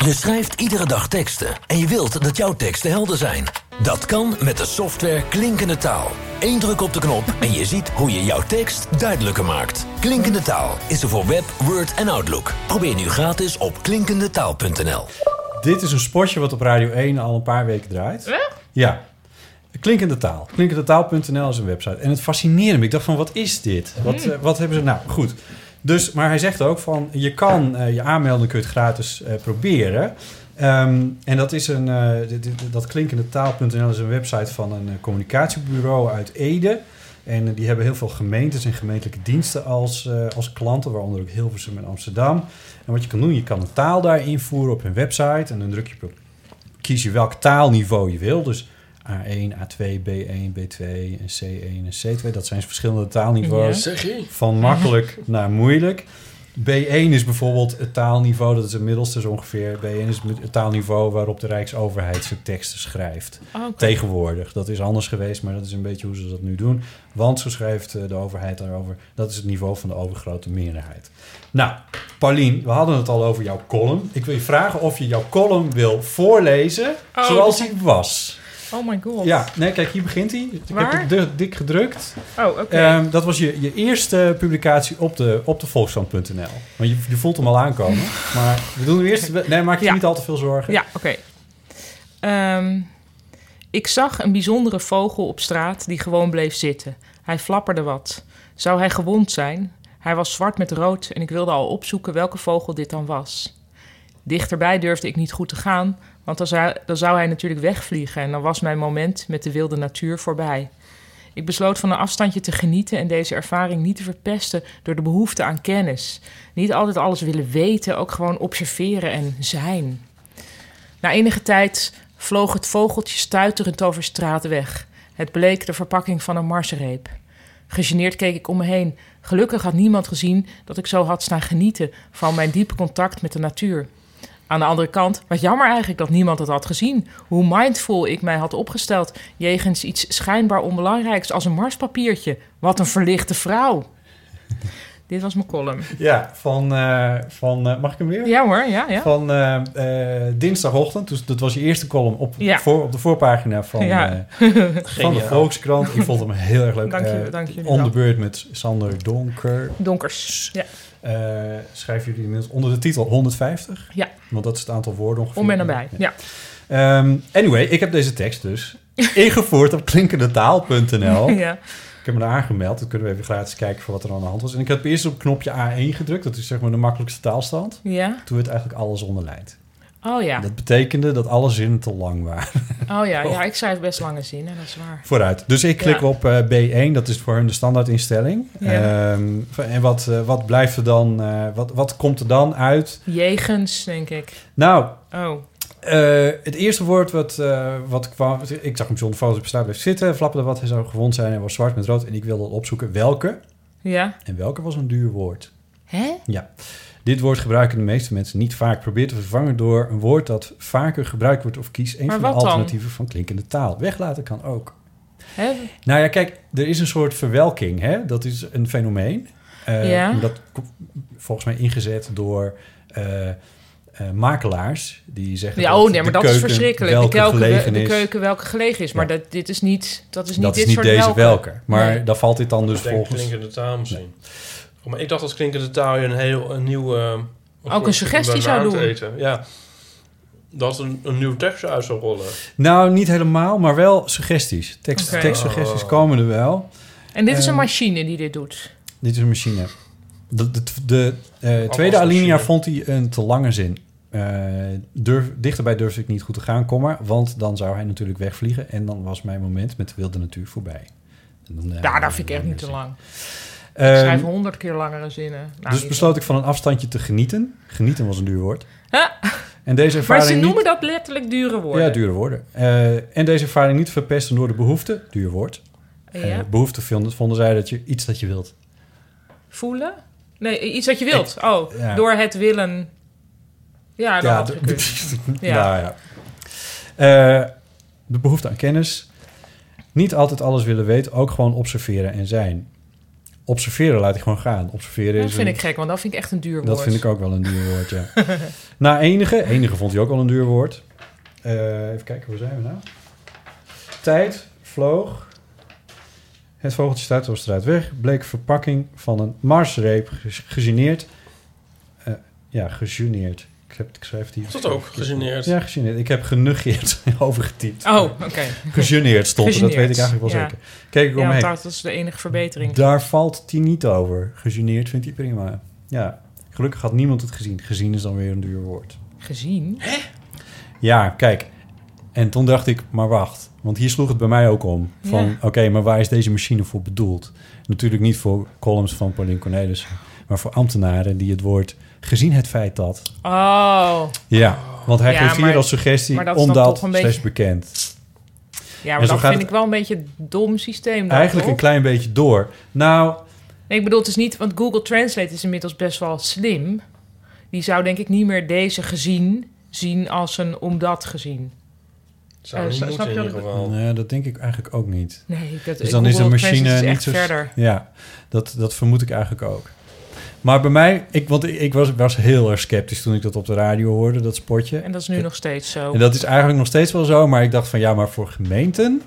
Speaker 5: Je schrijft iedere dag teksten en je wilt dat jouw teksten helder zijn. Dat kan met de software Klinkende Taal. één druk op de knop en je ziet hoe je jouw tekst duidelijker maakt. Klinkende Taal is er voor Web, Word en Outlook. Probeer nu gratis op klinkendetaal.nl.
Speaker 4: Dit is een spotje wat op Radio 1 al een paar weken draait. Ja. Klinkende taal. Klinkendetaal.nl is een website. En het fascineerde me. Ik dacht van, wat is dit? Wat, eh, wat hebben ze... Nou, goed. Dus, maar hij zegt ook van, je kan eh, je aanmelden, kun je het gratis eh, proberen. Ehm, en dat is een, eh, dit- dit- dat klinkendetaal.nl is een website van een eh, communicatiebureau uit Ede. En eh, die hebben heel veel gemeentes en gemeentelijke diensten als, eh, als klanten, waaronder ook Hilversum en Amsterdam. En wat je kan doen, je kan een taal daar invoeren op hun website. En dan druk je op, kies je welk taalniveau je wil. Dus A1, A2, B1, B2 en C1 en C2. Dat zijn verschillende taalniveaus.
Speaker 3: Zeg je?
Speaker 4: Van makkelijk naar moeilijk. B1 is bijvoorbeeld het taalniveau, dat is het middelste zo ongeveer. B1 is het taalniveau waarop de Rijksoverheid zijn teksten schrijft.
Speaker 2: Oké.
Speaker 4: Tegenwoordig. Dat is anders geweest, maar dat is een beetje hoe ze dat nu doen. Want zo schrijft eh, de overheid daarover. Dat is het niveau van de overgrote meerderheid. Nou, Paulien, we hadden het al over jouw column. Ik wil je vragen of je jouw column wil voorlezen
Speaker 2: Oh,
Speaker 4: zoals
Speaker 2: dat-
Speaker 4: die was.
Speaker 2: Oh my god.
Speaker 4: Ja, nee, kijk, hier begint hij. Ik
Speaker 2: Waar?
Speaker 4: heb het du- dik gedrukt.
Speaker 2: Oh, oké.
Speaker 4: Ehm, dat was je, je eerste publicatie op de, op de volkskrant.nl. Want je, je voelt hem al aankomen. Maar we doen hem eerst... Nee, maak je
Speaker 2: Ja.
Speaker 4: niet al te veel zorgen.
Speaker 2: Ja, oké. Ehm, ik zag een bijzondere vogel op straat die gewoon bleef zitten. Hij flapperde wat. Zou hij gewond zijn? Hij was zwart met rood en ik wilde al opzoeken welke vogel dit dan was. Dichterbij durfde ik niet goed te gaan, want dan zou, dan zou hij natuurlijk wegvliegen en dan was mijn moment met de wilde natuur voorbij. Ik besloot van een afstandje te genieten en deze ervaring niet te verpesten door de behoefte aan kennis. Niet altijd alles willen weten, ook gewoon observeren en zijn. Na enige tijd vloog het vogeltje stuiterend over straat weg. Het bleek de verpakking van een marsreep. Gegeneerd keek ik om me heen. Gelukkig had niemand gezien dat ik zo had staan genieten van mijn diepe contact met de natuur. Aan de andere kant, wat jammer eigenlijk dat niemand het had gezien. Hoe mindful ik mij had opgesteld jegens iets schijnbaar onbelangrijks als een marspapiertje. Wat een verlichte vrouw. Dit was mijn column.
Speaker 4: Ja, van... eh, van eh, mag ik hem weer?
Speaker 2: Ja hoor, ja, ja.
Speaker 4: Van eh, eh, dinsdagochtend. Dus dat was je eerste column op,
Speaker 2: Ja.
Speaker 4: voor, op de voorpagina van,
Speaker 2: Ja.
Speaker 4: eh, van de
Speaker 3: Geniaal.
Speaker 4: Volkskrant. Ik vond hem heel erg leuk.
Speaker 2: Dank je-
Speaker 4: Eh,
Speaker 2: dank jullie
Speaker 4: On
Speaker 2: wel.
Speaker 4: the beurt met Sander Donker.
Speaker 2: Donkers. Ja.
Speaker 4: Eh, schrijven jullie inmiddels onder de titel 150?
Speaker 2: Ja.
Speaker 4: Want dat is het aantal woorden ongeveer.
Speaker 2: Om en nabij. Ja.
Speaker 4: Ehm, anyway, ik heb deze tekst dus ingevoerd op klinkendetaal.nl.
Speaker 2: ja.
Speaker 4: Ik heb me daar aangemeld. Dan kunnen we even gratis kijken voor wat er aan de hand was. En ik heb eerst op knopje A1 gedrukt. Dat is zeg maar de makkelijkste taalstand.
Speaker 2: Ja.
Speaker 4: Toen werd eigenlijk alles onderlijnd.
Speaker 2: Oh ja.
Speaker 4: Dat betekende dat alle zinnen te lang waren.
Speaker 2: Oh ja, ja, ik schrijf best lange zinnen, dat is waar.
Speaker 4: Vooruit. Dus ik klik
Speaker 2: Ja.
Speaker 4: op eh, B1. Dat is voor hun de standaardinstelling.
Speaker 2: Ja.
Speaker 4: Ehm, en wat, eh, wat blijft er dan? eh, wat, wat komt er dan uit?
Speaker 2: Jegens, denk ik.
Speaker 4: Nou,
Speaker 2: Oh,
Speaker 4: Eh, het eerste woord wat, eh, wat kwam... Ik zag hem zonder foto's op straat blijven zitten. Flapperde wat, hij zou gewond zijn. Hij was zwart met rood. En ik wilde al opzoeken welke.
Speaker 2: ja.
Speaker 4: En welke was een duur woord.
Speaker 2: Hè?
Speaker 4: Ja. Dit woord gebruiken de meeste mensen niet vaak. Probeer te vervangen door een woord dat vaker gebruikt wordt... of kies een
Speaker 2: Maar
Speaker 4: van de
Speaker 2: wat dan?
Speaker 4: alternatieven van klinkende taal. Weglaten kan ook.
Speaker 2: Hè?
Speaker 4: Nou ja, kijk, er is een soort verwelking. Hè? Dat is een fenomeen. Eh,
Speaker 2: Ja.
Speaker 4: en Dat komt volgens mij ingezet door eh, eh, makelaars. Die zeggen
Speaker 2: Ja,
Speaker 4: dat
Speaker 2: oh nee, maar
Speaker 4: de
Speaker 2: dat is
Speaker 4: keuken
Speaker 2: verschrikkelijk.
Speaker 4: welke
Speaker 2: de, keuken,
Speaker 4: gelegen
Speaker 2: de
Speaker 4: is.
Speaker 2: keuken welke gelegen is. Maar
Speaker 4: Ja.
Speaker 2: dat, dit is niet, dat is niet
Speaker 4: dat
Speaker 2: dit
Speaker 4: is niet
Speaker 2: soort
Speaker 4: deze welke.
Speaker 2: welke.
Speaker 4: Maar
Speaker 2: Nee.
Speaker 4: daar valt dit dan dus
Speaker 3: Ik denk
Speaker 4: volgens...
Speaker 3: klinkende taal misschien. Oh, maar ik dacht dat klinkende taal je een heel een nieuw... eh,
Speaker 2: Ook een suggestie zou
Speaker 3: banaan te
Speaker 2: doen.
Speaker 3: Eten. Ja. Dat een, een nieuw tekst uit zou rollen.
Speaker 4: Nou, niet helemaal, maar wel suggesties. Tekst,
Speaker 2: Oké.
Speaker 4: Tekstsuggesties
Speaker 3: Oh.
Speaker 4: komen er wel.
Speaker 2: En dit is een
Speaker 4: Ehm,
Speaker 2: machine die dit doet.
Speaker 4: Dit is een machine. De, de, de eh, tweede
Speaker 3: machine.
Speaker 4: alinea vond hij een te lange zin. Eh, durf, dichterbij durfde ik niet goed te gaan, kom maar. Want dan zou hij natuurlijk wegvliegen. En dan was mijn moment met de wilde natuur voorbij. En dan, eh,
Speaker 2: Ja, dat vind ik echt niet te lang.
Speaker 4: Ehm,
Speaker 2: Ik schrijf honderd keer langere zinnen. Nou,
Speaker 4: dus
Speaker 2: niet.
Speaker 4: besloot ik van een afstandje te genieten. Genieten was een duur woord.
Speaker 2: Ha!
Speaker 4: En deze
Speaker 2: maar
Speaker 4: ervaring
Speaker 2: ze
Speaker 4: niet-
Speaker 2: noemen dat letterlijk dure woorden.
Speaker 4: Ja, dure woorden. Eh, en deze ervaring niet verpesten door de behoefte. Duur woord. Eh
Speaker 2: Ja.
Speaker 4: behoefte vonden, vonden zij dat je iets dat je wilt.
Speaker 2: Voelen? Nee, iets wat je wilt. oh,
Speaker 4: ja.
Speaker 2: door het willen. Ja, dat had
Speaker 4: de,
Speaker 2: gekund.
Speaker 4: ja.
Speaker 2: Ja.
Speaker 4: Nou, ja. Eh, de behoefte aan kennis. Niet altijd alles willen weten, ook gewoon observeren en zijn. Observeren laat ik gewoon gaan. Observeren
Speaker 2: Dat
Speaker 4: is
Speaker 2: vind
Speaker 4: een-
Speaker 2: ik gek, want dat vind ik echt een duur woord.
Speaker 4: Dat vind ik ook wel een duur woord, ja. Na enige, enige vond hij ook wel een duur woord. Eh, even kijken, waar zijn we nou? Tijd vloog. Het vogeltje stuitte op straat weg. Bleek verpakking van een marsreep ges- gegeneerd. Eh, ja, gegeneerd. Ik, heb, ik schrijf die.
Speaker 3: Is dat ook gegeneerd?
Speaker 4: Ja, gegeneerd. Ik heb genuggeerd overgetypt.
Speaker 2: Oh, oké.
Speaker 4: Gegeneerd stond er, dat
Speaker 2: Gegeneerd,
Speaker 4: weet ik eigenlijk wel
Speaker 2: ja.
Speaker 4: zeker. Kijk ik
Speaker 2: Ja, want
Speaker 4: omheen.
Speaker 2: dat is de enige verbetering.
Speaker 4: Daar valt hij niet over. Gegeneerd vindt hij prima. Ja, gelukkig had niemand het gezien. Gezien is dan weer een duur woord.
Speaker 2: Gezien?
Speaker 4: Ja, kijk. En toen dacht ik, maar wacht. Want hier sloeg het bij mij ook om. Van,
Speaker 2: Ja.
Speaker 4: oké, maar waar is deze machine voor bedoeld? Natuurlijk niet voor columns van Pauline Cornelis. Maar voor ambtenaren die het woord gezien het feit dat...
Speaker 2: Oh.
Speaker 4: Ja, want hij
Speaker 2: Ja,
Speaker 4: geeft hier
Speaker 2: maar-
Speaker 4: als suggestie
Speaker 2: maar dat is dan
Speaker 4: omdat
Speaker 2: toch een beetje-
Speaker 4: slechts bekend.
Speaker 2: Ja,
Speaker 4: zo
Speaker 2: maar dat
Speaker 4: gaat
Speaker 2: vind
Speaker 4: het-
Speaker 2: ik wel een beetje een dom systeem. dan,
Speaker 4: Eigenlijk een
Speaker 2: toch?
Speaker 4: klein beetje door. Nou,
Speaker 2: Nee, ik bedoel, het is niet... Want Google Translate is inmiddels best wel slim. Die zou denk ik niet meer deze gezien zien als een omdat gezien.
Speaker 3: Zou
Speaker 2: Eh,
Speaker 3: niet
Speaker 2: snap
Speaker 3: moeten
Speaker 2: je
Speaker 3: in
Speaker 2: wat ik-
Speaker 3: ieder geval.
Speaker 4: nee, dat denk ik eigenlijk ook niet.
Speaker 2: Nee, dat,
Speaker 4: Dus dan is de
Speaker 2: Google
Speaker 4: machine
Speaker 2: Translate is
Speaker 4: niet
Speaker 2: echt
Speaker 4: zo...
Speaker 2: verder.
Speaker 4: Ja, dat, dat vermoed ik eigenlijk ook. Maar bij mij, ik, want ik, ik was, was heel erg sceptisch toen ik dat op de radio hoorde, dat spotje.
Speaker 2: En dat is nu nog steeds zo.
Speaker 4: En dat is eigenlijk nog steeds wel zo, maar ik dacht van ja, maar voor gemeenten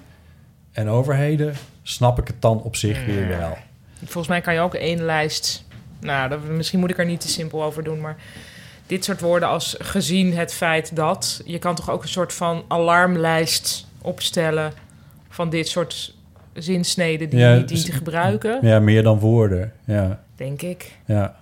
Speaker 4: en overheden snap ik het dan op zich weer wel.
Speaker 2: Volgens mij kan je ook één lijst. Nou, dat, misschien moet ik er niet te simpel over doen, maar dit soort woorden als gezien het feit dat. Je kan toch ook een soort van alarmlijst opstellen van dit soort zinsneden die
Speaker 4: Ja,
Speaker 2: je niet dient
Speaker 4: dus-
Speaker 2: te gebruiken,
Speaker 4: Ja, meer dan woorden. Ja,
Speaker 2: denk ik.
Speaker 4: ja.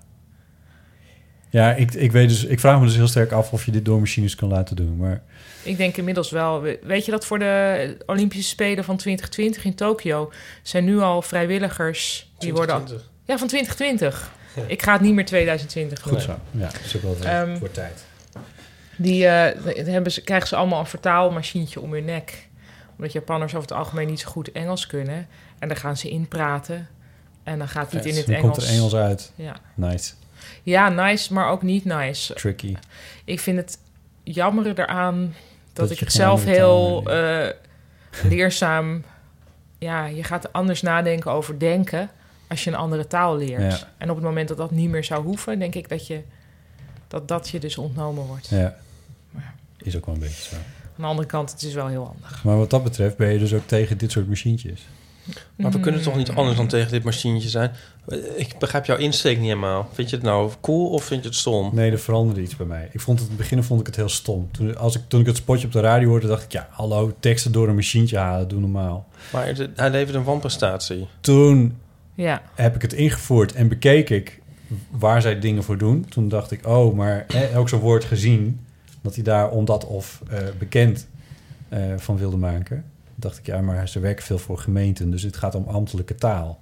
Speaker 4: Ja, ik, ik, weet dus, ik vraag me dus heel sterk af of je dit door machines kan laten doen. Maar
Speaker 2: Ik denk inmiddels wel. We- Weet je dat voor de Olympische Spelen van 2020 in Tokio zijn nu al vrijwilligers die worden.
Speaker 3: 20.
Speaker 2: Ja, van 2020. Ik ga het niet meer 2020
Speaker 4: goed
Speaker 2: noemen.
Speaker 4: zo. Ja, dat is ook wel
Speaker 2: Ehm,
Speaker 4: voor tijd.
Speaker 2: Die eh, dan hebben ze, krijgen ze allemaal een vertaalmachientje om hun nek. Omdat Japanners over het algemeen niet zo goed Engels kunnen. En dan gaan ze inpraten. En dan gaat het niet in het
Speaker 4: Dan
Speaker 2: Engels.
Speaker 4: komt er Engels uit.
Speaker 2: Ja.
Speaker 4: Nice.
Speaker 2: ja, nice, maar ook niet nice.
Speaker 4: Tricky.
Speaker 2: Ik vind het jammer eraan dat,
Speaker 4: Dat
Speaker 2: ik
Speaker 4: je
Speaker 2: het
Speaker 4: geen
Speaker 2: zelf
Speaker 4: andere
Speaker 2: heel
Speaker 4: taal
Speaker 2: eh, leerzaam... Ja, je gaat anders nadenken over denken als je een andere taal leert.
Speaker 4: Ja.
Speaker 2: En op het moment dat dat niet meer zou hoeven, denk ik dat je, dat, dat je dus ontnomen wordt.
Speaker 4: Ja. Is ook wel een beetje zo.
Speaker 2: Aan de andere kant, het is wel heel handig.
Speaker 4: Maar wat dat betreft ben je dus ook tegen dit soort machientjes.
Speaker 3: Maar
Speaker 2: Mhm.
Speaker 3: we kunnen toch niet anders dan tegen dit machientje zijn? Eh, Ik begrijp jouw insteek niet helemaal. Vind je het nou cool of vind je het stom?
Speaker 4: Nee, er veranderde iets bij mij. Ik vond het, in het begin vond ik het heel stom. Toen, als ik, toen ik het spotje op de radio hoorde, dacht ik... ja, hallo, teksten door een machientje halen, doe normaal.
Speaker 3: Maar het- hij levert een wanprestatie.
Speaker 4: Toen
Speaker 2: Ja.
Speaker 4: heb ik het ingevoerd en bekeek ik waar zij dingen voor doen. Toen dacht ik, oh, maar hè, ook zo'n woord gezien... dat hij daar omdat of eh, bekend eh, van wilde maken. Toen dacht ik, ja, maar ze werken veel voor gemeenten... dus het gaat om ambtelijke taal.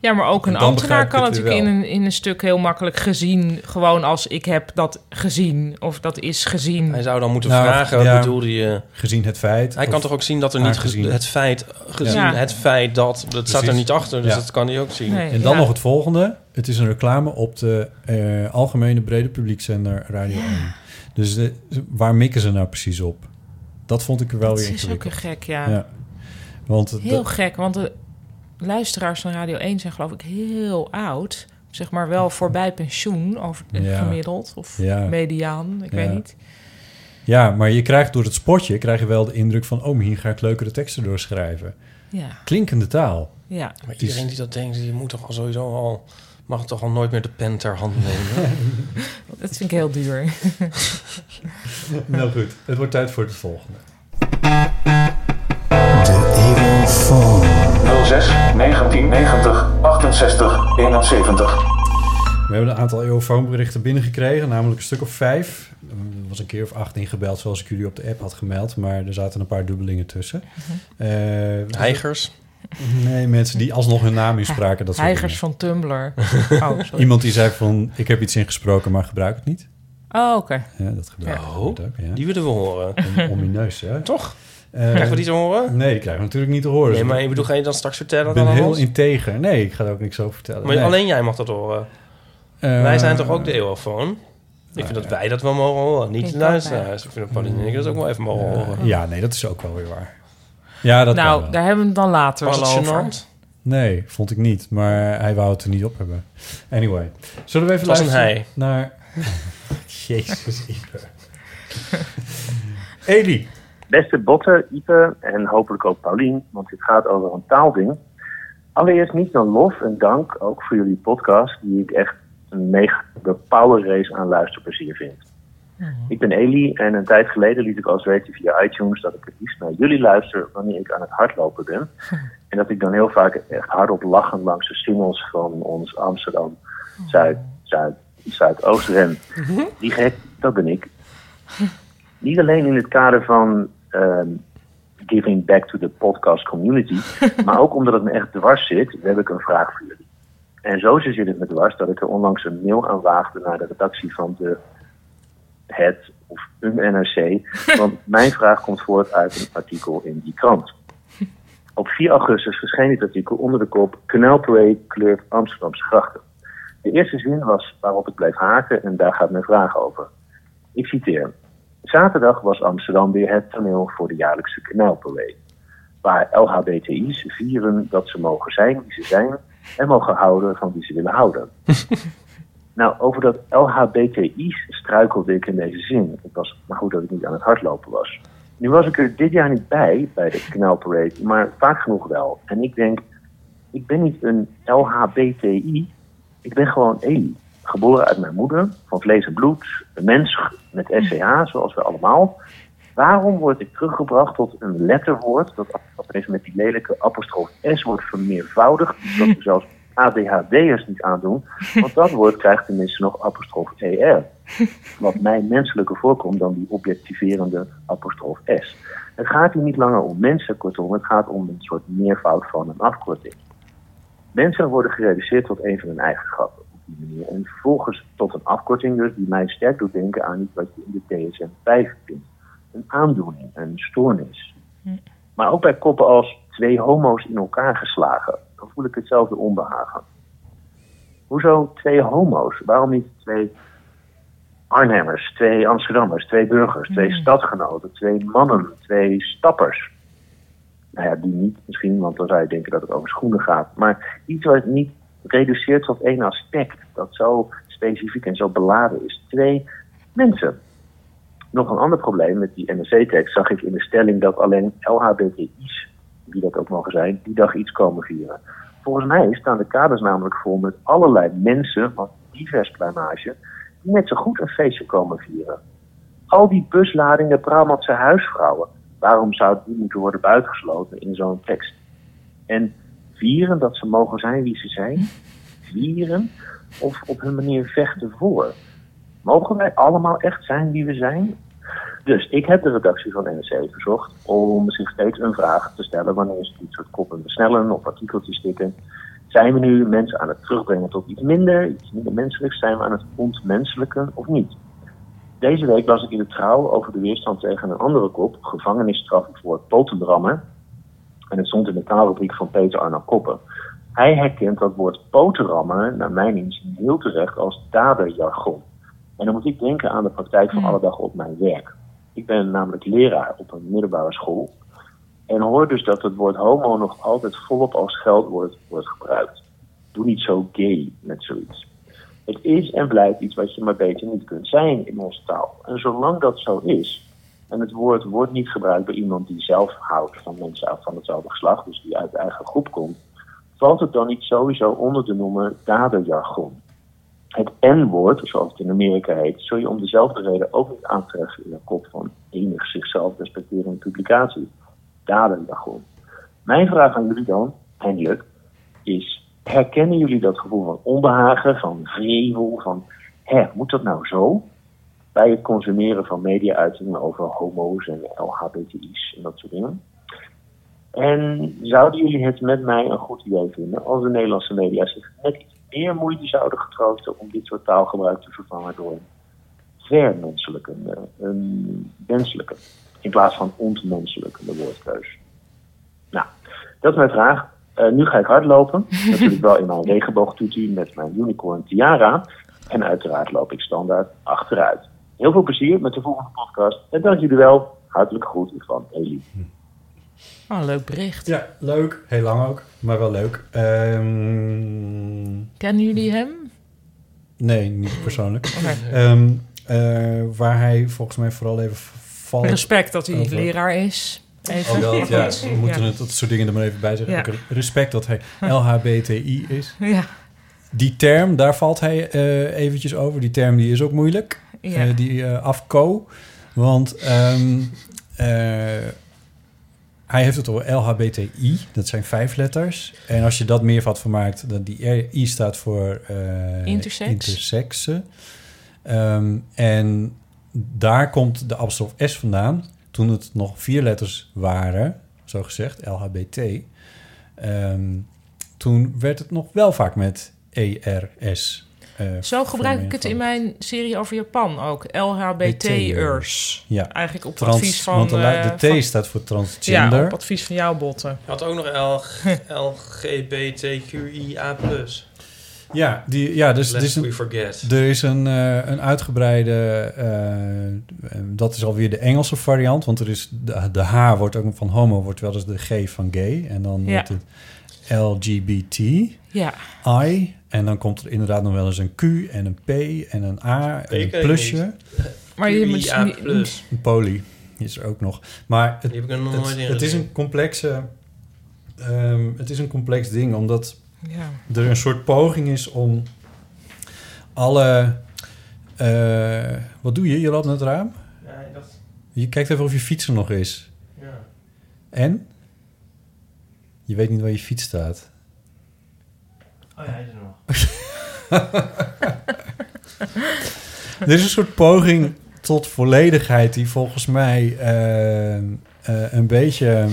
Speaker 2: Ja, maar ook
Speaker 4: En
Speaker 2: een
Speaker 4: dan
Speaker 2: ambtenaar
Speaker 4: begrijp ik
Speaker 2: kan
Speaker 4: het
Speaker 2: natuurlijk in
Speaker 4: weer
Speaker 2: een, in een stuk heel makkelijk gezien. Gewoon als ik heb dat gezien of dat is gezien.
Speaker 3: Hij zou dan moeten
Speaker 4: Nou,
Speaker 3: vragen, wat
Speaker 4: ja.
Speaker 3: bedoelde je?
Speaker 4: Gezien het feit...
Speaker 3: Hij kan
Speaker 4: of-
Speaker 3: toch ook zien dat er niet
Speaker 4: aangezien.
Speaker 3: ge- het feit, gezien
Speaker 2: Ja.
Speaker 3: het feit dat, dat staat er
Speaker 4: Precies.
Speaker 3: niet achter. Dus
Speaker 4: Ja.
Speaker 3: dat kan hij ook zien.
Speaker 2: Nee,
Speaker 4: En dan
Speaker 2: ja.
Speaker 4: nog het volgende. Het is een reclame op de eh, algemene brede publiekzender Radio 1. Dus de- waar mikken ze nou precies op? Dat vond ik er wel
Speaker 2: Dat
Speaker 4: weer
Speaker 2: is ook
Speaker 4: ingewikkeld.
Speaker 2: een gek, ja.
Speaker 4: Ja. Want het-
Speaker 2: Heel gek, want de luisteraars van Radio 1 zijn geloof ik heel oud. Zeg maar wel voorbij pensioen over
Speaker 4: Ja.
Speaker 2: gemiddeld of
Speaker 4: Ja.
Speaker 2: mediaan, ik
Speaker 4: Ja.
Speaker 2: weet niet.
Speaker 4: ja, maar je krijgt door het spotje krijg je wel de indruk van... oh, maar hier ga ik leukere teksten doorschrijven.
Speaker 2: Ja,
Speaker 4: Klinkende taal.
Speaker 2: ja.
Speaker 3: Maar iedereen die dat denkt, die moet toch al sowieso al... mag toch al nooit meer de pen ter hand nemen?
Speaker 2: dat vind ik heel duur.
Speaker 4: nou goed, het wordt tijd voor het volgende.
Speaker 6: 06 1990 68 71.
Speaker 4: We hebben een aantal eeuwfoonberichten binnengekregen, namelijk een stuk of vijf. Er was een keer of acht ingebeld, zoals ik jullie op de app had gemeld. Maar er zaten een paar dubbelingen tussen.
Speaker 2: Mhm.
Speaker 4: Eh,
Speaker 3: Heigers.
Speaker 4: Nee, mensen die alsnog hun naam inspraken. Dat soort
Speaker 2: Heigers van
Speaker 4: dingen.
Speaker 2: Tumblr. Oh, sorry.
Speaker 4: Iemand die zei van, ik heb iets ingesproken, maar gebruik het niet.
Speaker 2: Oh, oké.
Speaker 4: Ja, dat gebeurt
Speaker 3: Ja.
Speaker 4: gebeurt ook. Ja.
Speaker 3: Oh, Die willen we horen.
Speaker 4: Om- Omineus, hè?
Speaker 3: Toch?
Speaker 4: Eh,
Speaker 3: Krijgen we die te horen?
Speaker 4: Nee, die krijgen we natuurlijk niet te horen.
Speaker 3: Nee, maar ik bedoel, ga je dan straks vertellen?
Speaker 4: dus ik ben
Speaker 3: dan aan
Speaker 4: heel
Speaker 3: ons?
Speaker 4: integer. Nee, ik ga er ook niks over vertellen.
Speaker 3: Maar
Speaker 4: Nee.
Speaker 3: alleen jij mag dat horen.
Speaker 4: Eh,
Speaker 3: wij zijn toch ook de eeuwofoon? Ik vind dat wij dat wel mogen horen, niet
Speaker 2: Ik
Speaker 3: de
Speaker 2: ook,
Speaker 3: luisteraars. Ik vind dat Pauline en ik dat ook wel even mogen horen.
Speaker 4: Eh, Ja, nee, dat is ook wel weer waar. Ja, dat kan
Speaker 2: Nou,
Speaker 4: wel.
Speaker 2: daar hebben we het dan later
Speaker 3: Was
Speaker 2: wel
Speaker 3: het
Speaker 2: over.
Speaker 3: gênant?
Speaker 4: Nee, vond ik niet. Maar hij wou het er niet op hebben. Anyway. Zullen we even
Speaker 3: Het was een
Speaker 4: luisteren
Speaker 3: hij.
Speaker 4: naar... Jezus, Ipe. Eli.
Speaker 6: Beste Botte, Ipe en hopelijk ook Paulien, want dit gaat over een taalding.
Speaker 7: Allereerst niet dan lof en dank ook voor jullie podcast, die ik echt een mega power race aan luisterplezier vind. Ik ben Eli en een tijd geleden liet ik als weten via iTunes dat ik het liefst naar jullie luister wanneer ik aan het hardlopen ben. En dat ik dan heel vaak echt hardop lachend langs de singles van ons Amsterdam Zuid, Zuid, Zuidoost ren.
Speaker 2: Mhm.
Speaker 7: Die gek, dat ben ik. Niet alleen in het kader van ehm, giving back to the podcast community, maar ook omdat het me echt dwars zit, heb ik een vraag voor jullie. En zo zit het me dwars dat ik er onlangs een mail aan waagde naar de redactie van de het of een NRC. Want mijn vraag komt voort uit een artikel in die krant. Op 4 augustus verscheen dit artikel onder de kop Knelparade kleurt Amsterdamse grachten. De eerste zin was waarop ik bleef haken en daar gaat mijn vraag over. Ik citeer. Zaterdag was Amsterdam weer het toneel voor de jaarlijkse Knelparade. Waar LHBTI's vieren dat ze mogen zijn wie ze zijn en mogen houden van wie ze willen houden. Nou, over dat LHBTI struikelde ik in deze zin. Het was maar goed dat ik niet aan het hardlopen was. Nu was ik er dit jaar niet bij, bij de knelparade, maar vaak genoeg wel. En ik denk, ik ben niet een LHBTI, ik ben gewoon Eli. Geboren uit mijn moeder, van vlees en bloed, een mens met SCH, zoals we allemaal. Waarom word ik teruggebracht tot een letterwoord dat opeens met die lelijke apostrof S wordt vermeervoudigd, dat we zelfs ADHD'ers niet aandoen, want dat woord krijgt tenminste nog apostrof ER. Wat mij menselijker voorkomt dan die objectiverende apostrof S. Het gaat hier niet langer om mensen, kortom, het gaat om een soort meervoud van een afkorting. Mensen worden gereduceerd tot een van hun eigenschappen op die manier. En vervolgens tot een afkorting dus die mij sterk doet denken aan iets wat je in de DSM-5 vindt. Een aandoening, een stoornis. Maar ook bij koppen als twee homo's in elkaar geslagen, dan voel ik hetzelfde onbehagen. Hoezo twee homo's? Waarom niet twee Arnhemmers, twee Amsterdammers, twee burgers, twee stadgenoten, twee mannen, twee stappers? Nou ja, die niet misschien, want dan zou je denken dat het over schoenen gaat. Maar iets wat niet reduceert tot één aspect, dat zo specifiek en zo beladen is. Twee mensen. Nog een ander probleem met die NRC-tekst zag ik in de stelling dat alleen LHBTI's, wie dat ook mogen zijn, die dag iets komen vieren. Volgens mij staan de kaders namelijk vol met allerlei mensen, van divers pluimage, die net zo goed een feestje komen vieren. Al die busladingen Brabantse huisvrouwen, waarom zouden die moeten worden buitengesloten in zo'n tekst? En vieren dat ze mogen zijn wie ze zijn? Vieren of op hun manier vechten voor? Mogen wij allemaal echt zijn wie we zijn? Dus ik heb de redactie van NRC verzocht om zich steeds een vraag te stellen wanneer ze dit soort koppen besnellen of artikeltjes stikken. Zijn we nu mensen aan het terugbrengen tot iets minder, iets minder menselijks? Zijn we aan het ontmenselijken of niet? Deze week las ik in de trouw over de weerstand tegen een andere kop, gevangenisstraffen voor potenbrammen. En het stond in de taalrubriek van Peter Arno Koppen. Hij herkent dat woord potenrammen, naar mijn inzien, heel terecht als daderjargon. En dan moet ik denken aan de praktijk van alle dag op mijn werk. Ik ben namelijk leraar op een middelbare school. En hoor dus dat het woord homo nog altijd volop als scheldwoord wordt gebruikt. Doe niet zo gay met zoiets. Het is en blijft iets wat je maar beter niet kunt zijn in onze taal. En zolang dat zo is, en het woord wordt niet gebruikt bij iemand die zelf houdt van mensen van hetzelfde geslacht, dus die uit de eigen groep komt, valt het dan niet sowieso onder te noemen daderjargon. Het N-woord, zoals het in Amerika heet, zul je om dezelfde reden ook niet aantreffen in de kop van enig zichzelf respecterende publicatie. Dadenjargon. Mijn vraag aan jullie dan, eindelijk, is: herkennen jullie dat gevoel van onbehagen, van vrevel, van hè, moet dat nou zo? Bij het consumeren van media-uitingen over homo's en LHBTI's en dat soort dingen. En zouden jullie het met mij een goed idee vinden als de Nederlandse media zich net iets meer moeite zouden getroosten om dit soort taalgebruik te vervangen door een vermenselijkende, een menselijke, in plaats van ontmenselijkende woordkeus? Nou, dat is mijn vraag. Eh, nu ga ik hardlopen. Natuurlijk wel in mijn regenboogtoetie met mijn unicorn tiara. En uiteraard loop ik standaard achteruit. Heel veel plezier met de volgende podcast. En dank jullie wel. Hartelijk groet van Elie.
Speaker 2: Oh, leuk bericht.
Speaker 4: Ja, leuk. Heel lang ook, maar wel leuk. Ehm,
Speaker 2: Kennen jullie hem?
Speaker 4: nee, niet persoonlijk.
Speaker 2: Oké.
Speaker 4: Ehm, eh, waar hij volgens mij vooral even valt. Oh,
Speaker 2: Respect dat hij
Speaker 4: Over.
Speaker 2: leraar is. Even.
Speaker 4: Ook Oh, dat, ja,
Speaker 2: Ja.
Speaker 4: we moeten het, dat soort dingen er maar even bij zeggen.
Speaker 2: Ja.
Speaker 4: Ook Respect dat hij LHBTI is.
Speaker 2: Ja.
Speaker 4: Die term, daar valt hij eh, eventjes over. Die term die is ook moeilijk.
Speaker 2: Ja.
Speaker 4: Eh, die eh, afko. Want ehm, eh, hij heeft het over LHBTI. Dat zijn vijf letters. En als je dat meervat van maakt, dan die I staat voor eh
Speaker 2: Intersex.
Speaker 4: intersexe. Ehm, en daar komt de apostrof S vandaan. Toen het nog vier letters waren, zo gezegd, LHBT. ehm, toen werd het nog wel vaak met ERS. eh,
Speaker 2: Zo gebruik ik het
Speaker 4: vermenigvuldigd.
Speaker 2: in mijn serie over Japan ook.
Speaker 4: E
Speaker 2: LHBT'ers.
Speaker 4: Ja.
Speaker 2: Eigenlijk op
Speaker 4: Trans,
Speaker 2: advies van...
Speaker 4: want de, la- de
Speaker 2: eh,
Speaker 4: T
Speaker 2: van-
Speaker 4: staat voor
Speaker 2: Ja,
Speaker 4: transgender.
Speaker 2: op advies van jou, Botten.
Speaker 3: Had ook nog LGBTQIA+.
Speaker 4: Ja, die, ja dus, dus
Speaker 3: Lest
Speaker 4: een-
Speaker 3: we forget.
Speaker 4: er is een, eh, een uitgebreide... eh, dat is alweer de Engelse variant. Want er is de, de H wordt ook van homo, wordt wel eens de G van gay. En dan
Speaker 2: Ja.
Speaker 4: wordt het LGBTI.
Speaker 2: Ja.
Speaker 4: En dan komt er inderdaad nog wel eens een Q en een P en een A en een
Speaker 3: ken ik
Speaker 4: plusje.
Speaker 2: Maar je moet...
Speaker 3: QIA+.
Speaker 2: niet-
Speaker 3: Die
Speaker 4: Een poly is er ook nog. Maar het,
Speaker 3: heb ik er nog nooit
Speaker 4: het,
Speaker 3: in
Speaker 4: het is
Speaker 3: gezien.
Speaker 4: een complexe... ehm, het is een complex ding, omdat...
Speaker 2: Ja.
Speaker 4: er een soort poging is om alle. eh, wat doe je? Je loopt naar het raam.
Speaker 3: Ja, ik dacht...
Speaker 4: Je kijkt even of je fiets er nog is.
Speaker 3: Ja.
Speaker 4: En? Je weet niet waar je fiets staat.
Speaker 3: Oh ja, hij is er nog.
Speaker 4: Er is een soort poging tot volledigheid die volgens mij eh, eh, een beetje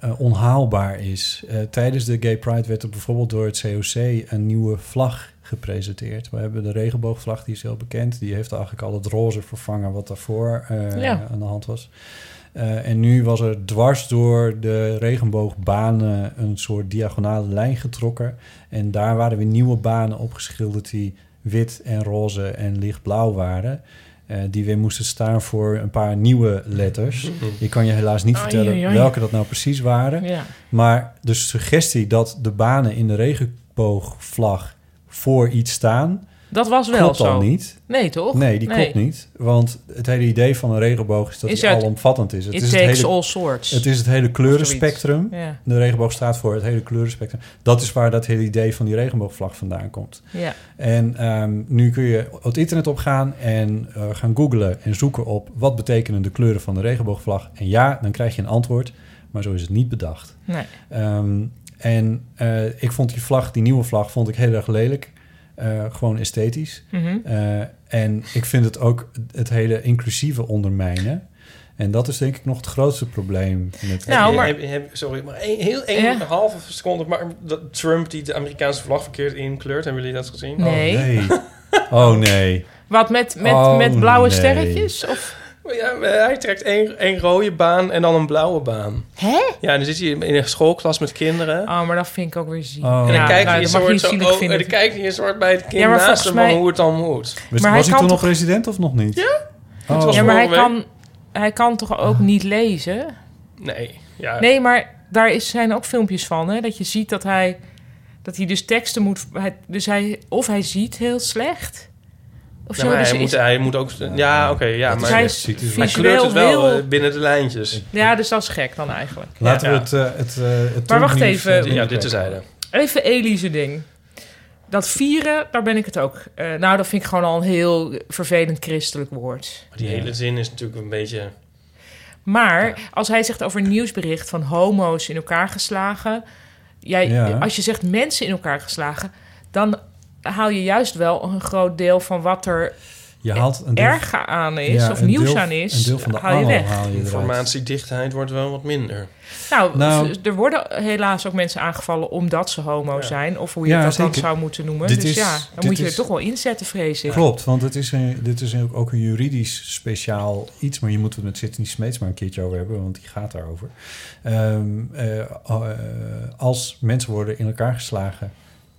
Speaker 4: eh, onhaalbaar is. Eh, tijdens de Gay Pride werd er bijvoorbeeld door het COC een nieuwe vlag gepresenteerd. We hebben de regenboogvlag, die is heel bekend. Die heeft eigenlijk al het roze vervangen wat daarvoor eh,
Speaker 2: Ja.
Speaker 4: aan de hand was. Eh, en nu was er dwars door de regenboogbanen een soort diagonale lijn getrokken. En daar waren weer nieuwe banen opgeschilderd die wit en roze en lichtblauw waren. Eh, die weer moesten staan voor een paar nieuwe letters. Ik kan je helaas niet
Speaker 2: Mm-hmm. Ai,
Speaker 4: vertellen
Speaker 2: ai, ai.
Speaker 4: welke dat nou precies waren.
Speaker 2: ja.
Speaker 4: Maar de suggestie dat de banen in de regenboogvlag voor iets staan,
Speaker 2: Dat was wel
Speaker 4: klopt
Speaker 2: zo.
Speaker 4: al niet.
Speaker 2: Nee, toch?
Speaker 4: Nee, die klopt niet. Want het hele idee van een regenboog is dat
Speaker 2: Is
Speaker 4: die
Speaker 2: het-
Speaker 4: alomvattend is. Het
Speaker 2: It
Speaker 4: is
Speaker 2: takes
Speaker 4: het hele,
Speaker 2: all sorts.
Speaker 4: het is het hele kleurenspectrum.
Speaker 2: Ja.
Speaker 4: De regenboog staat voor het hele kleurenspectrum. Dat is waar dat hele idee van die regenboogvlag vandaan komt.
Speaker 2: Ja.
Speaker 4: En ehm, nu kun je het internet opgaan en eh, gaan googlen en zoeken op wat betekenen de kleuren van de regenboogvlag. En ja, dan krijg je een antwoord, maar zo is het niet bedacht.
Speaker 2: Nee.
Speaker 4: Ehm, en eh, ik vond die vlag, die nieuwe vlag, vond ik heel erg lelijk. Eh, gewoon esthetisch.
Speaker 2: Mhm.
Speaker 4: Eh, en ik vind het ook het hele inclusieve ondermijnen. En dat is denk ik nog het grootste probleem. Met
Speaker 2: Nou,
Speaker 3: Heb je-
Speaker 2: maar-
Speaker 3: heb, heb- sorry, maar één, heel één
Speaker 2: Ja.
Speaker 3: halve seconde. Maar dat Trump die de Amerikaanse vlag verkeerd inkleurt, hebben jullie dat gezien?
Speaker 4: Oh,
Speaker 2: Nee.
Speaker 4: nee. Oh nee.
Speaker 2: Wat, met, met,
Speaker 4: Oh,
Speaker 2: met blauwe
Speaker 4: nee.
Speaker 2: sterretjes? Of?
Speaker 3: Oh Ja, maar hij trekt één, één rode baan en dan een blauwe baan.
Speaker 2: Hè?
Speaker 3: Ja, en dan zit hij in een schoolklas met kinderen.
Speaker 2: Oh, maar dat vind ik ook weer ziek.
Speaker 4: Oh.
Speaker 3: En
Speaker 4: Ja,
Speaker 3: dan kijkt hij
Speaker 2: nou,
Speaker 3: een
Speaker 2: dat mag je
Speaker 3: soort, zo,
Speaker 2: zielig
Speaker 3: oh, en
Speaker 2: vinden.
Speaker 3: dan kijkt hij een soort bij het kind
Speaker 2: Ja, maar
Speaker 3: naast hem
Speaker 2: volgens mij-
Speaker 3: van hoe het dan moet.
Speaker 4: Was,
Speaker 2: Maar hij
Speaker 4: was hij
Speaker 2: kan
Speaker 4: toen nog
Speaker 2: toch-
Speaker 4: president of nog niet? Ja. Oh.
Speaker 3: was
Speaker 2: Ja, maar hij
Speaker 3: vorige
Speaker 2: kan, hij kan toch ook niet lezen?
Speaker 3: Nee, ja.
Speaker 2: Nee, maar daar is, zijn ook filmpjes van, hè? Dat je ziet dat hij, dat hij dus teksten moet... hij- dus hij, of hij ziet heel slecht, of
Speaker 3: Ja,
Speaker 2: zo.
Speaker 3: maar
Speaker 2: dus
Speaker 3: hij,
Speaker 2: is-
Speaker 3: moet, hij moet ook... Ja, oké, ja,
Speaker 4: Dat
Speaker 3: maar
Speaker 2: is hij
Speaker 3: hij,
Speaker 2: is
Speaker 4: ziek, is-
Speaker 3: hij
Speaker 2: visueel
Speaker 3: kleurt het wel
Speaker 2: heel...
Speaker 3: eh, binnen de lijntjes.
Speaker 2: ja, dus dat is gek dan eigenlijk.
Speaker 4: Laten
Speaker 3: Ja.
Speaker 4: we het, eh, het, eh, het
Speaker 2: Maar wacht
Speaker 4: nieuws,
Speaker 2: even.
Speaker 4: eh,
Speaker 2: Ja,
Speaker 4: doen.
Speaker 3: Ja, dit is hij.
Speaker 2: Even Elise ding. Dat vieren, daar ben ik het ook. eh, nou, dat vind ik gewoon al een heel vervelend christelijk woord.
Speaker 3: Die hele zin is natuurlijk een beetje...
Speaker 2: Maar als hij zegt over een nieuwsbericht van homo's in elkaar geslagen. Jij,
Speaker 4: Ja.
Speaker 2: Als je zegt mensen in elkaar geslagen, dan haal je juist wel een groot deel van wat er
Speaker 4: Je haalt een deel-
Speaker 2: erg aan is
Speaker 4: ja,
Speaker 2: of
Speaker 4: een
Speaker 2: nieuws
Speaker 4: deel-
Speaker 2: aan is,
Speaker 4: Een deel van de
Speaker 2: haal je
Speaker 4: angel
Speaker 2: weg.
Speaker 4: haal je eruit.
Speaker 3: Informatiedichtheid wordt wel wat minder.
Speaker 2: Nou,
Speaker 4: Nou.
Speaker 2: v- er worden helaas ook mensen aangevallen omdat ze homo zijn. Of hoe je
Speaker 4: Ja,
Speaker 2: dat dan
Speaker 4: zeker.
Speaker 2: zou moeten noemen.
Speaker 4: Dit
Speaker 2: dus
Speaker 4: is-
Speaker 2: ja, dan
Speaker 4: dit
Speaker 2: moet je
Speaker 4: is-
Speaker 2: er toch wel inzetten, vrees ik.
Speaker 4: Klopt, want het is een, dit is een- ook een juridisch speciaal iets, maar je moet het met Sidney Smeets maar een keertje over hebben, want die gaat daarover. Ehm, eh, eh, als mensen worden in elkaar geslagen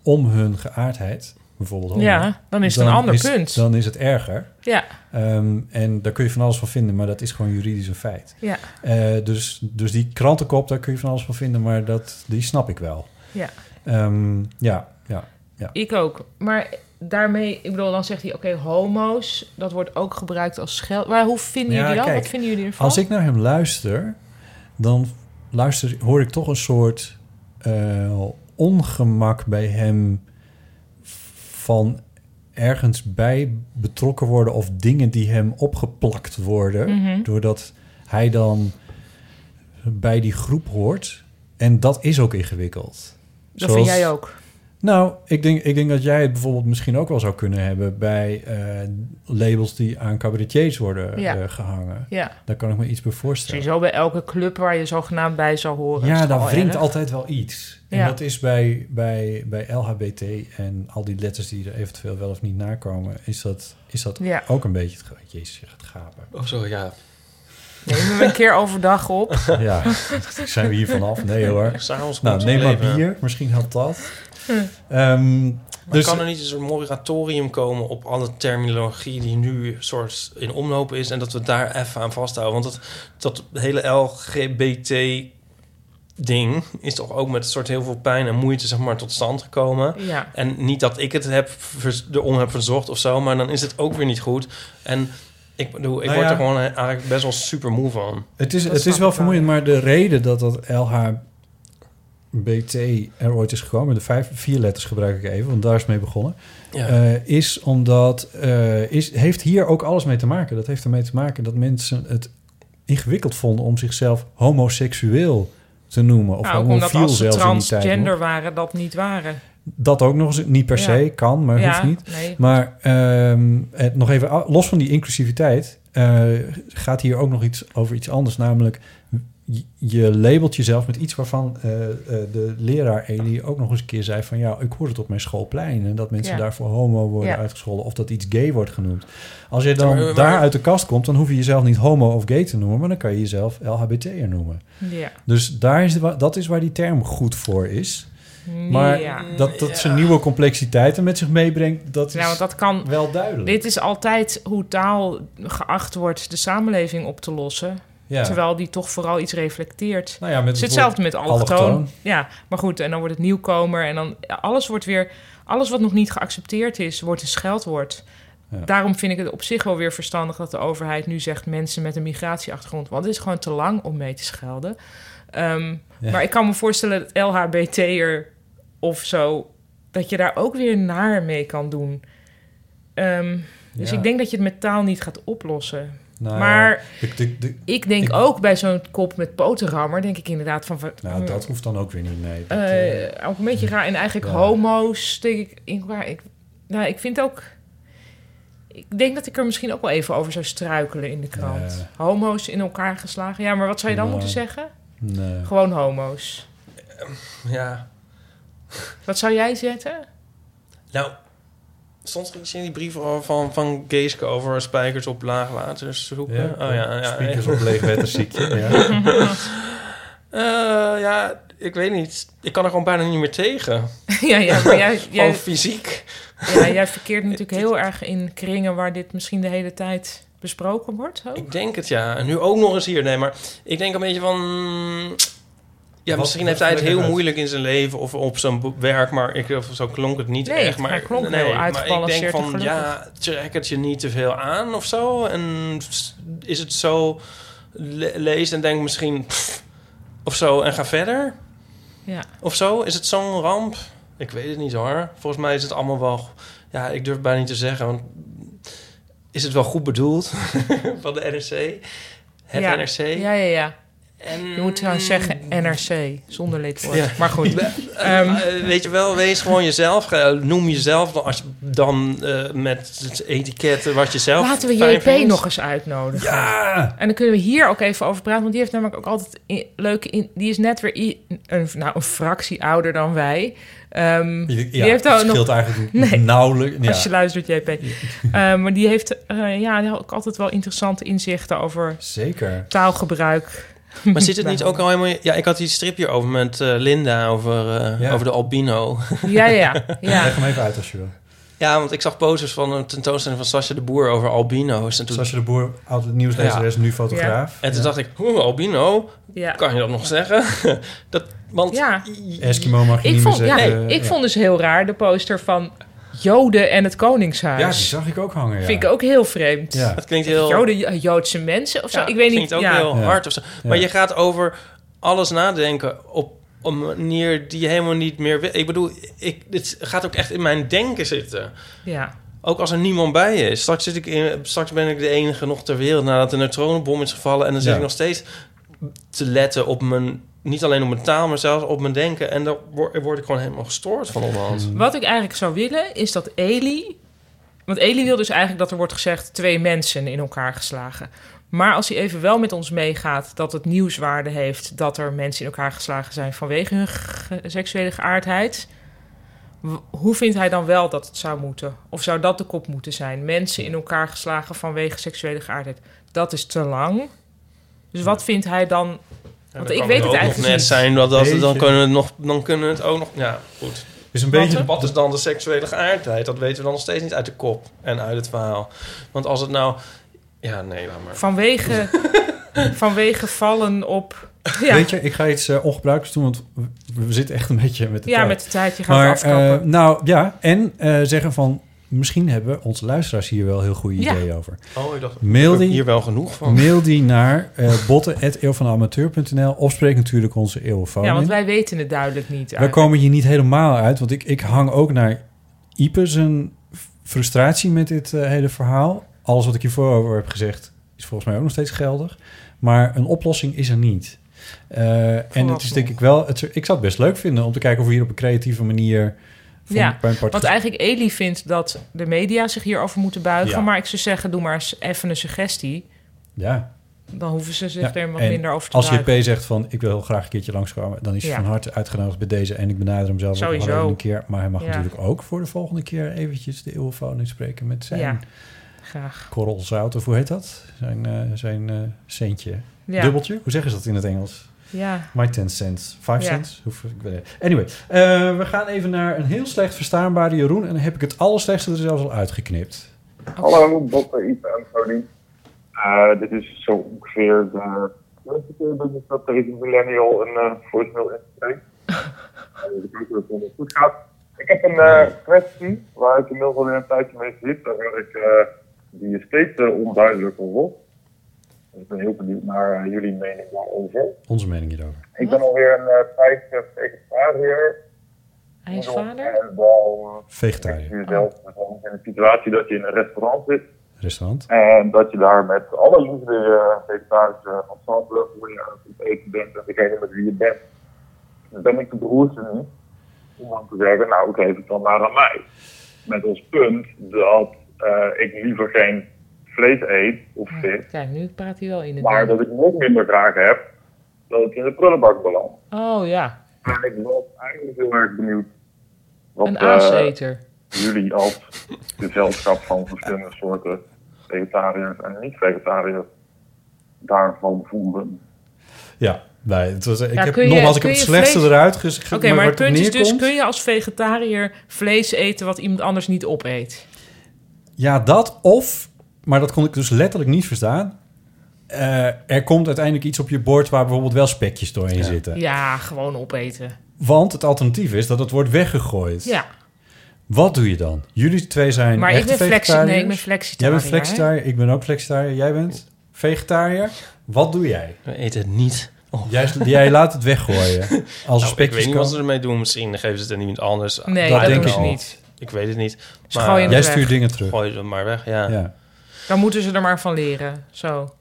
Speaker 4: om hun geaardheid, bijvoorbeeld. homo,
Speaker 2: Ja, dan is het een ander punt.
Speaker 4: Dan is het erger.
Speaker 2: Ja,
Speaker 4: Ehm, en daar kun je van alles van vinden, maar dat is gewoon juridisch een feit.
Speaker 2: ja,
Speaker 4: Eh, dus, dus die krantenkop, daar kun je van alles van vinden, maar dat, die snap ik wel.
Speaker 2: ja.
Speaker 4: Ehm, ja, ja, ja. Ja.
Speaker 2: Ik ook. Maar daarmee, ik bedoel, dan zegt hij, oké, homo's, dat wordt ook gebruikt als scheld. Maar hoe vinden
Speaker 4: Ja,
Speaker 2: jullie dat?
Speaker 4: kijk,
Speaker 2: Wat vinden jullie ervan?
Speaker 4: Als ik naar hem luister, dan luister, hoor ik toch een soort eh, ongemak bij hem van ergens bij betrokken worden of dingen die hem opgeplakt worden,
Speaker 2: Mhm.
Speaker 4: doordat hij dan bij die groep hoort. En dat is ook ingewikkeld.
Speaker 2: dat
Speaker 4: Zoals-
Speaker 2: vind jij ook.
Speaker 4: nou, ik denk, ik denk dat jij het bijvoorbeeld misschien ook wel zou kunnen hebben bij eh, labels die aan cabaretiers worden
Speaker 2: Ja.
Speaker 4: eh, gehangen.
Speaker 2: Ja.
Speaker 4: Daar kan ik me iets bij voorstellen.
Speaker 2: Sowieso bij elke club waar je zogenaamd bij zou horen. is
Speaker 4: Ja,
Speaker 2: het
Speaker 4: daar
Speaker 2: al
Speaker 4: wringt
Speaker 2: erg.
Speaker 4: altijd wel iets. En
Speaker 2: Ja.
Speaker 4: dat is bij, bij, bij LHBT en al die letters die er eventueel wel of niet nakomen, is dat, is dat
Speaker 2: Ja.
Speaker 4: ook een beetje het. ge- Jezus, je gaat gapen.
Speaker 3: Oh, zo ja.
Speaker 2: Neem hem een keer overdag op.
Speaker 4: ja, zijn we hier vanaf? Nee hoor.
Speaker 3: S'avonds
Speaker 4: Nou,
Speaker 3: komt
Speaker 4: neem
Speaker 3: het
Speaker 4: maar
Speaker 3: leven.
Speaker 4: bier, misschien helpt dat.
Speaker 2: Hm.
Speaker 4: Ehm,
Speaker 3: Maar
Speaker 4: dus
Speaker 3: kan er niet een soort moratorium komen op alle terminologie die nu soort in omloop is en dat we daar even aan vasthouden? Want dat, dat hele LGBT-ding is toch ook met soort heel veel pijn en moeite zeg maar, tot stand gekomen.
Speaker 2: Ja.
Speaker 3: En niet dat ik het heb vers- erom heb verzocht of zo, maar dan is het ook weer niet goed. En ik bedoel, ik
Speaker 4: Nou
Speaker 3: word
Speaker 4: ja.
Speaker 3: er gewoon eigenlijk best wel super moe van.
Speaker 4: Het is,
Speaker 2: Dat
Speaker 4: het
Speaker 2: snap
Speaker 4: is wel
Speaker 2: ik wel,
Speaker 4: vermoeiend,
Speaker 2: ja.
Speaker 4: maar de reden dat dat LHBT er ooit is gekomen, de vijf, vier letters gebruik ik even, want daar is mee begonnen,
Speaker 3: Ja.
Speaker 4: eh, is omdat, eh, is, heeft hier ook alles mee te maken. Dat heeft ermee te maken dat mensen het ingewikkeld vonden om zichzelf homoseksueel te noemen. Of
Speaker 2: Nou, ook omdat
Speaker 4: homofiel
Speaker 2: als ze
Speaker 4: zelfs in die tijd. nog.
Speaker 2: transgender waren, dat niet waren.
Speaker 4: Dat ook nog eens, niet per se,
Speaker 2: Ja.
Speaker 4: kan, maar
Speaker 2: ja,
Speaker 4: hoeft niet.
Speaker 2: Nee.
Speaker 4: Maar ehm, het, nog even, a- los van die inclusiviteit, eh, gaat hier ook nog iets over iets anders. Namelijk, je- je labelt jezelf met iets waarvan eh, eh, de leraar Eli ook nog eens een keer zei van... ja, ik hoor het op mijn schoolplein en dat mensen
Speaker 2: Ja.
Speaker 4: daarvoor homo worden
Speaker 2: Ja.
Speaker 4: uitgescholden... of dat iets gay wordt genoemd. Als je dan
Speaker 3: Maar- maar-
Speaker 4: daar uit de kast komt, dan hoef je jezelf niet homo of gay te noemen... maar dan kan je jezelf LHBT'er noemen.
Speaker 2: Ja.
Speaker 4: Dus daar is, wa- dat is waar die term goed voor is. Maar
Speaker 2: ja.
Speaker 4: dat, dat ze nieuwe complexiteiten met zich meebrengt, dat is
Speaker 2: Ja, want dat kan
Speaker 4: wel duidelijk.
Speaker 2: Dit is altijd hoe taal geacht wordt de samenleving op te lossen.
Speaker 4: Ja.
Speaker 2: Terwijl die toch vooral iets reflecteert.
Speaker 4: nou ja, met
Speaker 2: Het is
Speaker 4: het
Speaker 2: hetzelfde met allochtoon.
Speaker 4: allochtoon.
Speaker 2: Ja, maar goed, en dan wordt het nieuwkomer. En dan alles wordt weer... Alles wat nog niet geaccepteerd is, wordt een scheldwoord.
Speaker 4: Ja.
Speaker 2: Daarom vind ik het op zich wel weer verstandig... dat de overheid nu zegt mensen met een migratieachtergrond. Want het is gewoon te lang om mee te schelden. Ehm,
Speaker 4: Ja.
Speaker 2: Maar ik kan me voorstellen dat LHBT'er of zo... dat je daar ook weer naar mee kan doen. Ehm, dus
Speaker 4: Ja.
Speaker 2: ik denk dat je het met taal niet gaat oplossen.
Speaker 4: Nou,
Speaker 2: maar-
Speaker 4: de- de- de-
Speaker 2: Ik denk
Speaker 4: Ik-
Speaker 2: ook bij zo'n kop met potenrammer... denk ik inderdaad van...
Speaker 4: nou, dat hoeft dan ook weer niet, nee. Dat, eh,
Speaker 2: eh ook een beetje raar. En eigenlijk
Speaker 4: Ja.
Speaker 2: homo's, denk ik, ik, waar ik... Nou, ik vind ook... Ik denk dat ik er misschien ook wel even over zou struikelen in de krant.
Speaker 4: Ja.
Speaker 2: Homo's in elkaar geslagen. Ja, maar wat zou je dan
Speaker 4: Ja.
Speaker 2: moeten zeggen?
Speaker 4: nee.
Speaker 2: Gewoon homo's.
Speaker 3: Ja.
Speaker 2: Wat zou jij zetten?
Speaker 3: Nou, stond er iets in die brief al van, van Geeske over spijkers op laagwaters zoeken?
Speaker 4: Ja,
Speaker 3: oh ja, ja.
Speaker 4: speakers op leegwetterziekte. ja.
Speaker 3: Eh, ja, ik weet niet. Ik kan er gewoon bijna niet meer tegen.
Speaker 2: ja, ja, maar jij,
Speaker 3: Gewoon
Speaker 2: jij,
Speaker 3: fysiek.
Speaker 2: ja, jij verkeert natuurlijk heel erg in kringen... waar dit misschien de hele tijd besproken wordt. Ook.
Speaker 3: Ik denk het, ja. En nu ook nog eens hier. Nee, maar ik denk een beetje van... Ja,
Speaker 4: Wat-
Speaker 3: misschien
Speaker 4: wat
Speaker 3: heeft hij het
Speaker 4: leg
Speaker 3: heel
Speaker 4: uit?
Speaker 3: moeilijk in zijn leven of op zijn b- werk, maar ik, of zo klonk het niet
Speaker 2: Nee,
Speaker 3: echt.
Speaker 2: het-
Speaker 3: Maar,
Speaker 2: hij klonk
Speaker 3: nee,
Speaker 2: heel
Speaker 3: maar ik denk
Speaker 2: uitgebalanceerd en
Speaker 3: van, ja, trek het je niet te veel aan of zo. En s- is het zo, le- lees en denk misschien pff, of zo en ga verder.
Speaker 2: Ja.
Speaker 3: Of zo? Is het zo'n ramp? Ik weet het niet hoor. Volgens mij is het allemaal wel... Ja, ik durf het bijna niet te zeggen, want... Is het wel goed bedoeld van de NRC? Het
Speaker 2: ja.
Speaker 3: NRC?
Speaker 2: Ja, ja, ja.
Speaker 3: En...
Speaker 2: Je moet trouwens zeggen NRC, zonder lidwoord.
Speaker 3: Ja.
Speaker 2: Maar goed.
Speaker 3: Eh,
Speaker 2: Ehm,
Speaker 3: eh, weet je wel, wees gewoon jezelf. Ge- Noem jezelf dan, als, dan eh, met het etiket eh, wat je zelf
Speaker 2: Laten we
Speaker 3: fijn
Speaker 2: JP
Speaker 3: vindt.
Speaker 2: nog eens uitnodigen.
Speaker 4: Ja!
Speaker 2: En dan kunnen we hier ook even over praten. Want die heeft namelijk ook altijd in- leuke... in- die is net weer i- een, nou, een fractie ouder dan wij. Ehm, die heeft
Speaker 4: dat
Speaker 2: ook nog...
Speaker 4: scheelt eigenlijk
Speaker 2: Nee.
Speaker 4: nauwelijks. Ja.
Speaker 2: Als je luistert, JP. Ehm, maar die heeft eh, ja, die had ook altijd wel interessante inzichten over
Speaker 4: Zeker.
Speaker 2: taalgebruik.
Speaker 3: Maar zit het niet ook al helemaal... in- Ja, ik had die strip hier over met eh, Linda, over, eh,
Speaker 4: Ja.
Speaker 3: over de albino.
Speaker 2: Ja, ja, ja.
Speaker 4: Leg hem even uit als je wil.
Speaker 3: Ja, want ik zag posters van een tentoonstelling van Sascha de Boer over albino's. En toen,
Speaker 4: Zoals je de boer, oud nieuwslezer
Speaker 3: Ja.
Speaker 4: is, nu fotograaf.
Speaker 3: en toen dacht ik, hoe albino?
Speaker 2: ja.
Speaker 3: Kan je dat nog zeggen? dat, Want
Speaker 2: Ja.
Speaker 4: Eskimo mag je
Speaker 2: Ik
Speaker 4: niet
Speaker 2: vond,
Speaker 4: meer
Speaker 2: ja,
Speaker 4: zeggen.
Speaker 2: ik vond dus heel raar de poster van Joden en het
Speaker 4: Ja,
Speaker 2: Koningshuis.
Speaker 4: die zag ik ook hangen, ja.
Speaker 2: Vind ik ook heel vreemd.
Speaker 4: Ja.
Speaker 3: dat klinkt heel...
Speaker 2: Joden, Jo- Joodse mensen of zo.
Speaker 3: Ja,
Speaker 2: ik weet niet.
Speaker 3: klinkt ook
Speaker 2: ja.
Speaker 3: heel
Speaker 4: Ja.
Speaker 3: hard of zo. Maar
Speaker 4: Ja.
Speaker 3: je gaat over alles nadenken op een manier die je helemaal niet meer... wil. Ik bedoel, ik, dit gaat ook echt in mijn denken zitten.
Speaker 2: Ja.
Speaker 3: Ook als er niemand bij is. Straks, zit ik in, straks ben ik de enige nog ter wereld nadat de neutronenbom is gevallen. En dan zit
Speaker 4: Ja.
Speaker 3: ik nog steeds te letten op mijn... Niet alleen op mijn taal, maar zelfs op mijn denken. En daar word, word ik gewoon helemaal gestoord van onderhand.
Speaker 4: Mm.
Speaker 2: Mm. Wat ik eigenlijk zou willen is dat Eli. Want Eli wil dus eigenlijk dat er wordt gezegd twee mensen in elkaar geslagen. Maar als hij even wel met ons meegaat dat het nieuwswaarde heeft dat er mensen in elkaar geslagen zijn vanwege hun ge- seksuele geaardheid. w- Hoe vindt hij dan wel dat het zou moeten? Of zou dat de kop moeten zijn? Mensen in elkaar geslagen vanwege seksuele geaardheid. Dat is te lang. Dus wat vindt hij dan? Want ik weet het
Speaker 3: nog
Speaker 2: eigenlijk
Speaker 3: net
Speaker 2: niet.
Speaker 3: zijn, dat, dat, dan,
Speaker 4: Beetje.
Speaker 3: kunnen we het nog, dan kunnen we het ook nog... Ja, goed.
Speaker 4: is een beetje...
Speaker 3: Wat,
Speaker 4: de-
Speaker 3: is dan Dus de seksuele geaardheid? Dat weten we dan nog steeds niet uit de kop en uit het verhaal. Want als het nou... Ja, nee, laat maar.
Speaker 2: Vanwege, vanwege vallen op. Ja,
Speaker 4: Weet je, ik ga iets eh, ongebruikelijks doen, want we, we zitten echt een beetje met de
Speaker 2: ja
Speaker 4: tijd.
Speaker 2: met de tijd. Je gaat
Speaker 4: maar,
Speaker 2: afkappen.
Speaker 4: eh, nou ja, en eh, zeggen van... Misschien hebben onze luisteraars hier wel heel goede
Speaker 2: Ja.
Speaker 4: ideeën over.
Speaker 3: Oh, ik dacht,
Speaker 4: Mail
Speaker 3: ik heb
Speaker 4: die-
Speaker 3: hier wel genoeg van.
Speaker 4: Mail die naar eh botten.eeuwvanamateur.nl of spreek natuurlijk onze eeuwenfoon
Speaker 2: Ja, want
Speaker 4: in.
Speaker 2: wij weten het duidelijk niet.
Speaker 4: Wij komen hier niet helemaal uit, want ik, ik hang ook naar Ipe zijn f- frustratie met dit eh, hele verhaal. Alles wat ik hiervoor over heb gezegd is volgens mij ook nog steeds geldig. Maar een oplossing is er niet. Eh, en het is
Speaker 2: Vooralsnog.
Speaker 4: denk ik wel... Het, ik zou het best leuk vinden om te kijken of we hier op een creatieve manier... Van,
Speaker 2: Ja,
Speaker 4: bij een part-
Speaker 2: Want eigenlijk Eli vindt dat de media zich hierover moeten buigen.
Speaker 4: Ja.
Speaker 2: Maar ik zou zeggen, doe maar eens even een suggestie.
Speaker 4: ja.
Speaker 2: Dan hoeven ze zich
Speaker 4: Ja,
Speaker 2: er wat
Speaker 4: en
Speaker 2: minder over te
Speaker 4: Als
Speaker 2: buigen.
Speaker 4: JP zegt van ik wil heel graag een keertje langskomen, dan is hij
Speaker 2: Ja.
Speaker 4: van harte uitgenodigd bij deze. En ik benader hem zelf ook nog wel
Speaker 2: Sowieso.
Speaker 4: even een keer. Maar hij mag
Speaker 2: Ja.
Speaker 4: natuurlijk ook voor de volgende keer eventjes de eeuwfoon inspreken met zijn
Speaker 2: Ja, graag.
Speaker 4: korrelzout. Of hoe heet dat? Zijn, eh, zijn eh, centje.
Speaker 2: Ja,
Speaker 4: Dubbeltje? Hoe zeggen ze dat in het Engels?
Speaker 2: ja.
Speaker 4: My 10 cents. 5
Speaker 2: Ja.
Speaker 4: cents? Hoef, ik weet het. Anyway, eh, we gaan even naar een heel slecht verstaanbare Jeroen. En dan heb ik het allerslechtste er zelfs al uitgeknipt.
Speaker 8: Hallo, Botte, Ipe, Anthony. Eh, dit is zo ongeveer de eerste keer dat ik dat deze millennial een eh voicemail insteek. Uh, ik hoop dat het allemaal goed gaat. Ik heb een eh, kwestie waar ik inmiddels alweer een tijdje mee zit. Daar hoor ik, eh, die is steeds eh, onduidelijk over. Dus ik ben heel benieuwd naar eh, jullie mening daarover.
Speaker 4: Onze mening hierover.
Speaker 8: Ik ben alweer een eh, tijd eh, vegetariër.
Speaker 2: Hij is vader?
Speaker 8: En wel eh,
Speaker 4: Vegetariër.
Speaker 8: jezelf in een situatie dat je in een restaurant zit.
Speaker 4: Restaurant.
Speaker 8: En dat je daar met alle liefde eh, vegetarische ensemble, hoe je aan het eten bent en degene met wie je bent. Dan ben ik de beroerte niet om dan te zeggen, nou geef het dan maar aan mij. Met als punt dat eh, ik liever geen vlees eet of vis,
Speaker 2: Kijk, nu praat hij wel in het
Speaker 8: maar
Speaker 2: ding.
Speaker 8: dat ik nog minder graag heb dat het in de prullenbak belandt.
Speaker 2: Oh ja,
Speaker 8: En ik was eigenlijk heel erg benieuwd wat
Speaker 2: een
Speaker 8: eh,
Speaker 2: aaseter.
Speaker 8: jullie als gezelschap van verschillende soorten vegetariërs en niet-vegetariërs daarvan vonden.
Speaker 4: Ja, nee, het was, ik
Speaker 2: Ja,
Speaker 4: heb,
Speaker 2: kun je-
Speaker 4: nogmaals, ik
Speaker 2: kun
Speaker 4: heb het
Speaker 2: je
Speaker 4: slechtste
Speaker 2: vlees-
Speaker 4: eruit ges-
Speaker 2: Oké,
Speaker 4: maar
Speaker 2: maar
Speaker 4: waar
Speaker 2: het punt is dus,
Speaker 4: neerkomt-
Speaker 2: kun je als vegetariër vlees eten wat iemand anders niet opeet? dus-
Speaker 4: Ja, dat of, maar dat kon ik dus letterlijk niet verstaan. eh, er komt uiteindelijk iets op je bord waar bijvoorbeeld wel spekjes doorheen zitten.
Speaker 2: Ja, gewoon opeten.
Speaker 4: Want het alternatief is dat het wordt weggegooid.
Speaker 2: Ja,
Speaker 4: Wat doe je dan? Jullie twee zijn
Speaker 2: maar ik
Speaker 4: echte
Speaker 2: ben, flexi
Speaker 4: vegetariërs.
Speaker 2: nee, ik ben
Speaker 4: Jij
Speaker 2: flexitariër.
Speaker 4: bent flexitariër, ik ben ook flexitariër. Jij bent vegetariër. Wat doe jij?
Speaker 3: We eten het niet. Oh.
Speaker 4: Jij, jij laat het weggooien. Als er
Speaker 3: Nou, ik weet
Speaker 4: spekjes
Speaker 3: niet wat ze
Speaker 4: komen.
Speaker 3: ermee doen. Misschien geven ze het aan iemand anders.
Speaker 2: Nee,
Speaker 4: Dat
Speaker 2: dat,
Speaker 4: denk
Speaker 2: doen
Speaker 4: ik
Speaker 2: ze
Speaker 4: al.
Speaker 2: niet.
Speaker 3: Ik weet het niet.
Speaker 2: Ze
Speaker 3: Maar
Speaker 2: gooien het
Speaker 4: Jij
Speaker 2: weg.
Speaker 4: stuurt dingen terug.
Speaker 3: gooi het maar weg, ja. Ja,
Speaker 4: Ja.
Speaker 2: Dan moeten ze er maar van leren. Zo.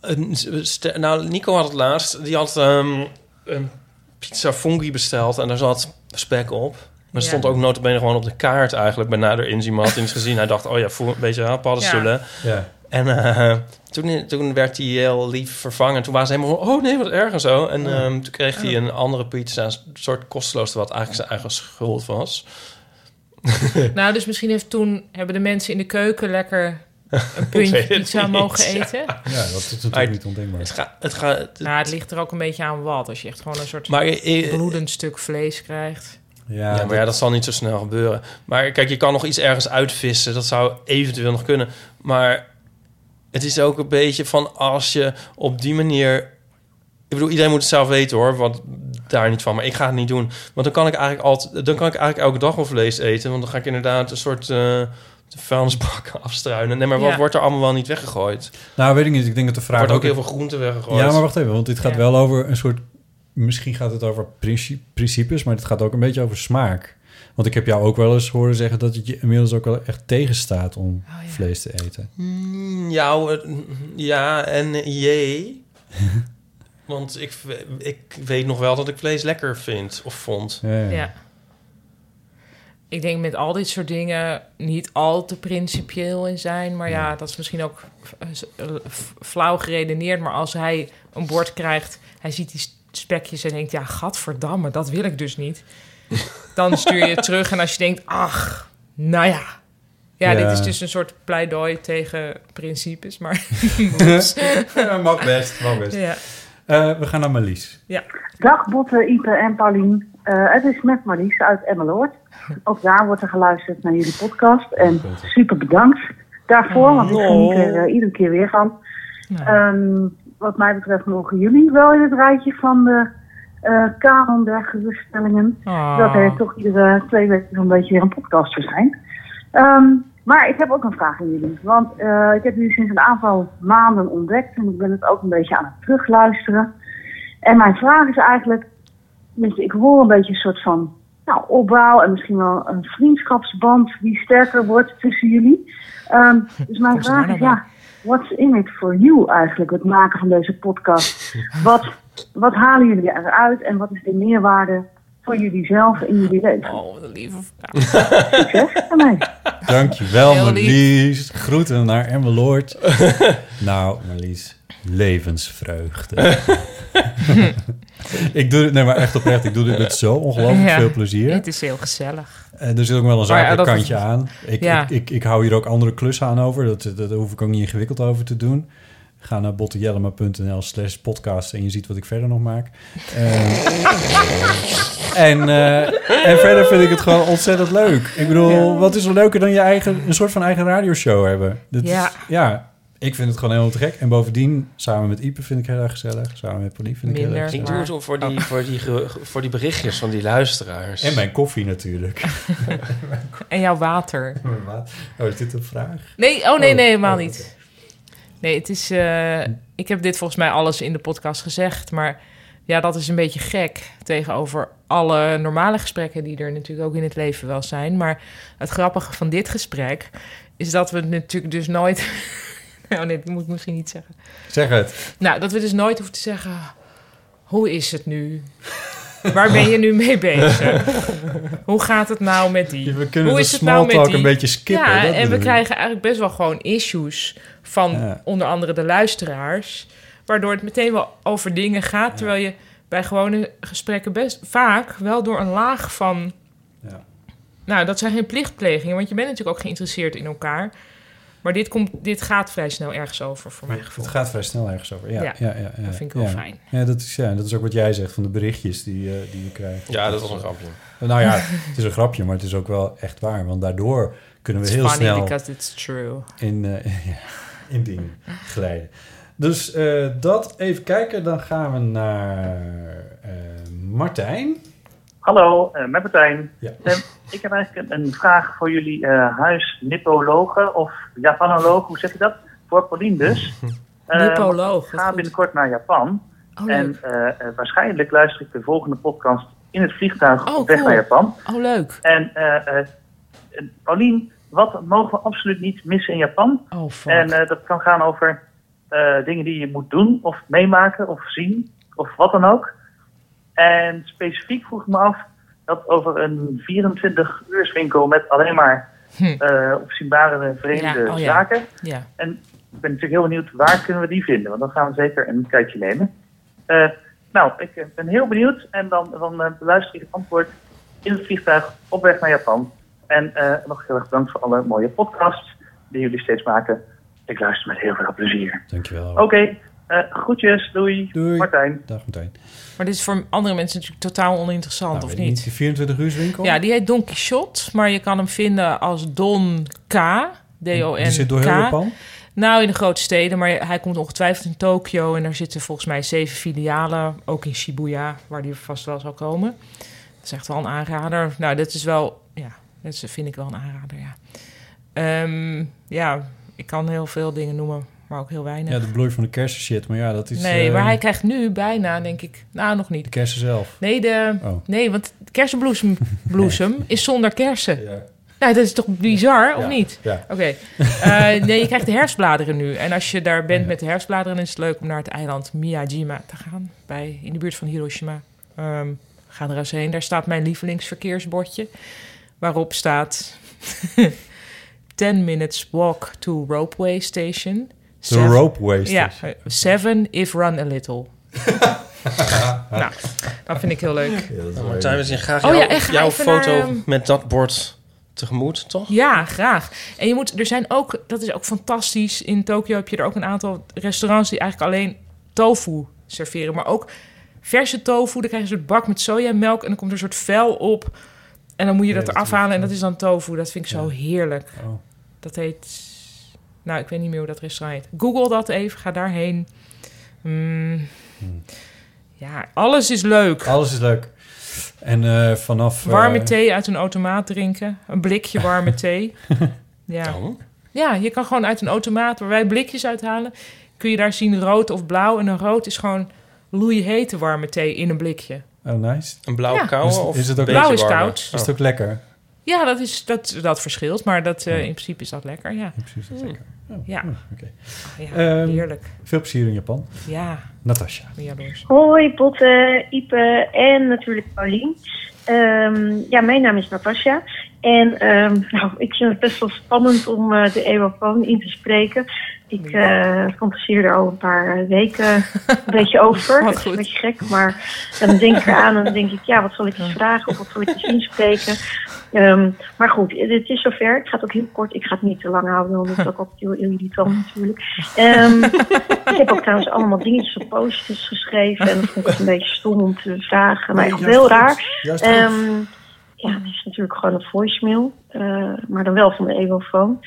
Speaker 3: een- ster- nou, Nico had het laatst. Die had ehm, een pizza fungi besteld en daar zat spek op. Maar
Speaker 2: Ja.
Speaker 3: stond ook notabene gewoon op de kaart eigenlijk. Bij nader inzien, maar had hij niet gezien. Hij dacht, oh ja, voer, een beetje ja, paddenstoelen.
Speaker 4: Ja.
Speaker 3: En eh, toen, toen werd hij heel lief vervangen. Toen waren ze helemaal van, oh nee, wat erg en zo. En ehm, toen kreeg
Speaker 4: Oh.
Speaker 3: hij een andere pizza, een soort kosteloos, wat eigenlijk zijn eigen schuld was.
Speaker 2: Nou, dus misschien heeft toen, hebben de mensen in de keuken lekker een
Speaker 3: weet
Speaker 2: puntje
Speaker 3: het
Speaker 2: pizza
Speaker 3: niet.
Speaker 2: mogen eten.
Speaker 4: ja, dat is natuurlijk
Speaker 3: Maar-
Speaker 4: niet
Speaker 3: Het
Speaker 4: ondenkbaar.
Speaker 3: gaat... Het gaat het-
Speaker 2: Nou, het ligt er ook een beetje aan wat. Als je echt gewoon een soort
Speaker 3: maar, eh,
Speaker 2: bloedend stuk vlees krijgt.
Speaker 4: Ja,
Speaker 3: ja, maar ja, dat zal niet zo snel gebeuren. Maar kijk, je kan nog iets ergens uitvissen. Dat zou eventueel nog kunnen. Maar het is ook een beetje van als je op die manier... Ik bedoel, iedereen moet het zelf weten hoor. Wat daar niet van. Maar ik ga het niet doen. Want dan kan ik eigenlijk, altijd, dan kan ik eigenlijk elke dag wel vlees eten. Want dan ga ik inderdaad een soort eh vuilnisbak afstruinen. Nee, maar wat
Speaker 2: Ja.
Speaker 3: wordt er allemaal wel niet weggegooid? Er
Speaker 4: Nou, weet ik niet. Ik denk dat de vraag
Speaker 3: wordt ook
Speaker 4: ook
Speaker 3: heel veel groente weggegooid.
Speaker 4: Ja, maar wacht even, want dit gaat
Speaker 2: Ja.
Speaker 4: wel over een soort... Misschien gaat het over princi- principes, maar het gaat ook een beetje over smaak. Want ik heb jou ook wel eens horen zeggen dat het je inmiddels ook wel echt tegenstaat om
Speaker 2: Oh, ja.
Speaker 4: vlees te eten.
Speaker 3: Mm, Ja, eh, ja en jee. Want ik, ik weet nog wel dat ik vlees lekker vind of vond.
Speaker 4: Ja, ja.
Speaker 2: Ja. Ik denk met al dit soort dingen niet al te principieel in zijn. Maar ja, dat is misschien ook eh, s- eh, f- flauw geredeneerd. Maar als hij een bord krijgt, hij ziet die s- spekjes en denkt... ja, gadverdamme, dat wil ik dus niet. Dan stuur je het terug en als je denkt, ach, nou ja. Ja,
Speaker 4: Ja.
Speaker 2: dit is dus een soort pleidooi tegen principes. Maar dus.
Speaker 4: Ja, mag best, mag best.
Speaker 2: ja,
Speaker 4: Eh, we gaan naar Marlies.
Speaker 9: Dag Botte, Ipe en Paulien. Eh, het is met Marlies uit Emmeloord. Ook daar wordt er geluisterd naar jullie podcast. En super bedankt daarvoor, want ik geniet er eh, iedere keer weer van. Ehm, wat mij betreft mogen jullie wel in het rijtje van de eh kanon der geruststellingen.
Speaker 2: Ah.
Speaker 9: Dat er toch iedere twee weken zo'n beetje weer een podcast voor zijn. Ehm, maar ik heb ook een vraag aan jullie. Want eh, ik heb jullie sinds een aantal maanden ontdekt. En ik ben het ook een beetje aan het terugluisteren. En mijn vraag is eigenlijk... Dus ik hoor een beetje een soort van nou, opbouw... en misschien wel een vriendschapsband die sterker wordt tussen jullie. Ehm, dus mijn
Speaker 2: Komt ze daar
Speaker 9: vraag
Speaker 2: nou
Speaker 9: is, ja, what's in it for you eigenlijk... het maken van deze podcast? Wat, wat halen jullie eruit en wat is de meerwaarde... voor jullie zelf in jullie leven?
Speaker 2: oh, wat een lieve vraag.
Speaker 9: Succes daarmee.
Speaker 4: Dankjewel,
Speaker 2: Heel lief.
Speaker 4: Marlies. Groeten naar Emmeloord. nou, Marlies, levensvreugde. ik doe dit, nee, maar echt oprecht, ik doe dit met zo ongelooflijk
Speaker 2: Ja.
Speaker 4: veel plezier.
Speaker 2: Het is heel gezellig.
Speaker 4: Eh, er zit ook wel een
Speaker 2: Maar ja,
Speaker 4: zakelijk
Speaker 2: dat
Speaker 4: kantje
Speaker 2: is-
Speaker 4: aan. Ik,
Speaker 2: Ja.
Speaker 4: ik, ik, ik hou hier ook andere klussen aan over. Dat, dat, daar hoef ik ook niet ingewikkeld over te doen. Ga naar bottejellema.nl slash podcast en je ziet wat ik verder nog maak. Eh, en, eh, en verder vind ik het gewoon ontzettend leuk. Ik bedoel, wat is er leuker dan je eigen, een soort van eigen radioshow hebben? Dat
Speaker 2: Ja.
Speaker 4: Is, ja, ik vind het gewoon helemaal te gek. En bovendien, samen met Ipe vind ik heel erg gezellig. Samen met Pauline vind ik heel
Speaker 2: Minder. Ah.
Speaker 4: erg
Speaker 3: Ik
Speaker 4: gezellig.
Speaker 3: doe het voor die, voor, die, ge- voor die berichtjes van die luisteraars.
Speaker 4: En mijn koffie natuurlijk.
Speaker 2: En jouw water.
Speaker 4: Oh, is dit een vraag?
Speaker 2: Nee, oh nee,
Speaker 4: Oh,
Speaker 2: nee, helemaal
Speaker 4: oh,
Speaker 2: niet. Nee, het is. eh, ik heb dit volgens mij alles in de podcast gezegd. Maar ja, dat is een beetje gek tegenover alle normale gesprekken die er natuurlijk ook in het leven wel zijn. Maar het grappige van dit gesprek is dat we het natuurlijk dus nooit. oh nee, dat moet ik misschien niet zeggen.
Speaker 4: Zeg het.
Speaker 2: Nou, dat we dus nooit hoeven te zeggen. Hoe is het nu? Waar ben je nu mee bezig? Hoe gaat het nou met die?
Speaker 4: Ja, We kunnen
Speaker 2: Hoe
Speaker 4: de
Speaker 2: is het nou
Speaker 4: small
Speaker 2: met
Speaker 4: talk
Speaker 2: die?
Speaker 4: een beetje skippen.
Speaker 2: Ja,
Speaker 4: dat
Speaker 2: en we
Speaker 4: bedoel ik.
Speaker 2: krijgen eigenlijk best wel gewoon issues van
Speaker 4: Ja.
Speaker 2: onder andere de luisteraars. Waardoor het meteen wel over dingen gaat. Terwijl je bij gewone gesprekken best vaak wel door een laag van.
Speaker 4: Ja.
Speaker 2: Nou, dat zijn geen plichtplegingen, want je bent natuurlijk ook geïnteresseerd in elkaar. Maar dit, komt, dit gaat vrij snel ergens over voor mij.
Speaker 4: Het gaat vrij snel ergens over. Ja, ja.
Speaker 2: Ja,
Speaker 4: Ja, ja,
Speaker 2: dat vind ik wel
Speaker 4: Eh, ja.
Speaker 2: fijn.
Speaker 4: Ja dat, is, ja, dat is ook wat jij zegt van de berichtjes die, eh, die je krijgt.
Speaker 3: Ja, dat was een grapje.
Speaker 4: Nou ja, het is een grapje, maar het is ook wel echt waar. Want daardoor kunnen we
Speaker 2: It's
Speaker 4: heel
Speaker 2: funny
Speaker 4: snel
Speaker 2: because it's true.
Speaker 4: in, eh, ja, in dingen glijden. Dus eh, dat even kijken. Dan gaan we naar eh, Martijn.
Speaker 10: Hallo, eh, met Martijn.
Speaker 4: Ja.
Speaker 10: Ehm, ik heb eigenlijk een, een vraag voor jullie eh huisnippologen of Japanologen, hoe zeg je dat? Voor Paulien dus. Ehm,
Speaker 2: Nipoloog.
Speaker 10: ik
Speaker 2: wat
Speaker 10: ga
Speaker 2: goed.
Speaker 10: binnenkort naar Japan.
Speaker 2: Oh,
Speaker 10: en
Speaker 2: leuk.
Speaker 10: eh, eh, waarschijnlijk luister ik de volgende podcast in het vliegtuig
Speaker 2: Oh,
Speaker 10: op weg
Speaker 2: cool.
Speaker 10: naar Japan.
Speaker 2: Oh, leuk.
Speaker 10: En eh, eh, Paulien, wat mogen we absoluut niet missen in Japan?
Speaker 2: Oh, fuck.
Speaker 10: En eh, dat kan gaan over eh, dingen die je moet doen of meemaken of zien of wat dan ook. En specifiek vroeg ik me af dat over een 24-uurswinkel met alleen maar
Speaker 2: Hm.
Speaker 10: eh opzienbare vreemde
Speaker 2: Ja, oh ja.
Speaker 10: zaken.
Speaker 2: ja.
Speaker 10: En ik ben natuurlijk heel benieuwd waar kunnen we die vinden, want dan gaan we zeker een kijkje nemen. Eh, nou, ik eh, ben heel benieuwd en dan, dan eh, beluister ik het antwoord in het vliegtuig op weg naar Japan. En eh, nog heel erg bedankt voor alle mooie podcasts die jullie steeds maken. Ik luister met heel veel plezier.
Speaker 4: Dankjewel.
Speaker 10: Oké, eh, groetjes, doei.
Speaker 4: Doei.
Speaker 10: Martijn.
Speaker 4: Dag Martijn.
Speaker 2: Maar dit is voor andere mensen natuurlijk totaal oninteressant,
Speaker 4: Nou,
Speaker 2: of
Speaker 4: weet ik
Speaker 2: niet?
Speaker 4: Die 24 uur winkel?
Speaker 2: Ja, die heet Don Quixote, maar je kan hem vinden als Don K.
Speaker 4: die zit door heel
Speaker 2: D-O-N-K.
Speaker 4: Japan.
Speaker 2: Nou, in de grote steden, maar hij komt ongetwijfeld in Tokio. En daar zitten volgens mij zeven filialen, ook in Shibuya, waar die vast wel zal komen. Dat is echt wel een aanrader. Nou, dat is wel, ja, dat is- vind ik wel een aanrader, ja. Ehm, ja, ik kan heel veel dingen noemen, maar ook heel weinig.
Speaker 4: Ja, de bloei van de kersen shit. Maar ja, dat is...
Speaker 2: nee,
Speaker 4: eh,
Speaker 2: maar hij krijgt nu bijna, denk ik, nou nog niet.
Speaker 4: De kersen zelf.
Speaker 2: Nee, de,
Speaker 4: Oh.
Speaker 2: nee want kersenbloesem bloesem is zonder kersen. Nou, dat is toch bizar, of
Speaker 4: Ja.
Speaker 2: niet?
Speaker 4: Ja.
Speaker 2: Oké. Eh, nee, je krijgt de herfstbladeren nu. En als je daar bent met de herfstbladeren, is het leuk om naar het eiland Miyajima te gaan. Bij, in de buurt van Hiroshima. Ehm, ga er eens heen. Daar staat mijn lievelingsverkeersbordje. Waarop staat... 10 minutes walk to ropeway station.
Speaker 4: The ropeway station.
Speaker 2: Ja, eh, seven if run a little. nou, dat vind ik heel leuk.
Speaker 3: Nou, Martijn, we zien graag
Speaker 2: Oh ja,
Speaker 3: jouw,
Speaker 2: en ga
Speaker 3: jouw
Speaker 2: even naar,
Speaker 3: foto
Speaker 2: ehm,
Speaker 3: met dat bord tegemoet, toch?
Speaker 2: Ja, graag. En je moet, er zijn ook, dat is ook fantastisch. In Tokio heb je er ook een aantal restaurants die eigenlijk alleen tofu serveren. Maar ook verse tofu. Dan krijg je een soort bak met sojamelk en dan komt er een soort vel op. En dan moet je dat eraf halen en dat is dan tofu. Dat vind ik zo heerlijk. Dat heet. Nou, ik weet niet meer hoe dat restaurant heet. Google dat even, ga daarheen. Mm. Ja, alles is leuk.
Speaker 4: Hmm. Alles is leuk. En eh, vanaf... eh,
Speaker 2: Warme thee uit een automaat drinken. Een blikje warme thee. Ja. ja, je kan gewoon uit een automaat waar wij blikjes uithalen... kun je daar zien rood of blauw. En een rood is gewoon loeihete warme thee in een blikje.
Speaker 4: Oh, nice.
Speaker 3: Een blauw
Speaker 2: Ja.
Speaker 3: koude
Speaker 4: Is-
Speaker 3: of
Speaker 4: is het ook-
Speaker 3: een beetje
Speaker 2: Blauw is
Speaker 3: warmer?
Speaker 2: koud.
Speaker 4: Is het ook lekker?
Speaker 2: Ja, dat, is, dat, dat verschilt, maar dat, eh, in principe is dat lekker, ja. In
Speaker 4: principe is
Speaker 2: dat lekker. Ja,
Speaker 4: Oké.
Speaker 2: ja
Speaker 4: Ehm,
Speaker 2: heerlijk.
Speaker 4: Veel plezier in Japan.
Speaker 2: Ja,
Speaker 4: Natasja.
Speaker 2: ben jaloers.
Speaker 11: Hoi Botte, Ipe en natuurlijk Paulien. Ehm, ja, mijn naam is Natasja. En ehm, nou, ik vind het best wel spannend om eh, de EWAPON in te spreken. Ik eh fantaseer er al een paar eh, weken een beetje over. Dat is een beetje gek, maar dan denk ik eraan en dan denk ik, ja, wat zal ik eens vragen of wat zal ik eens inspreken? Ehm, maar goed, het is zover. Het gaat ook heel kort. Ik ga het niet te lang houden, want het is ook altijd heel irritant natuurlijk. Ehm, ik heb ook trouwens allemaal dingetjes op postjes geschreven. En dat vond ik het een beetje stom om te vragen. Maar
Speaker 9: Nee,
Speaker 11: echt
Speaker 9: juist
Speaker 11: heel
Speaker 9: goed.
Speaker 11: raar.
Speaker 9: Juist goed.
Speaker 11: Ehm, ja, het is natuurlijk gewoon een voicemail. eh, maar dan wel van de Evofoon.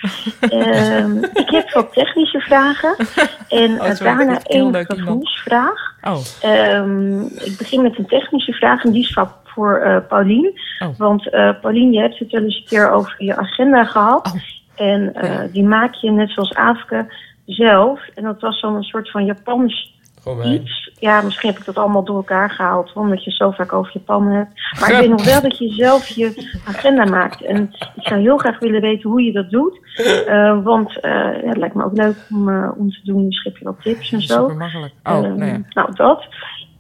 Speaker 11: Ehm, ik heb wat technische vragen. En
Speaker 2: Oh,
Speaker 11: eh,
Speaker 2: sorry, dat
Speaker 11: daarna
Speaker 2: is heel
Speaker 11: één
Speaker 2: leuk iemand.
Speaker 11: gevoelsvraag.
Speaker 2: Oh,
Speaker 11: Ehm, ik begin met een technische vraag en die is voor- voor eh Paulien.
Speaker 2: Oh.
Speaker 11: Want eh Paulien, je hebt het wel eens een keer over je agenda gehad.
Speaker 2: Oh.
Speaker 11: En eh, die maak je net zoals Afrika zelf. En dat was dan een soort van Japans iets. Ja, misschien heb ik dat allemaal door elkaar gehaald, hoor, omdat je het zo vaak over Japan hebt. Maar ik weet nog wel dat je zelf je agenda maakt. En ik zou heel graag willen weten hoe je dat doet. Eh, want eh, ja, het lijkt me ook leuk om, eh, om te doen. Misschien heb je wat tips en zo.
Speaker 2: super makkelijk. Oh,
Speaker 11: Ehm,
Speaker 2: nou ja.
Speaker 11: Nou, dat.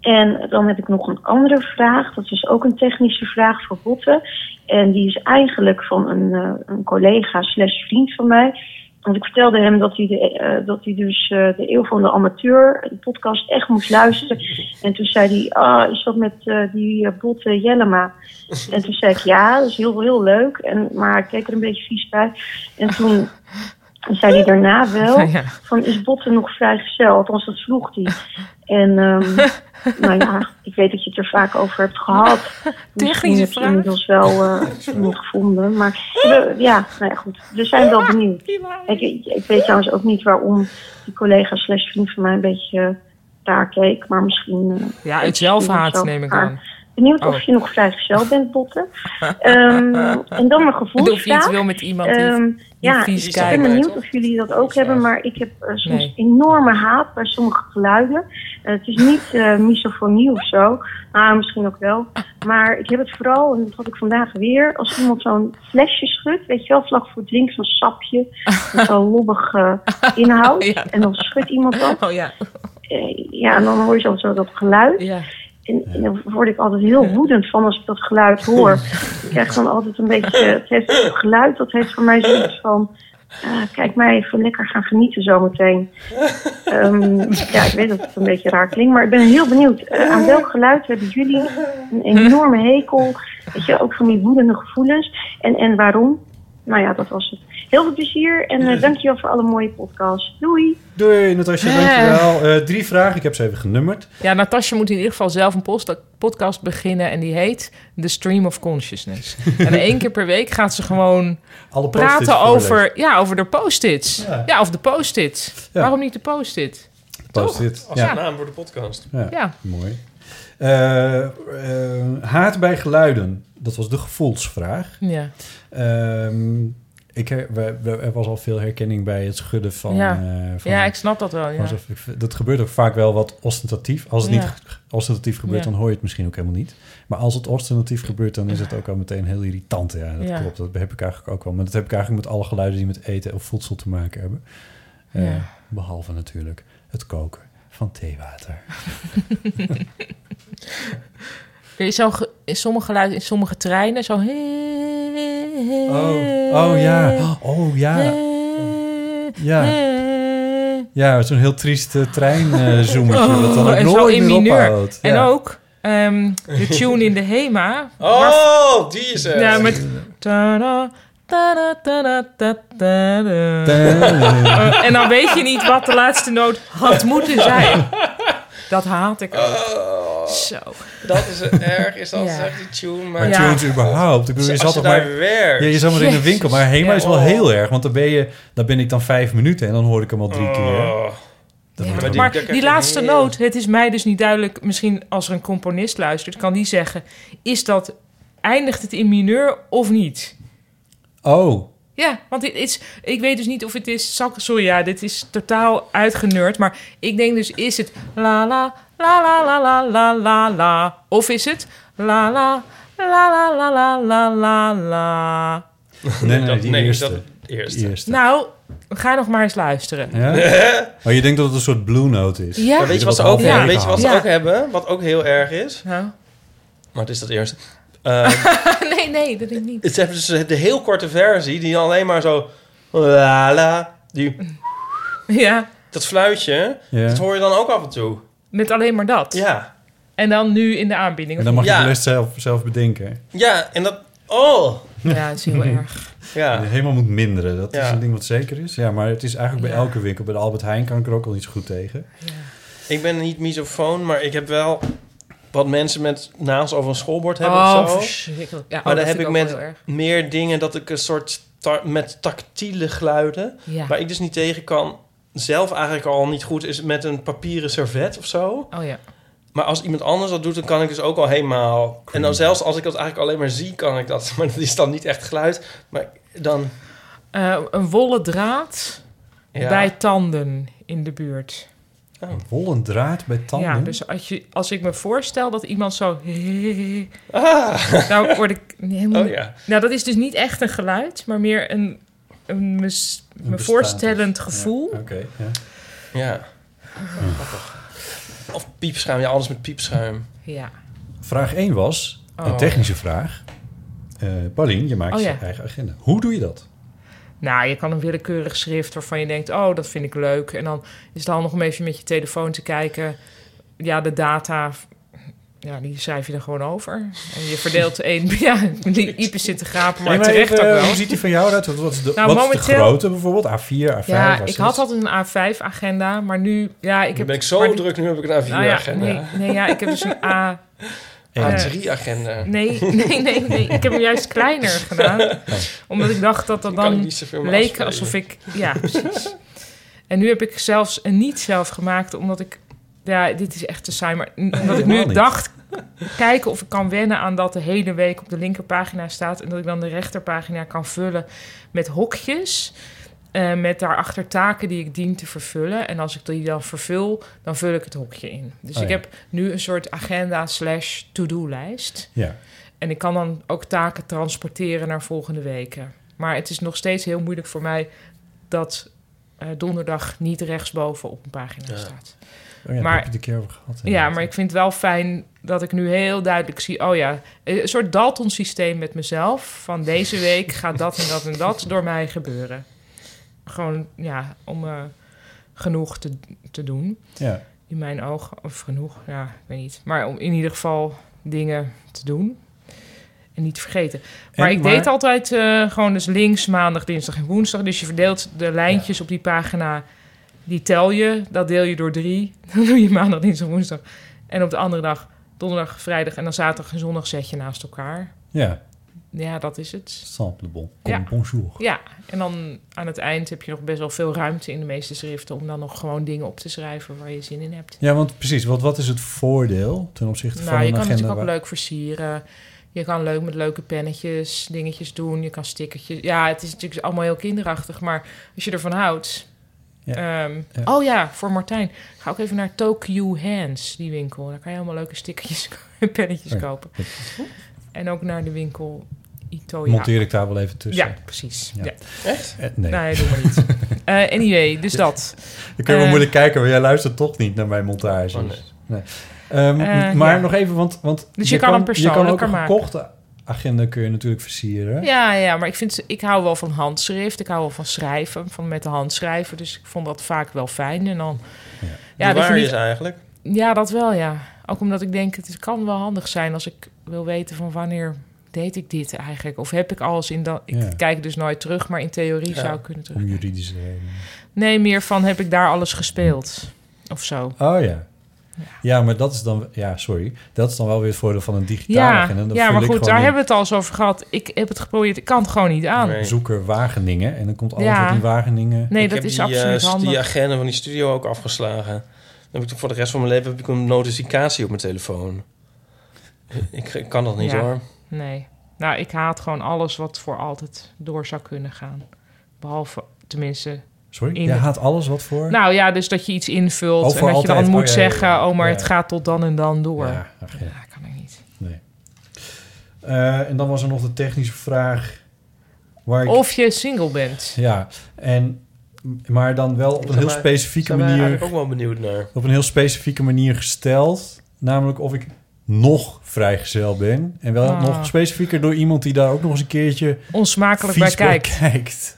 Speaker 11: En dan heb ik nog een andere vraag. Dat is ook een technische vraag voor Botten. En die is eigenlijk van een, eh, een collega slash vriend van mij. Want ik vertelde hem dat hij, de, eh, dat hij dus eh, de Eeuw van de Amateur, de podcast, echt moest luisteren. En toen zei hij, ah, is dat met eh, die eh, Botte Jellema? En toen zei ik, ja, dat is heel, heel leuk. En, maar ik keek er een beetje vies bij. En toen zei hij
Speaker 2: Ah.
Speaker 11: daarna wel,
Speaker 9: Ja.
Speaker 11: van is Botte nog vrijgezel? Althans, dat vroeg hij. En ehm, nou ja, ik weet dat je het er vaak over hebt gehad. Misschien heb je
Speaker 9: vraag.
Speaker 11: inmiddels wel eh, iemand gevonden. Maar we- ja, nou ja, goed. We zijn wel benieuwd. Ik, ik, ik weet trouwens ook niet waarom die collega slash vriend van mij een beetje eh, raar keek. Maar misschien... eh,
Speaker 2: Ja, uit
Speaker 11: misschien
Speaker 2: zelfhaat
Speaker 11: zelf-
Speaker 2: neem ik
Speaker 11: maar
Speaker 2: aan.
Speaker 11: Benieuwd
Speaker 2: Oh.
Speaker 11: of je nog vrijgezel bent, Botte. Ehm, en dan mijn gevoel.
Speaker 2: En of je iets wil met iemand die-
Speaker 11: Ehm,
Speaker 2: die
Speaker 11: ja,
Speaker 2: vies
Speaker 11: ik
Speaker 2: kijkt.
Speaker 11: ben benieuwd of jullie dat ook hebben, maar ik heb eh, soms
Speaker 2: Nee.
Speaker 11: enorme haat bij sommige geluiden. Eh, het is niet eh, misofonie of zo, maar misschien ook wel. Maar ik heb het vooral, en dat had ik vandaag weer, als iemand zo'n flesje schudt, weet je wel, vlak voor het drinken, zo'n sapje met zo'n lobbig eh, inhoud. En dan schudt iemand dat.
Speaker 2: Oh ja.
Speaker 11: Eh, ja, en dan hoor je zo, zo dat geluid. En, en dan word ik altijd heel woedend van als ik dat geluid hoor. Ik krijg dan altijd een beetje, het heeft het geluid, dat heeft voor mij zoiets van, ah, kijk mij even lekker gaan genieten zometeen. Ehm, ja, ik weet dat het een beetje raar klinkt, maar ik ben heel benieuwd. eh, aan welk geluid hebben jullie een enorme hekel? Weet je, ook van die woedende gevoelens. En, en waarom? nou ja, dat was het. Heel veel plezier en eh, dankjewel voor alle mooie podcasts. Doei!
Speaker 4: Doei Natasja,
Speaker 11: Eh.
Speaker 4: dankjewel. Eh, drie vragen, ik heb ze even genummerd.
Speaker 2: Ja, Natasja moet in ieder geval zelf een post- podcast beginnen en die heet The Stream of Consciousness. en één keer per week gaat ze gewoon
Speaker 4: Alle post-its
Speaker 2: praten
Speaker 4: voorlezen.
Speaker 2: over, ja, over de post-its. Ja.
Speaker 3: Ja.
Speaker 2: of de post-it.
Speaker 4: Ja.
Speaker 2: Waarom niet de post-it?
Speaker 4: Post-it.
Speaker 3: Als
Speaker 4: Ja.
Speaker 3: naam voor de podcast.
Speaker 4: Ja,
Speaker 2: Ja.
Speaker 4: mooi. Eh, eh, haat bij geluiden, dat was de gevoelsvraag.
Speaker 2: Ja.
Speaker 4: Ehm, ik, her- we, we- er was al veel herkenning bij het schudden van...
Speaker 2: Ja.
Speaker 4: eh, van-
Speaker 2: Ja, ik snap dat wel, ja.
Speaker 4: van zo'n- ik- dat gebeurt ook vaak wel wat ostentatief. Als het
Speaker 2: Ja.
Speaker 4: niet ge- ostentatief gebeurt,
Speaker 2: Ja.
Speaker 4: dan hoor je het misschien ook helemaal niet. Maar als het ostentatief gebeurt, dan is het ook al meteen heel irritant. Ja, dat
Speaker 2: Ja.
Speaker 4: klopt. Dat heb ik eigenlijk ook wel. Maar dat heb ik eigenlijk met alle geluiden die met eten of voedsel te maken hebben. Eh,
Speaker 2: Ja.
Speaker 4: Behalve natuurlijk het koken van theewater.
Speaker 2: Er is zo ge- in sommige geluid in sommige treinen zo...
Speaker 4: Oh, oh
Speaker 2: Eh.
Speaker 4: ja. Oh ja. Ja. Ja, zo'n heel triest eh, treinzoemetje. dat
Speaker 2: Eh.
Speaker 4: dan
Speaker 2: Oh,
Speaker 4: ook
Speaker 2: en zo
Speaker 4: nooit
Speaker 2: in
Speaker 4: meer
Speaker 2: mineur.
Speaker 4: ophoudt.
Speaker 2: En
Speaker 4: Ja.
Speaker 2: ook ehm, de tune in de HEMA.
Speaker 3: Oh,
Speaker 2: waar-
Speaker 3: die is er.
Speaker 2: Ja, met... ta-da, ta-da, ta-da, ta-da, ta-da.
Speaker 4: Ta-da.
Speaker 2: En dan weet je niet wat de laatste noot had moeten zijn. Dat haat ik ook. Zo.
Speaker 3: Oh. Dat is het erg, is dat
Speaker 2: Ja.
Speaker 3: echt die tune. Maar,
Speaker 4: Maar tunes überhaupt. Ik bedoel, je
Speaker 3: Als
Speaker 4: zat
Speaker 3: je
Speaker 4: toch maar,
Speaker 3: daar werkt.
Speaker 4: ja, je zat maar in de
Speaker 3: Jezus.
Speaker 4: winkel. Maar Hema
Speaker 3: Ja.
Speaker 4: is wel
Speaker 2: oh.
Speaker 4: heel erg. Want dan ben, je, dan ben ik dan vijf minuten en dan hoor ik hem al drie keer. Dat wordt
Speaker 2: Oh. Ja,
Speaker 4: ook-
Speaker 2: maar die laatste noot,
Speaker 3: eh,
Speaker 2: het is mij dus niet duidelijk. Misschien als er een componist luistert, kan die zeggen: is dat eindigt het in mineur of niet?
Speaker 4: Oh,
Speaker 2: Ja, want het is, ik weet dus niet of het is. zal ik- Sorry, ja, dit is totaal uitgeneurd. Maar ik denk dus: is het la la la la la la la la la? Of is het la la la la la la la la la?
Speaker 4: nee, nee, die
Speaker 3: nee,
Speaker 4: eerste.
Speaker 3: dat-
Speaker 4: Die
Speaker 3: eerste.
Speaker 4: eerste.
Speaker 2: Nou, ga nog maar eens luisteren.
Speaker 4: Ja? Oh, je denkt dat het een soort blue note is.
Speaker 2: Ja.
Speaker 3: Maar weet je wat ze ook,
Speaker 2: Ja.
Speaker 3: weet je wat ze
Speaker 2: Ja.
Speaker 3: ook hebben? Wat ook heel erg is?
Speaker 2: Nou.
Speaker 3: Maar het is dat eerste. Ehm,
Speaker 2: nee, nee, dat denk ik niet.
Speaker 3: het is even dus de heel korte versie die alleen maar zo... La la. Die,
Speaker 2: Ja,
Speaker 3: dat fluitje,
Speaker 4: Ja.
Speaker 3: dat hoor je dan ook af en toe.
Speaker 2: met alleen maar dat.
Speaker 3: Ja.
Speaker 2: En dan nu in de aanbieding.
Speaker 4: En dan mag je
Speaker 3: Ja.
Speaker 4: de rest zelf, zelf bedenken.
Speaker 3: Ja, en dat... Oh!
Speaker 2: Ja, dat is heel erg.
Speaker 3: Ja.
Speaker 4: Helemaal moet minderen. Dat is
Speaker 3: Ja.
Speaker 4: een ding wat zeker is. Ja, maar het is eigenlijk bij elke winkel. Bij de Albert Heijn kan ik er ook al iets goed tegen.
Speaker 3: Ik ben niet misofoon, maar ik heb wel wat mensen met naast over een schoolbord hebben
Speaker 2: Oh,
Speaker 3: of zo.
Speaker 2: verschrikkelijk. Ja, oh, dat
Speaker 3: maar dan
Speaker 2: vind
Speaker 3: heb
Speaker 2: ik
Speaker 3: ik
Speaker 2: ook
Speaker 3: met
Speaker 2: wel heel erg.
Speaker 3: meer dingen dat ik een soort ta- met tactiele geluiden,
Speaker 2: Ja.
Speaker 3: waar ik dus niet tegen kan, zelf eigenlijk al niet goed is met een papieren servet of zo.
Speaker 2: Oh ja.
Speaker 3: Maar als iemand anders dat doet, dan kan ik dus ook al helemaal. En dan zelfs als ik dat eigenlijk alleen maar zie, kan ik dat. Maar dat is dan niet echt geluid. Maar dan.
Speaker 2: Eh, een wollen draad
Speaker 3: Ja. Oh.
Speaker 2: bij tanden in de buurt.
Speaker 4: Een wollen draad bij tanden.
Speaker 2: Ja, dus als, je, als ik me voorstel dat iemand zo...
Speaker 3: Ah.
Speaker 2: Nou word ik helemaal...
Speaker 3: Oh ja.
Speaker 2: Nou, dat is dus niet echt een geluid, maar meer een, een mes- me
Speaker 3: bestaand
Speaker 4: dus.
Speaker 2: voorstellend gevoel.
Speaker 4: Oké, ja.
Speaker 3: Ja. Grappig. Of piepschuim. Ja, alles met piepschuim.
Speaker 2: Ja.
Speaker 4: Vraag 1 was
Speaker 2: Oh.
Speaker 4: een technische vraag. Eh Paulien, je maakt
Speaker 2: Oh, ja.
Speaker 4: je eigen agenda. Hoe doe je dat?
Speaker 2: Nou, je kan een willekeurig schrift waarvan je denkt, oh, dat vind ik leuk. En dan is het handig om even met je telefoon te kijken. Ja, de data, ja, die schrijf je er gewoon over. En je verdeelt één, ja, die Ipe zit te grapen, maar
Speaker 4: Nee,
Speaker 2: terecht
Speaker 4: even, eh,
Speaker 2: ook wel.
Speaker 4: Hoe ziet die van jou eruit? Wat, wat is de,
Speaker 2: Nou,
Speaker 4: wat is de
Speaker 2: momenteel-
Speaker 4: grote bijvoorbeeld? A4, A5?
Speaker 2: Ja,
Speaker 4: A6?
Speaker 2: ik had altijd een A5-agenda, maar nu... Ja, ik heb,
Speaker 3: ben ik zo
Speaker 2: maar die-
Speaker 3: druk, nu heb ik een
Speaker 2: Nou ja,
Speaker 3: A4-agenda.
Speaker 2: nee, nee, ja, ik heb dus een A...
Speaker 3: A3-agenda.
Speaker 2: Nee,
Speaker 3: Ehm,
Speaker 2: nee, nee, nee. Ik heb hem juist kleiner gedaan. Omdat ik dacht dat dat
Speaker 3: Dan kan ik
Speaker 2: dan
Speaker 3: niet zoveel meer
Speaker 2: leek
Speaker 3: afspreken.
Speaker 2: alsof ik... Ja, precies. En nu heb ik zelfs een niet zelf gemaakt, omdat ik... Ja, dit is echt te saai, maar omdat ik
Speaker 4: Helemaal
Speaker 2: nu
Speaker 4: niet.
Speaker 2: dacht... Kijken of ik kan wennen aan dat de hele week op de linkerpagina staat... en dat ik dan de rechterpagina kan vullen met hokjes... eh, met daarachter taken die ik dien te vervullen. En als ik die dan vervul, dan vul ik het hokje in. Dus
Speaker 4: Oh
Speaker 2: ik
Speaker 4: ja.
Speaker 2: heb nu een soort agenda slash to-do-lijst.
Speaker 4: Ja.
Speaker 2: En ik kan dan ook taken transporteren naar volgende weken. Maar het is nog steeds heel moeilijk voor mij dat eh, donderdag niet rechtsboven op een pagina
Speaker 4: Ja.
Speaker 2: staat.
Speaker 4: Oh ja, daar heb je het een keer over gehad,
Speaker 2: Ja,
Speaker 4: inderdaad.
Speaker 2: maar ik vind het wel fijn dat ik nu heel duidelijk zie... oh ja, een soort Dalton-systeem met mezelf. Van deze week gaat dat en dat en dat door mij gebeuren. Gewoon, ja, om eh, genoeg te, te doen.
Speaker 4: Ja.
Speaker 2: In mijn oog, of genoeg, ja, ik weet niet. Maar om in ieder geval dingen te doen. en niet vergeten. Maar
Speaker 4: En,
Speaker 2: ik
Speaker 4: maar-
Speaker 2: deed altijd eh, gewoon dus links, maandag, dinsdag en woensdag. Dus je verdeelt de lijntjes op die pagina. Die tel je, dat deel je door drie. Dan doe je maandag, dinsdag, woensdag. En op de andere dag, donderdag, vrijdag en dan zaterdag en zondag zet je naast elkaar.
Speaker 4: Ja.
Speaker 2: Ja, dat is het.
Speaker 4: Samplable. Kom, bonjour.
Speaker 2: Ja, en dan aan het eind heb je nog best wel veel ruimte in de meeste schriften... om dan nog gewoon dingen op te schrijven waar je zin in hebt.
Speaker 4: Ja, want precies. Wat, wat is het voordeel ten opzichte van
Speaker 2: nou, je
Speaker 4: een
Speaker 2: kan
Speaker 4: agenda?
Speaker 2: natuurlijk ook
Speaker 4: waar-
Speaker 2: leuk versieren. Je kan leuk met leuke pennetjes dingetjes doen. Je kan stickertjes. Ja, het is natuurlijk allemaal heel kinderachtig. Maar als je ervan houdt. ehm, Oh ja, voor Martijn. Ga ook even naar Tokyo Hands, die winkel. Daar kan je allemaal leuke stickertjes en pennetjes
Speaker 4: Oh ja,
Speaker 2: kopen.
Speaker 4: dat-
Speaker 2: En ook naar de winkel Itoya.
Speaker 4: Monteer ik daar wel even tussen.
Speaker 2: Ja, precies.
Speaker 4: Ja.
Speaker 2: Ja.
Speaker 4: Echt? Eh, nee.
Speaker 2: doe maar niet. Eh, anyway, dus dat.
Speaker 4: Dan kun je wel
Speaker 2: Eh,
Speaker 4: moeilijk kijken, want jij luistert toch niet naar mijn montage.
Speaker 2: Oh, nee.
Speaker 4: Nee. Ehm,
Speaker 2: Eh,
Speaker 4: maar
Speaker 2: ja.
Speaker 4: nog even, want, want
Speaker 2: Dus je kan hem
Speaker 4: je kan ook
Speaker 2: persoonlijker
Speaker 4: een
Speaker 2: maken.
Speaker 4: gekochte agenda kun je natuurlijk versieren.
Speaker 2: Ja, ja, maar ik, vind, ik hou wel van handschrift. Ik hou wel van schrijven, van met de hand schrijven. Dus ik vond dat vaak wel fijn. En dan, ja. dat
Speaker 3: Bewaar je
Speaker 2: niet-
Speaker 3: ze eigenlijk?
Speaker 2: Ja, dat wel, ja. Ook omdat ik denk, het is- kan wel handig zijn als ik wil weten van wanneer deed ik dit eigenlijk. Of heb ik alles in dat... Ik
Speaker 4: Ja.
Speaker 2: kijk dus nooit terug, maar in theorie
Speaker 4: Ja.
Speaker 2: zou ik kunnen terug.
Speaker 4: Om juridische redenen.
Speaker 2: Nee, meer van heb ik daar alles gespeeld? Of zo.
Speaker 4: Oh ja. Ja, maar dat is dan... Ja, sorry. Dat is dan wel weer het voordeel van een digitale
Speaker 2: Ja,
Speaker 4: agenda. Dan
Speaker 2: ja
Speaker 4: vul
Speaker 2: maar
Speaker 4: ik
Speaker 2: goed,
Speaker 4: gewoon
Speaker 2: daar
Speaker 4: in
Speaker 2: hebben we het al eens over gehad. Ik heb het geprobeerd, ik kan het gewoon niet aan.
Speaker 4: Zoeker Wageningen. En dan komt alles
Speaker 2: Ja.
Speaker 4: wat in Wageningen...
Speaker 2: Nee,
Speaker 3: ik
Speaker 2: dat
Speaker 3: heb
Speaker 2: is
Speaker 3: die, eh,
Speaker 2: absoluut
Speaker 3: s-
Speaker 2: handig.
Speaker 3: die agenda van die studio ook afgeslagen. Dan heb ik toch voor de rest van mijn leven heb ik een notificatie op mijn telefoon. Ik, ik kan dat niet
Speaker 2: Ja,
Speaker 3: hoor.
Speaker 2: Nee. Nou, ik haat gewoon alles wat voor altijd door zou kunnen gaan. Behalve, tenminste...
Speaker 4: Sorry?
Speaker 2: in
Speaker 4: Je
Speaker 2: het-
Speaker 4: haat alles wat voor...
Speaker 2: Nou ja, dus dat je iets invult
Speaker 4: Oh,
Speaker 2: en
Speaker 4: voor
Speaker 2: dat je
Speaker 4: altijd.
Speaker 2: dan
Speaker 4: Oh,
Speaker 2: moet
Speaker 4: ja, ja, ja.
Speaker 2: zeggen... oh, maar
Speaker 4: Ja.
Speaker 2: het gaat tot dan en dan door.
Speaker 4: Ja, ach, ja.
Speaker 2: kan ik niet.
Speaker 4: Nee. Eh, en dan was er nog de technische vraag... Waar ik...
Speaker 2: Of je single bent.
Speaker 4: Ja, en, maar dan wel op een heel
Speaker 3: Zijn wij-
Speaker 4: specifieke
Speaker 3: zijn wij
Speaker 4: manier...
Speaker 3: eigenlijk ook wel benieuwd naar.
Speaker 4: Op een heel specifieke manier gesteld. Namelijk of ik nog vrijgezel ben. En wel
Speaker 2: Ah.
Speaker 4: nog specifieker door iemand die daar ook nog eens een keertje...
Speaker 2: Onsmakelijk
Speaker 4: vies
Speaker 2: bij kijkt.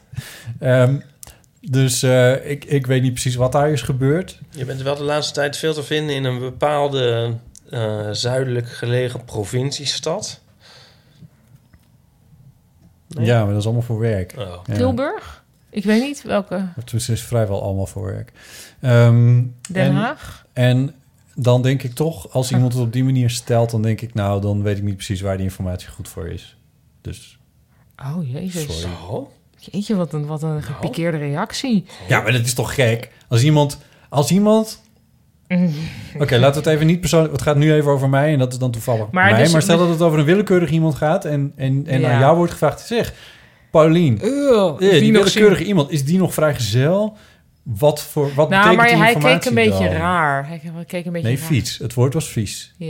Speaker 4: Ehm, dus eh, ik, ik weet niet precies wat daar is gebeurd.
Speaker 3: Je bent wel de laatste tijd veel te vinden in een bepaalde eh, zuidelijk gelegen provinciestad. Nee?
Speaker 4: Ja, maar dat is allemaal voor werk.
Speaker 3: Oh.
Speaker 4: Ja.
Speaker 2: Tilburg? Ik weet niet welke.
Speaker 4: Het is dus vrijwel allemaal voor werk. Ehm,
Speaker 2: Den
Speaker 4: en-
Speaker 2: Haag?
Speaker 4: En dan denk ik toch, als iemand het op die manier stelt... dan denk ik, nou, dan weet ik niet precies waar die informatie goed voor is. Dus
Speaker 2: Oh, jezus.
Speaker 4: Sorry.
Speaker 2: Jeetje, wat een, wat een gepikeerde reactie.
Speaker 4: Ja, maar dat is toch gek? Als iemand... Als iemand...
Speaker 2: Nou,
Speaker 4: Oké, laten we het even niet persoonlijk... Het gaat nu even over mij en dat is dan toevallig
Speaker 2: Maar
Speaker 4: mij.
Speaker 2: dus-
Speaker 4: maar stel dat het over een willekeurig iemand gaat... en, en, en
Speaker 2: Ja.
Speaker 4: aan jou wordt gevraagd... Zeg, Paulien,
Speaker 2: Ugh, is
Speaker 4: eh, die
Speaker 2: die nog
Speaker 4: willekeurige
Speaker 2: zin-
Speaker 4: iemand... is die nog vrijgezel? Wat, voor,
Speaker 2: nou,
Speaker 4: wat betekent
Speaker 2: maar
Speaker 4: die
Speaker 2: hij
Speaker 4: informatie
Speaker 2: keek een beetje
Speaker 4: dan?
Speaker 2: raar. Hij keek- keek een beetje
Speaker 4: Nee,
Speaker 2: raar.
Speaker 4: vies. Het woord was vies.
Speaker 2: Ja.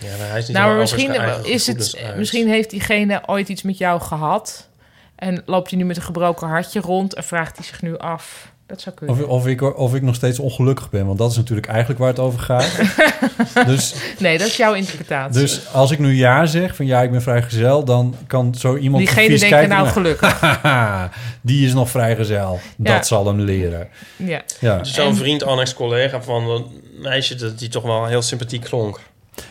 Speaker 3: Ja, maar hij is niet
Speaker 2: nou, maar
Speaker 3: helemaal over
Speaker 2: misschien,
Speaker 3: zijn eigen
Speaker 2: is het,
Speaker 3: gevoelens uit.
Speaker 2: misschien heeft diegene ooit iets met jou gehad. En loopt hij nu met een gebroken hartje rond en vraagt hij zich nu af. Dat zou kunnen.
Speaker 4: Of, of, ik, of ik nog steeds ongelukkig ben, want dat is natuurlijk eigenlijk waar het over gaat. dus
Speaker 2: Nee, dat is jouw interpretatie.
Speaker 4: Dus als ik nu ja zeg, van ja, ik ben vrijgezel... dan kan zo iemand
Speaker 2: Diegene
Speaker 4: vies
Speaker 2: denkt,
Speaker 4: kijken
Speaker 2: nou,
Speaker 4: en-
Speaker 2: gelukkig.
Speaker 4: Haha, die is nog vrijgezel.
Speaker 2: Ja.
Speaker 4: Dat zal hem leren.
Speaker 2: Ja.
Speaker 4: ja.
Speaker 3: Zo'n vriend, Annex collega van een meisje dat die toch wel heel sympathiek klonk.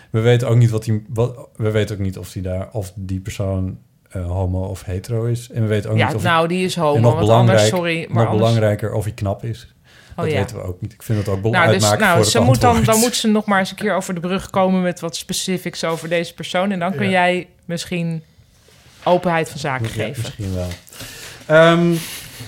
Speaker 4: We weten ook niet, wat die, wat, we weten ook niet of, die daar, of die persoon eh, homo of hetero is. En we weten ook
Speaker 2: Ja,
Speaker 4: niet of...
Speaker 2: nou, die is homo,
Speaker 4: en
Speaker 2: want anders,
Speaker 4: belangrijk-
Speaker 2: sorry, maar
Speaker 4: nog
Speaker 2: anders-
Speaker 4: belangrijker of hij knap is.
Speaker 2: Oh,
Speaker 4: dat
Speaker 2: ja.
Speaker 4: weten we ook niet. Ik vind het ook belangrijk
Speaker 2: Nou, dus,
Speaker 4: uitmaken
Speaker 2: nou,
Speaker 4: voor
Speaker 2: ze
Speaker 4: het
Speaker 2: moet dan,
Speaker 4: antwoord.
Speaker 2: dan moet ze nog maar eens een keer over de brug komen met wat specifics over deze persoon. En dan kun
Speaker 4: Ja.
Speaker 2: jij misschien openheid van zaken
Speaker 4: Ja,
Speaker 2: geven.
Speaker 4: Misschien wel. Ehm,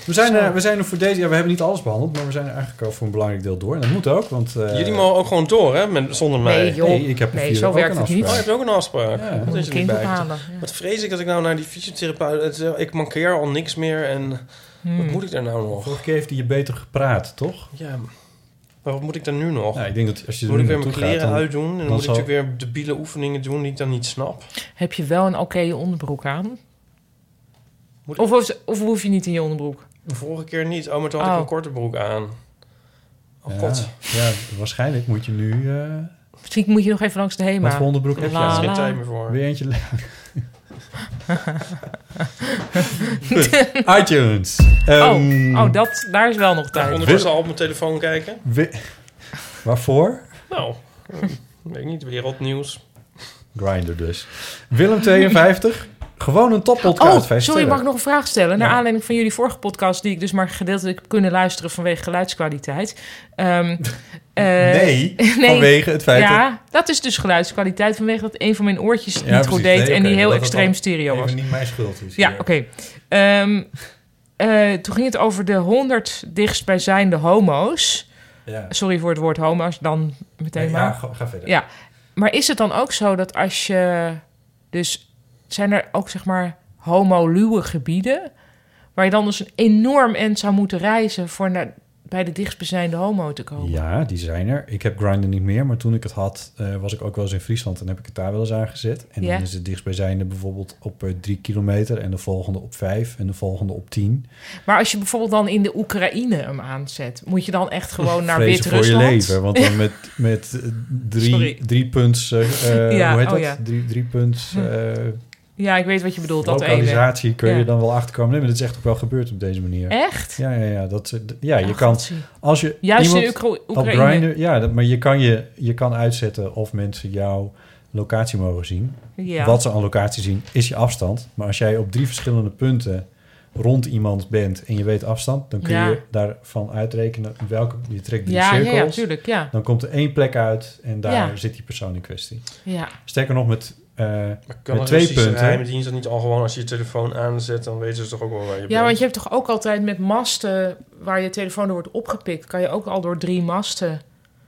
Speaker 4: we, zijn
Speaker 2: Zo.
Speaker 4: er, we zijn er voor deze... Ja, we hebben niet alles behandeld, maar we zijn er eigenlijk al voor een belangrijk deel door. En dat moet ook, want... eh,
Speaker 3: Jullie mogen ook gewoon door, hè? Met, zonder mij.
Speaker 4: Nee, joh. Nee, ik heb om Nee, vier zo ook werkt een het niet. afspraak.
Speaker 3: Oh, heb je ook een afspraak?
Speaker 4: Ja.
Speaker 3: Wat
Speaker 4: Moet
Speaker 3: is
Speaker 4: een
Speaker 3: er niet
Speaker 4: kind
Speaker 3: bij?
Speaker 4: ophalen,
Speaker 3: Wat vrees ik dat ik nou naar die fysiotherapeut... het is- Ik mankeer al niks meer en...
Speaker 4: Hmm.
Speaker 3: Wat moet ik daar nou nog?
Speaker 4: Vorige keer heeft hij je beter gepraat, toch?
Speaker 3: Ja, maar wat moet ik daar nu nog?
Speaker 4: Nou, ik denk dat als je er
Speaker 3: moet
Speaker 4: nu
Speaker 3: ik weer mijn
Speaker 4: naartoe
Speaker 3: kleren
Speaker 4: gaat, dan-
Speaker 3: uitdoen... en dan,
Speaker 4: dan
Speaker 3: moet
Speaker 4: zal-
Speaker 3: ik natuurlijk weer debiele oefeningen doen die ik dan niet snap.
Speaker 2: Heb je wel een oké onderbroek aan? Of, of, of hoef je niet in je onderbroek?
Speaker 3: De vorige keer niet. Oh, maar toen had
Speaker 2: Oh.
Speaker 3: ik een korte broek aan. Oh,
Speaker 4: Ja,
Speaker 3: god.
Speaker 4: Ja, waarschijnlijk moet je nu... eh
Speaker 2: Misschien moet je nog even langs de HEMA.
Speaker 4: Wat voor onderbroek heb je
Speaker 2: La,
Speaker 4: aan?
Speaker 2: la.
Speaker 4: Geen tijd
Speaker 3: meer voor.
Speaker 4: weer eentje... Goed, iTunes. Ehm,
Speaker 2: oh, oh, dat, daar is wel nog
Speaker 3: Nou,
Speaker 2: tijd.
Speaker 3: ondertussen al op mijn telefoon kijken. eh,
Speaker 4: we- waarvoor?
Speaker 3: Nou, hm, weet ik niet. Wereldnieuws.
Speaker 4: Grinder dus. Willem 52. Gewoon een toppodcast.
Speaker 2: Oh,
Speaker 4: vijf
Speaker 2: sorry,
Speaker 4: sterren.
Speaker 2: mag ik nog een vraag stellen? Naar aanleiding van jullie vorige podcast, die ik dus maar gedeeltelijk heb kunnen luisteren vanwege geluidskwaliteit. Ehm, eh,
Speaker 4: Nee, vanwege het feit
Speaker 2: Ja, dat is dus geluidskwaliteit vanwege dat een van mijn oortjes het
Speaker 4: Ja,
Speaker 2: niet goed
Speaker 4: precies.
Speaker 2: deed
Speaker 4: Nee,
Speaker 2: en
Speaker 4: oké,
Speaker 2: die heel
Speaker 4: dat het
Speaker 2: extreem
Speaker 4: dan
Speaker 2: stereo
Speaker 4: even
Speaker 2: was.
Speaker 4: niet mijn schuld is.
Speaker 2: Ja, oké. Ehm, eh, toen ging het over de 100 dichtstbijzijnde homo's.
Speaker 4: Ja.
Speaker 2: Sorry voor het woord homo's, dan meteen
Speaker 4: Nee, ja,
Speaker 2: maar.
Speaker 4: ga- ga verder.
Speaker 2: Ja, maar is het dan ook zo dat als je... Dus zijn er ook, zeg maar, homoluwe gebieden... waar je dan dus een enorm end zou moeten reizen... voor naar, bij de dichtstbijzijnde homo te komen?
Speaker 4: Ja, die zijn er. Ik heb Grindr niet meer, maar toen ik het had, eh, was ik ook wel eens in Friesland en heb ik het daar wel eens aangezet. En
Speaker 2: Ja.
Speaker 4: dan is het dichtstbijzijnde bijvoorbeeld op eh, drie kilometer en de volgende op vijf en de volgende op tien.
Speaker 2: Maar als je bijvoorbeeld dan in de Oekraïne hem aanzet... moet je dan echt gewoon naar
Speaker 4: Vrezen voor je
Speaker 2: Wit-Rusland?
Speaker 4: leven, want dan met, met eh,
Speaker 2: Sorry.
Speaker 4: drie, drie punts, eh, eh,
Speaker 2: Ja,
Speaker 4: hoe heet
Speaker 2: oh
Speaker 4: dat?
Speaker 2: ja. Hm.
Speaker 4: Drie, drie punts eh,
Speaker 2: Ja, ik weet wat je bedoelt. Dat ene.
Speaker 4: Lokalisatie kun je
Speaker 2: Ja.
Speaker 4: dan wel achterkomen. Nee, maar dat is echt ook wel gebeurd op deze manier.
Speaker 2: Echt?
Speaker 4: Ja, ja, ja. Dat, eh, d- ja je
Speaker 2: Ja,
Speaker 4: kan...
Speaker 2: godzie.
Speaker 4: Als je
Speaker 2: Juist in
Speaker 4: iemand
Speaker 2: Oekra-
Speaker 4: op
Speaker 2: Oekraïne.
Speaker 4: Grindr- ja, dat, maar je kan, je, je kan uitzetten of mensen jouw locatie mogen zien.
Speaker 2: Ja.
Speaker 4: Wat ze aan locatie zien, is je afstand. Maar als jij op drie verschillende punten rond iemand bent en je weet afstand... dan kun
Speaker 2: Ja.
Speaker 4: je daarvan uitrekenen welke... Je trekt drie
Speaker 2: Ja, ja, ja,
Speaker 4: cirkels.
Speaker 2: tuurlijk, ja.
Speaker 4: Dan komt er één plek uit en daar
Speaker 2: Ja.
Speaker 4: zit die persoon in kwestie.
Speaker 2: Ja.
Speaker 4: Sterker nog, met, eh,
Speaker 3: Kan
Speaker 4: met twee punten...
Speaker 3: dienst dan niet al gewoon als je je telefoon aanzet, dan weten ze toch ook wel waar je bent.
Speaker 2: Ja, want je hebt toch ook altijd met masten waar je telefoon door wordt opgepikt, kan je ook al door drie masten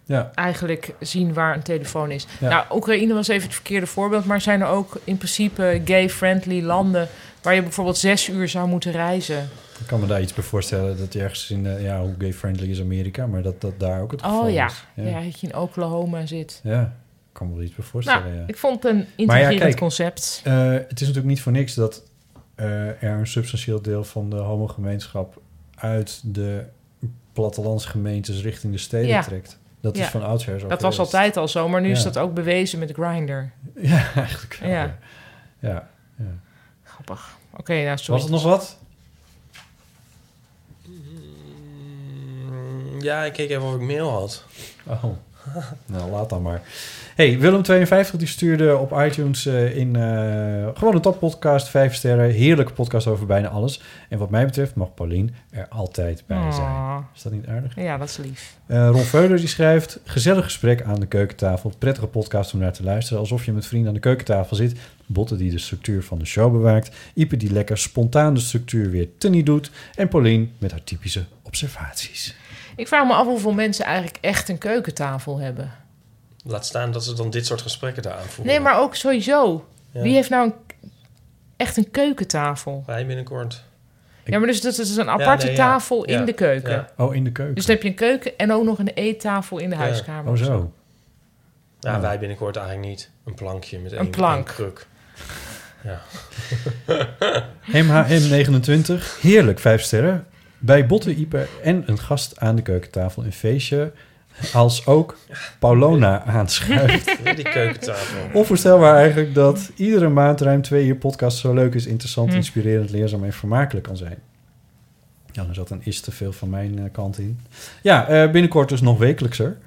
Speaker 4: Ja.
Speaker 2: eigenlijk zien waar een telefoon is.
Speaker 4: Ja.
Speaker 2: Nou, Oekraïne was even het verkeerde voorbeeld, maar zijn er ook in principe gay-friendly landen waar je bijvoorbeeld zes uur zou moeten reizen?
Speaker 4: Ik kan me daar iets bij voorstellen dat je ergens in, eh, ja, hoe gay-friendly is Amerika, maar dat dat daar ook het geval
Speaker 2: Oh ja.
Speaker 4: is.
Speaker 2: Ja. dat je in Oklahoma zit.
Speaker 4: Ja, ik kan me wel iets bij voorstellen.
Speaker 2: Nou,
Speaker 4: ja.
Speaker 2: ik vond het een
Speaker 4: Maar
Speaker 2: intrigerend
Speaker 4: kijk,
Speaker 2: concept.
Speaker 4: eh, het is natuurlijk niet voor niks dat eh, er een substantieel deel van de homogemeenschap uit de plattelandsgemeentes richting de steden
Speaker 2: Ja.
Speaker 4: trekt. Dat
Speaker 2: Ja.
Speaker 4: is van oudsher zo.
Speaker 2: Dat was
Speaker 4: geweest.
Speaker 2: altijd al zo, maar nu is
Speaker 4: Ja.
Speaker 2: dat ook bewezen met Grindr.
Speaker 4: Ja, eigenlijk wel,
Speaker 2: Ja.
Speaker 4: Ja. ja.
Speaker 2: Grappig. Oké, nou sorry.
Speaker 4: Was het nog wat?
Speaker 3: Mm, Ja, ik keek even of ik mail had.
Speaker 4: Oh. Nou, laat dan maar. Hey, Willem52 die stuurde op iTunes eh, in eh, gewoon een toppodcast, vijf sterren. Heerlijke podcast over bijna alles. En wat mij betreft mag Paulien er altijd bij zijn.
Speaker 2: Ah.
Speaker 4: Is dat niet aardig?
Speaker 2: Ja, dat is lief.
Speaker 4: Eh, Ron Veuler die schrijft... Gezellig gesprek aan de keukentafel. Prettige podcast om naar te luisteren. Alsof je met vrienden aan de keukentafel zit. Botte die de structuur van de show bewaakt. Ipe die lekker spontaan de structuur weer tennie doet. En Paulien met haar typische observaties.
Speaker 2: Ik vraag me af hoeveel mensen eigenlijk echt een keukentafel hebben.
Speaker 3: Laat staan dat ze dan dit soort gesprekken daar aanvoeren.
Speaker 2: Nee, maar ook sowieso.
Speaker 3: Ja.
Speaker 2: Wie heeft nou een, echt een keukentafel?
Speaker 3: Wij binnenkort.
Speaker 2: Ja, maar dus dat is een
Speaker 3: Ja,
Speaker 2: aparte
Speaker 3: nee, ja.
Speaker 2: tafel in
Speaker 3: Ja,
Speaker 2: de keuken.
Speaker 3: ja.
Speaker 4: Oh, in de keuken.
Speaker 2: Dus dan heb je een keuken en ook nog een eettafel in de huiskamer.
Speaker 4: Oh zo.
Speaker 3: Ja, wij binnenkort eigenlijk niet. Een plankje met één-
Speaker 2: plank.
Speaker 3: één kruk. Ja.
Speaker 4: MHM29, heerlijk, vijf sterren. Bij Botte Ieper en een gast aan de keukentafel in feestje. Als ook Paulona aanschuift.
Speaker 3: Weer die keukentafel.
Speaker 4: Onvoorstelbaar eigenlijk dat iedere maand ruim twee uur podcast zo leuk is, interessant,
Speaker 3: Hm.
Speaker 4: inspirerend, leerzaam en vermakelijk kan zijn. Ja, er zat een is te veel van mijn eh, kant in. Ja, eh, binnenkort dus nog wekelijkser.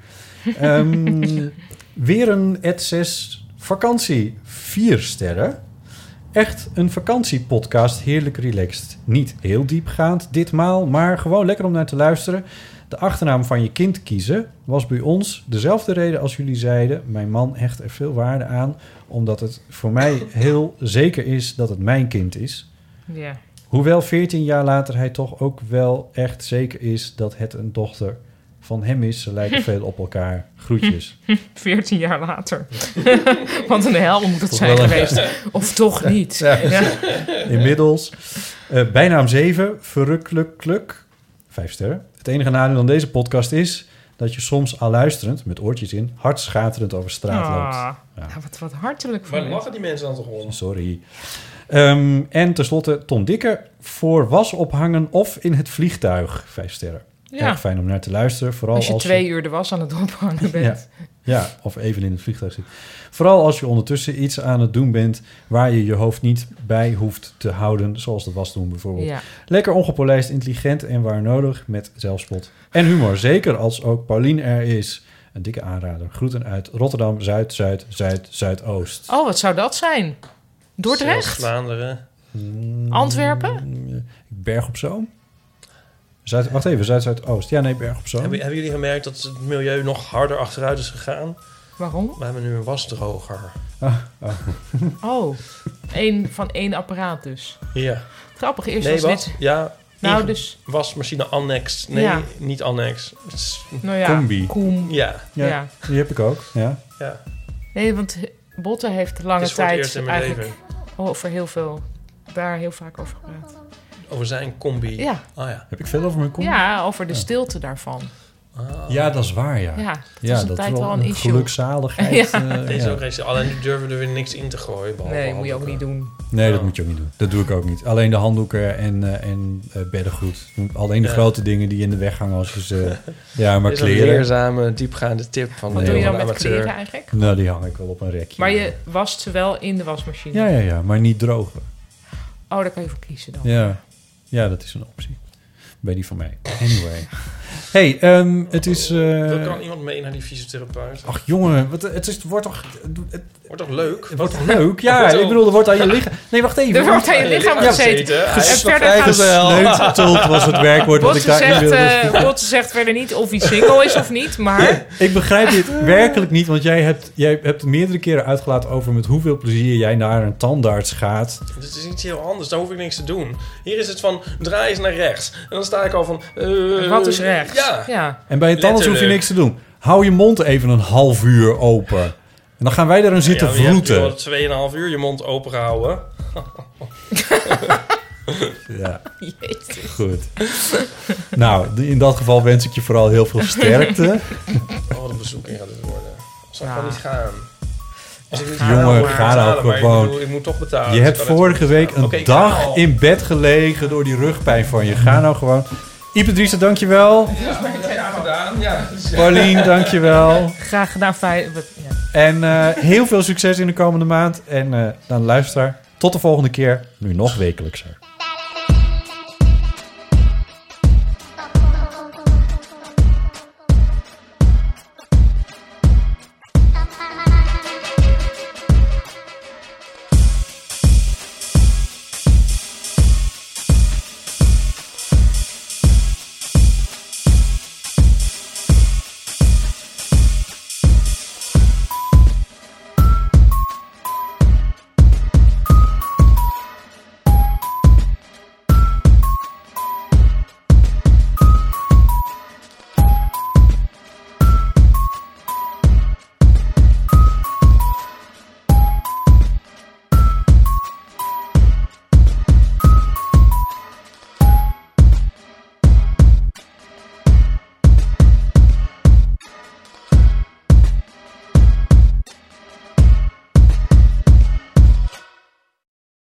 Speaker 4: Ehm, weer een Ed 6 vakantie. Vier sterren. Echt een vakantiepodcast. Heerlijk relaxed. Niet heel diepgaand ditmaal, maar gewoon lekker om naar te luisteren. De achternaam van je kind kiezen was bij ons dezelfde reden als jullie zeiden. Mijn man hecht er veel waarde aan, omdat het voor mij heel zeker is dat het mijn kind is.
Speaker 2: Ja.
Speaker 4: Hoewel 14 jaar later hij toch ook wel echt zeker is dat het een dochter van hem is. Ze lijken veel op elkaar. Groetjes.
Speaker 2: 14 jaar later. Want een hel moet het
Speaker 4: Toch
Speaker 2: zijn
Speaker 4: wel een-
Speaker 2: geweest. Of toch niet.
Speaker 4: Ja.
Speaker 2: Ja.
Speaker 4: Inmiddels. Eh, bijnaam 7, verrukkelijk. Vijf sterren. Het enige nadeel aan deze podcast is dat je soms al luisterend, met oortjes in, hardschaterend over straat
Speaker 2: Ah,
Speaker 4: loopt. Ja.
Speaker 2: nou, wat, wat hartelijk van
Speaker 3: Waar
Speaker 2: je.
Speaker 3: lachen die mensen dan toch om?
Speaker 4: Sorry. Ehm, en tenslotte Tom Dikker voor was ophangen of in het vliegtuig. Vijf sterren.
Speaker 2: Ja.
Speaker 4: Erg fijn om naar te luisteren. Vooral
Speaker 2: Als
Speaker 4: als,
Speaker 2: je twee uur de was aan het ophangen bent.
Speaker 4: Ja. ja, of even in het vliegtuig zit. Vooral als je ondertussen iets aan het doen bent waar je je hoofd niet bij hoeft te houden, zoals dat was doen bijvoorbeeld.
Speaker 2: Ja.
Speaker 4: Lekker ongepolijst, intelligent en waar nodig met zelfspot. En humor, zeker als ook Paulien er is. Een dikke aanrader. Groeten uit Rotterdam, Zuid, Zuid, Zuid, Zuidoost.
Speaker 2: Oh, wat zou dat zijn? Dordrecht?
Speaker 3: Vlaanderen.
Speaker 2: Antwerpen?
Speaker 4: Mm, eh, Berg op Zoom? Zuid, wacht even, Zuid, Zuidoost. Ja, nee, Berg op Zoom.
Speaker 3: Hebben, hebben jullie gemerkt dat het milieu nog harder achteruit is gegaan?
Speaker 2: Waarom?
Speaker 3: We hebben nu een wasdroger.
Speaker 4: Ah, ah.
Speaker 2: Oh, één van één apparaat dus.
Speaker 3: Ja.
Speaker 2: Grappig, eerst
Speaker 3: nee,
Speaker 2: was
Speaker 3: wat?
Speaker 2: dit-
Speaker 3: Ja.
Speaker 2: Nou,
Speaker 3: inge-
Speaker 2: dus-
Speaker 3: Wasmachine annex. Nee,
Speaker 2: Ja.
Speaker 3: niet annex. Het is-
Speaker 2: Nou ja, Combi. koem.
Speaker 3: Ja.
Speaker 2: Ja. Ja.
Speaker 4: Die heb ik ook, ja.
Speaker 3: Ja.
Speaker 2: Nee, want Botten heeft lange
Speaker 3: Het is voor het
Speaker 2: tijd
Speaker 3: eerst in mijn
Speaker 2: eigenlijk over heel veel, daar heel vaak over gepraat.
Speaker 3: Over zijn combi.
Speaker 2: Ja.
Speaker 3: Oh ja.
Speaker 4: Heb ik veel over mijn combi?
Speaker 2: Ja, over de
Speaker 4: Ja.
Speaker 2: stilte daarvan.
Speaker 4: Ja, dat is waar, ja.
Speaker 2: Oh. Ja, dat
Speaker 4: Ja,
Speaker 2: is een
Speaker 4: dat
Speaker 2: tijd
Speaker 4: is wel
Speaker 2: wel een
Speaker 4: een
Speaker 2: issue.
Speaker 4: gelukzaligheid,
Speaker 2: Ja.
Speaker 4: eh,
Speaker 3: Deze
Speaker 4: ja.
Speaker 3: ook eens. Alleen die durven er weer niks in te gooien. behalve
Speaker 2: Nee, moet je ook niet
Speaker 3: handdoeken.
Speaker 2: doen.
Speaker 4: Nee, dat moet je ook niet doen. Dat doe ik ook niet. Alleen de handdoeken en, eh, en eh, beddengoed. Alleen de
Speaker 3: Ja.
Speaker 4: grote dingen die in de weg hangen als je ze... ja, maar
Speaker 3: Dit is een
Speaker 4: kleren.
Speaker 3: leerzame, diepgaande tip van
Speaker 2: Wat
Speaker 3: de
Speaker 2: doe je dan
Speaker 3: jonge
Speaker 2: met
Speaker 3: amateur.
Speaker 2: kleren eigenlijk?
Speaker 4: Nou, die hang ik wel op een rekje.
Speaker 2: Maar je wast ze wel in de wasmachine.
Speaker 4: Ja, ja, ja. Maar niet drogen.
Speaker 2: Oh, daar kan je voor kiezen dan.
Speaker 4: Ja. ja, dat is een optie. Bij die van mij. Anyway. hey, ehm, het is... eh,
Speaker 3: Dan kan iemand mee naar die fysiotherapeut.
Speaker 4: Ach jongen, wat, het, is, het wordt toch... Het,
Speaker 3: wordt toch leuk?
Speaker 4: Het wordt toch leuk? Ja, ik bedoel, er wordt aan je lichaam... Nee, wacht even.
Speaker 2: Er wordt aan je lichaam gezeten. En verder gaat-
Speaker 4: Gesneuteld was het werkwoord wat ik
Speaker 2: Botsen
Speaker 4: daarin
Speaker 2: zegt,
Speaker 4: wilde.
Speaker 2: eh, Botsen zegt verder niet of hij single is of niet, maar...
Speaker 4: Ik begrijp dit werkelijk niet, want jij hebt, jij hebt meerdere keren uitgelaten over met hoeveel plezier jij naar een tandarts gaat.
Speaker 3: Dit is iets heel anders, daar hoef ik niks te doen. Hier is het van, draai eens naar rechts. En dan sta ik al van... eh,
Speaker 2: Wat is rechts?
Speaker 3: Ja.
Speaker 4: En bij een tandarts hoef je
Speaker 3: Letterlijk.
Speaker 4: niks te doen. Hou je mond even een half uur open. En dan gaan wij erin zitten
Speaker 3: ja, maar Je
Speaker 4: vloeten.
Speaker 3: hebt nu al 2,5 uur je mond open gehouden.
Speaker 4: Ja.
Speaker 2: Jezus.
Speaker 4: Goed. nou, in dat geval wens ik je vooral heel veel sterkte.
Speaker 3: Oh, wat een bezoeking gaat dit worden. Zou ik
Speaker 2: Ja.
Speaker 3: wel niet gaan. Als ik niet ga, dan moet
Speaker 4: Jongen,
Speaker 3: ik
Speaker 4: ga
Speaker 3: betalen,
Speaker 4: nou
Speaker 3: maar ik
Speaker 4: gewoon.
Speaker 3: bedoel, ik moet toch betalen.
Speaker 4: Je
Speaker 3: dus
Speaker 4: hebt
Speaker 3: ik kan
Speaker 4: vorige week een
Speaker 3: Oké, ik ga nou
Speaker 4: dag
Speaker 3: al.
Speaker 4: in bed gelegen door die rugpijn van je. Ga nou gewoon. Ipe Driessen, dankjewel.
Speaker 3: Ja, ik heb het gedaan. Ja.
Speaker 4: Paulien, dankjewel.
Speaker 2: Graag gedaan, Fijn. wat- Ja.
Speaker 4: En eh, heel veel succes in de komende maand. En eh dan luisteraar, tot de volgende keer. Nu nog wekelijkser.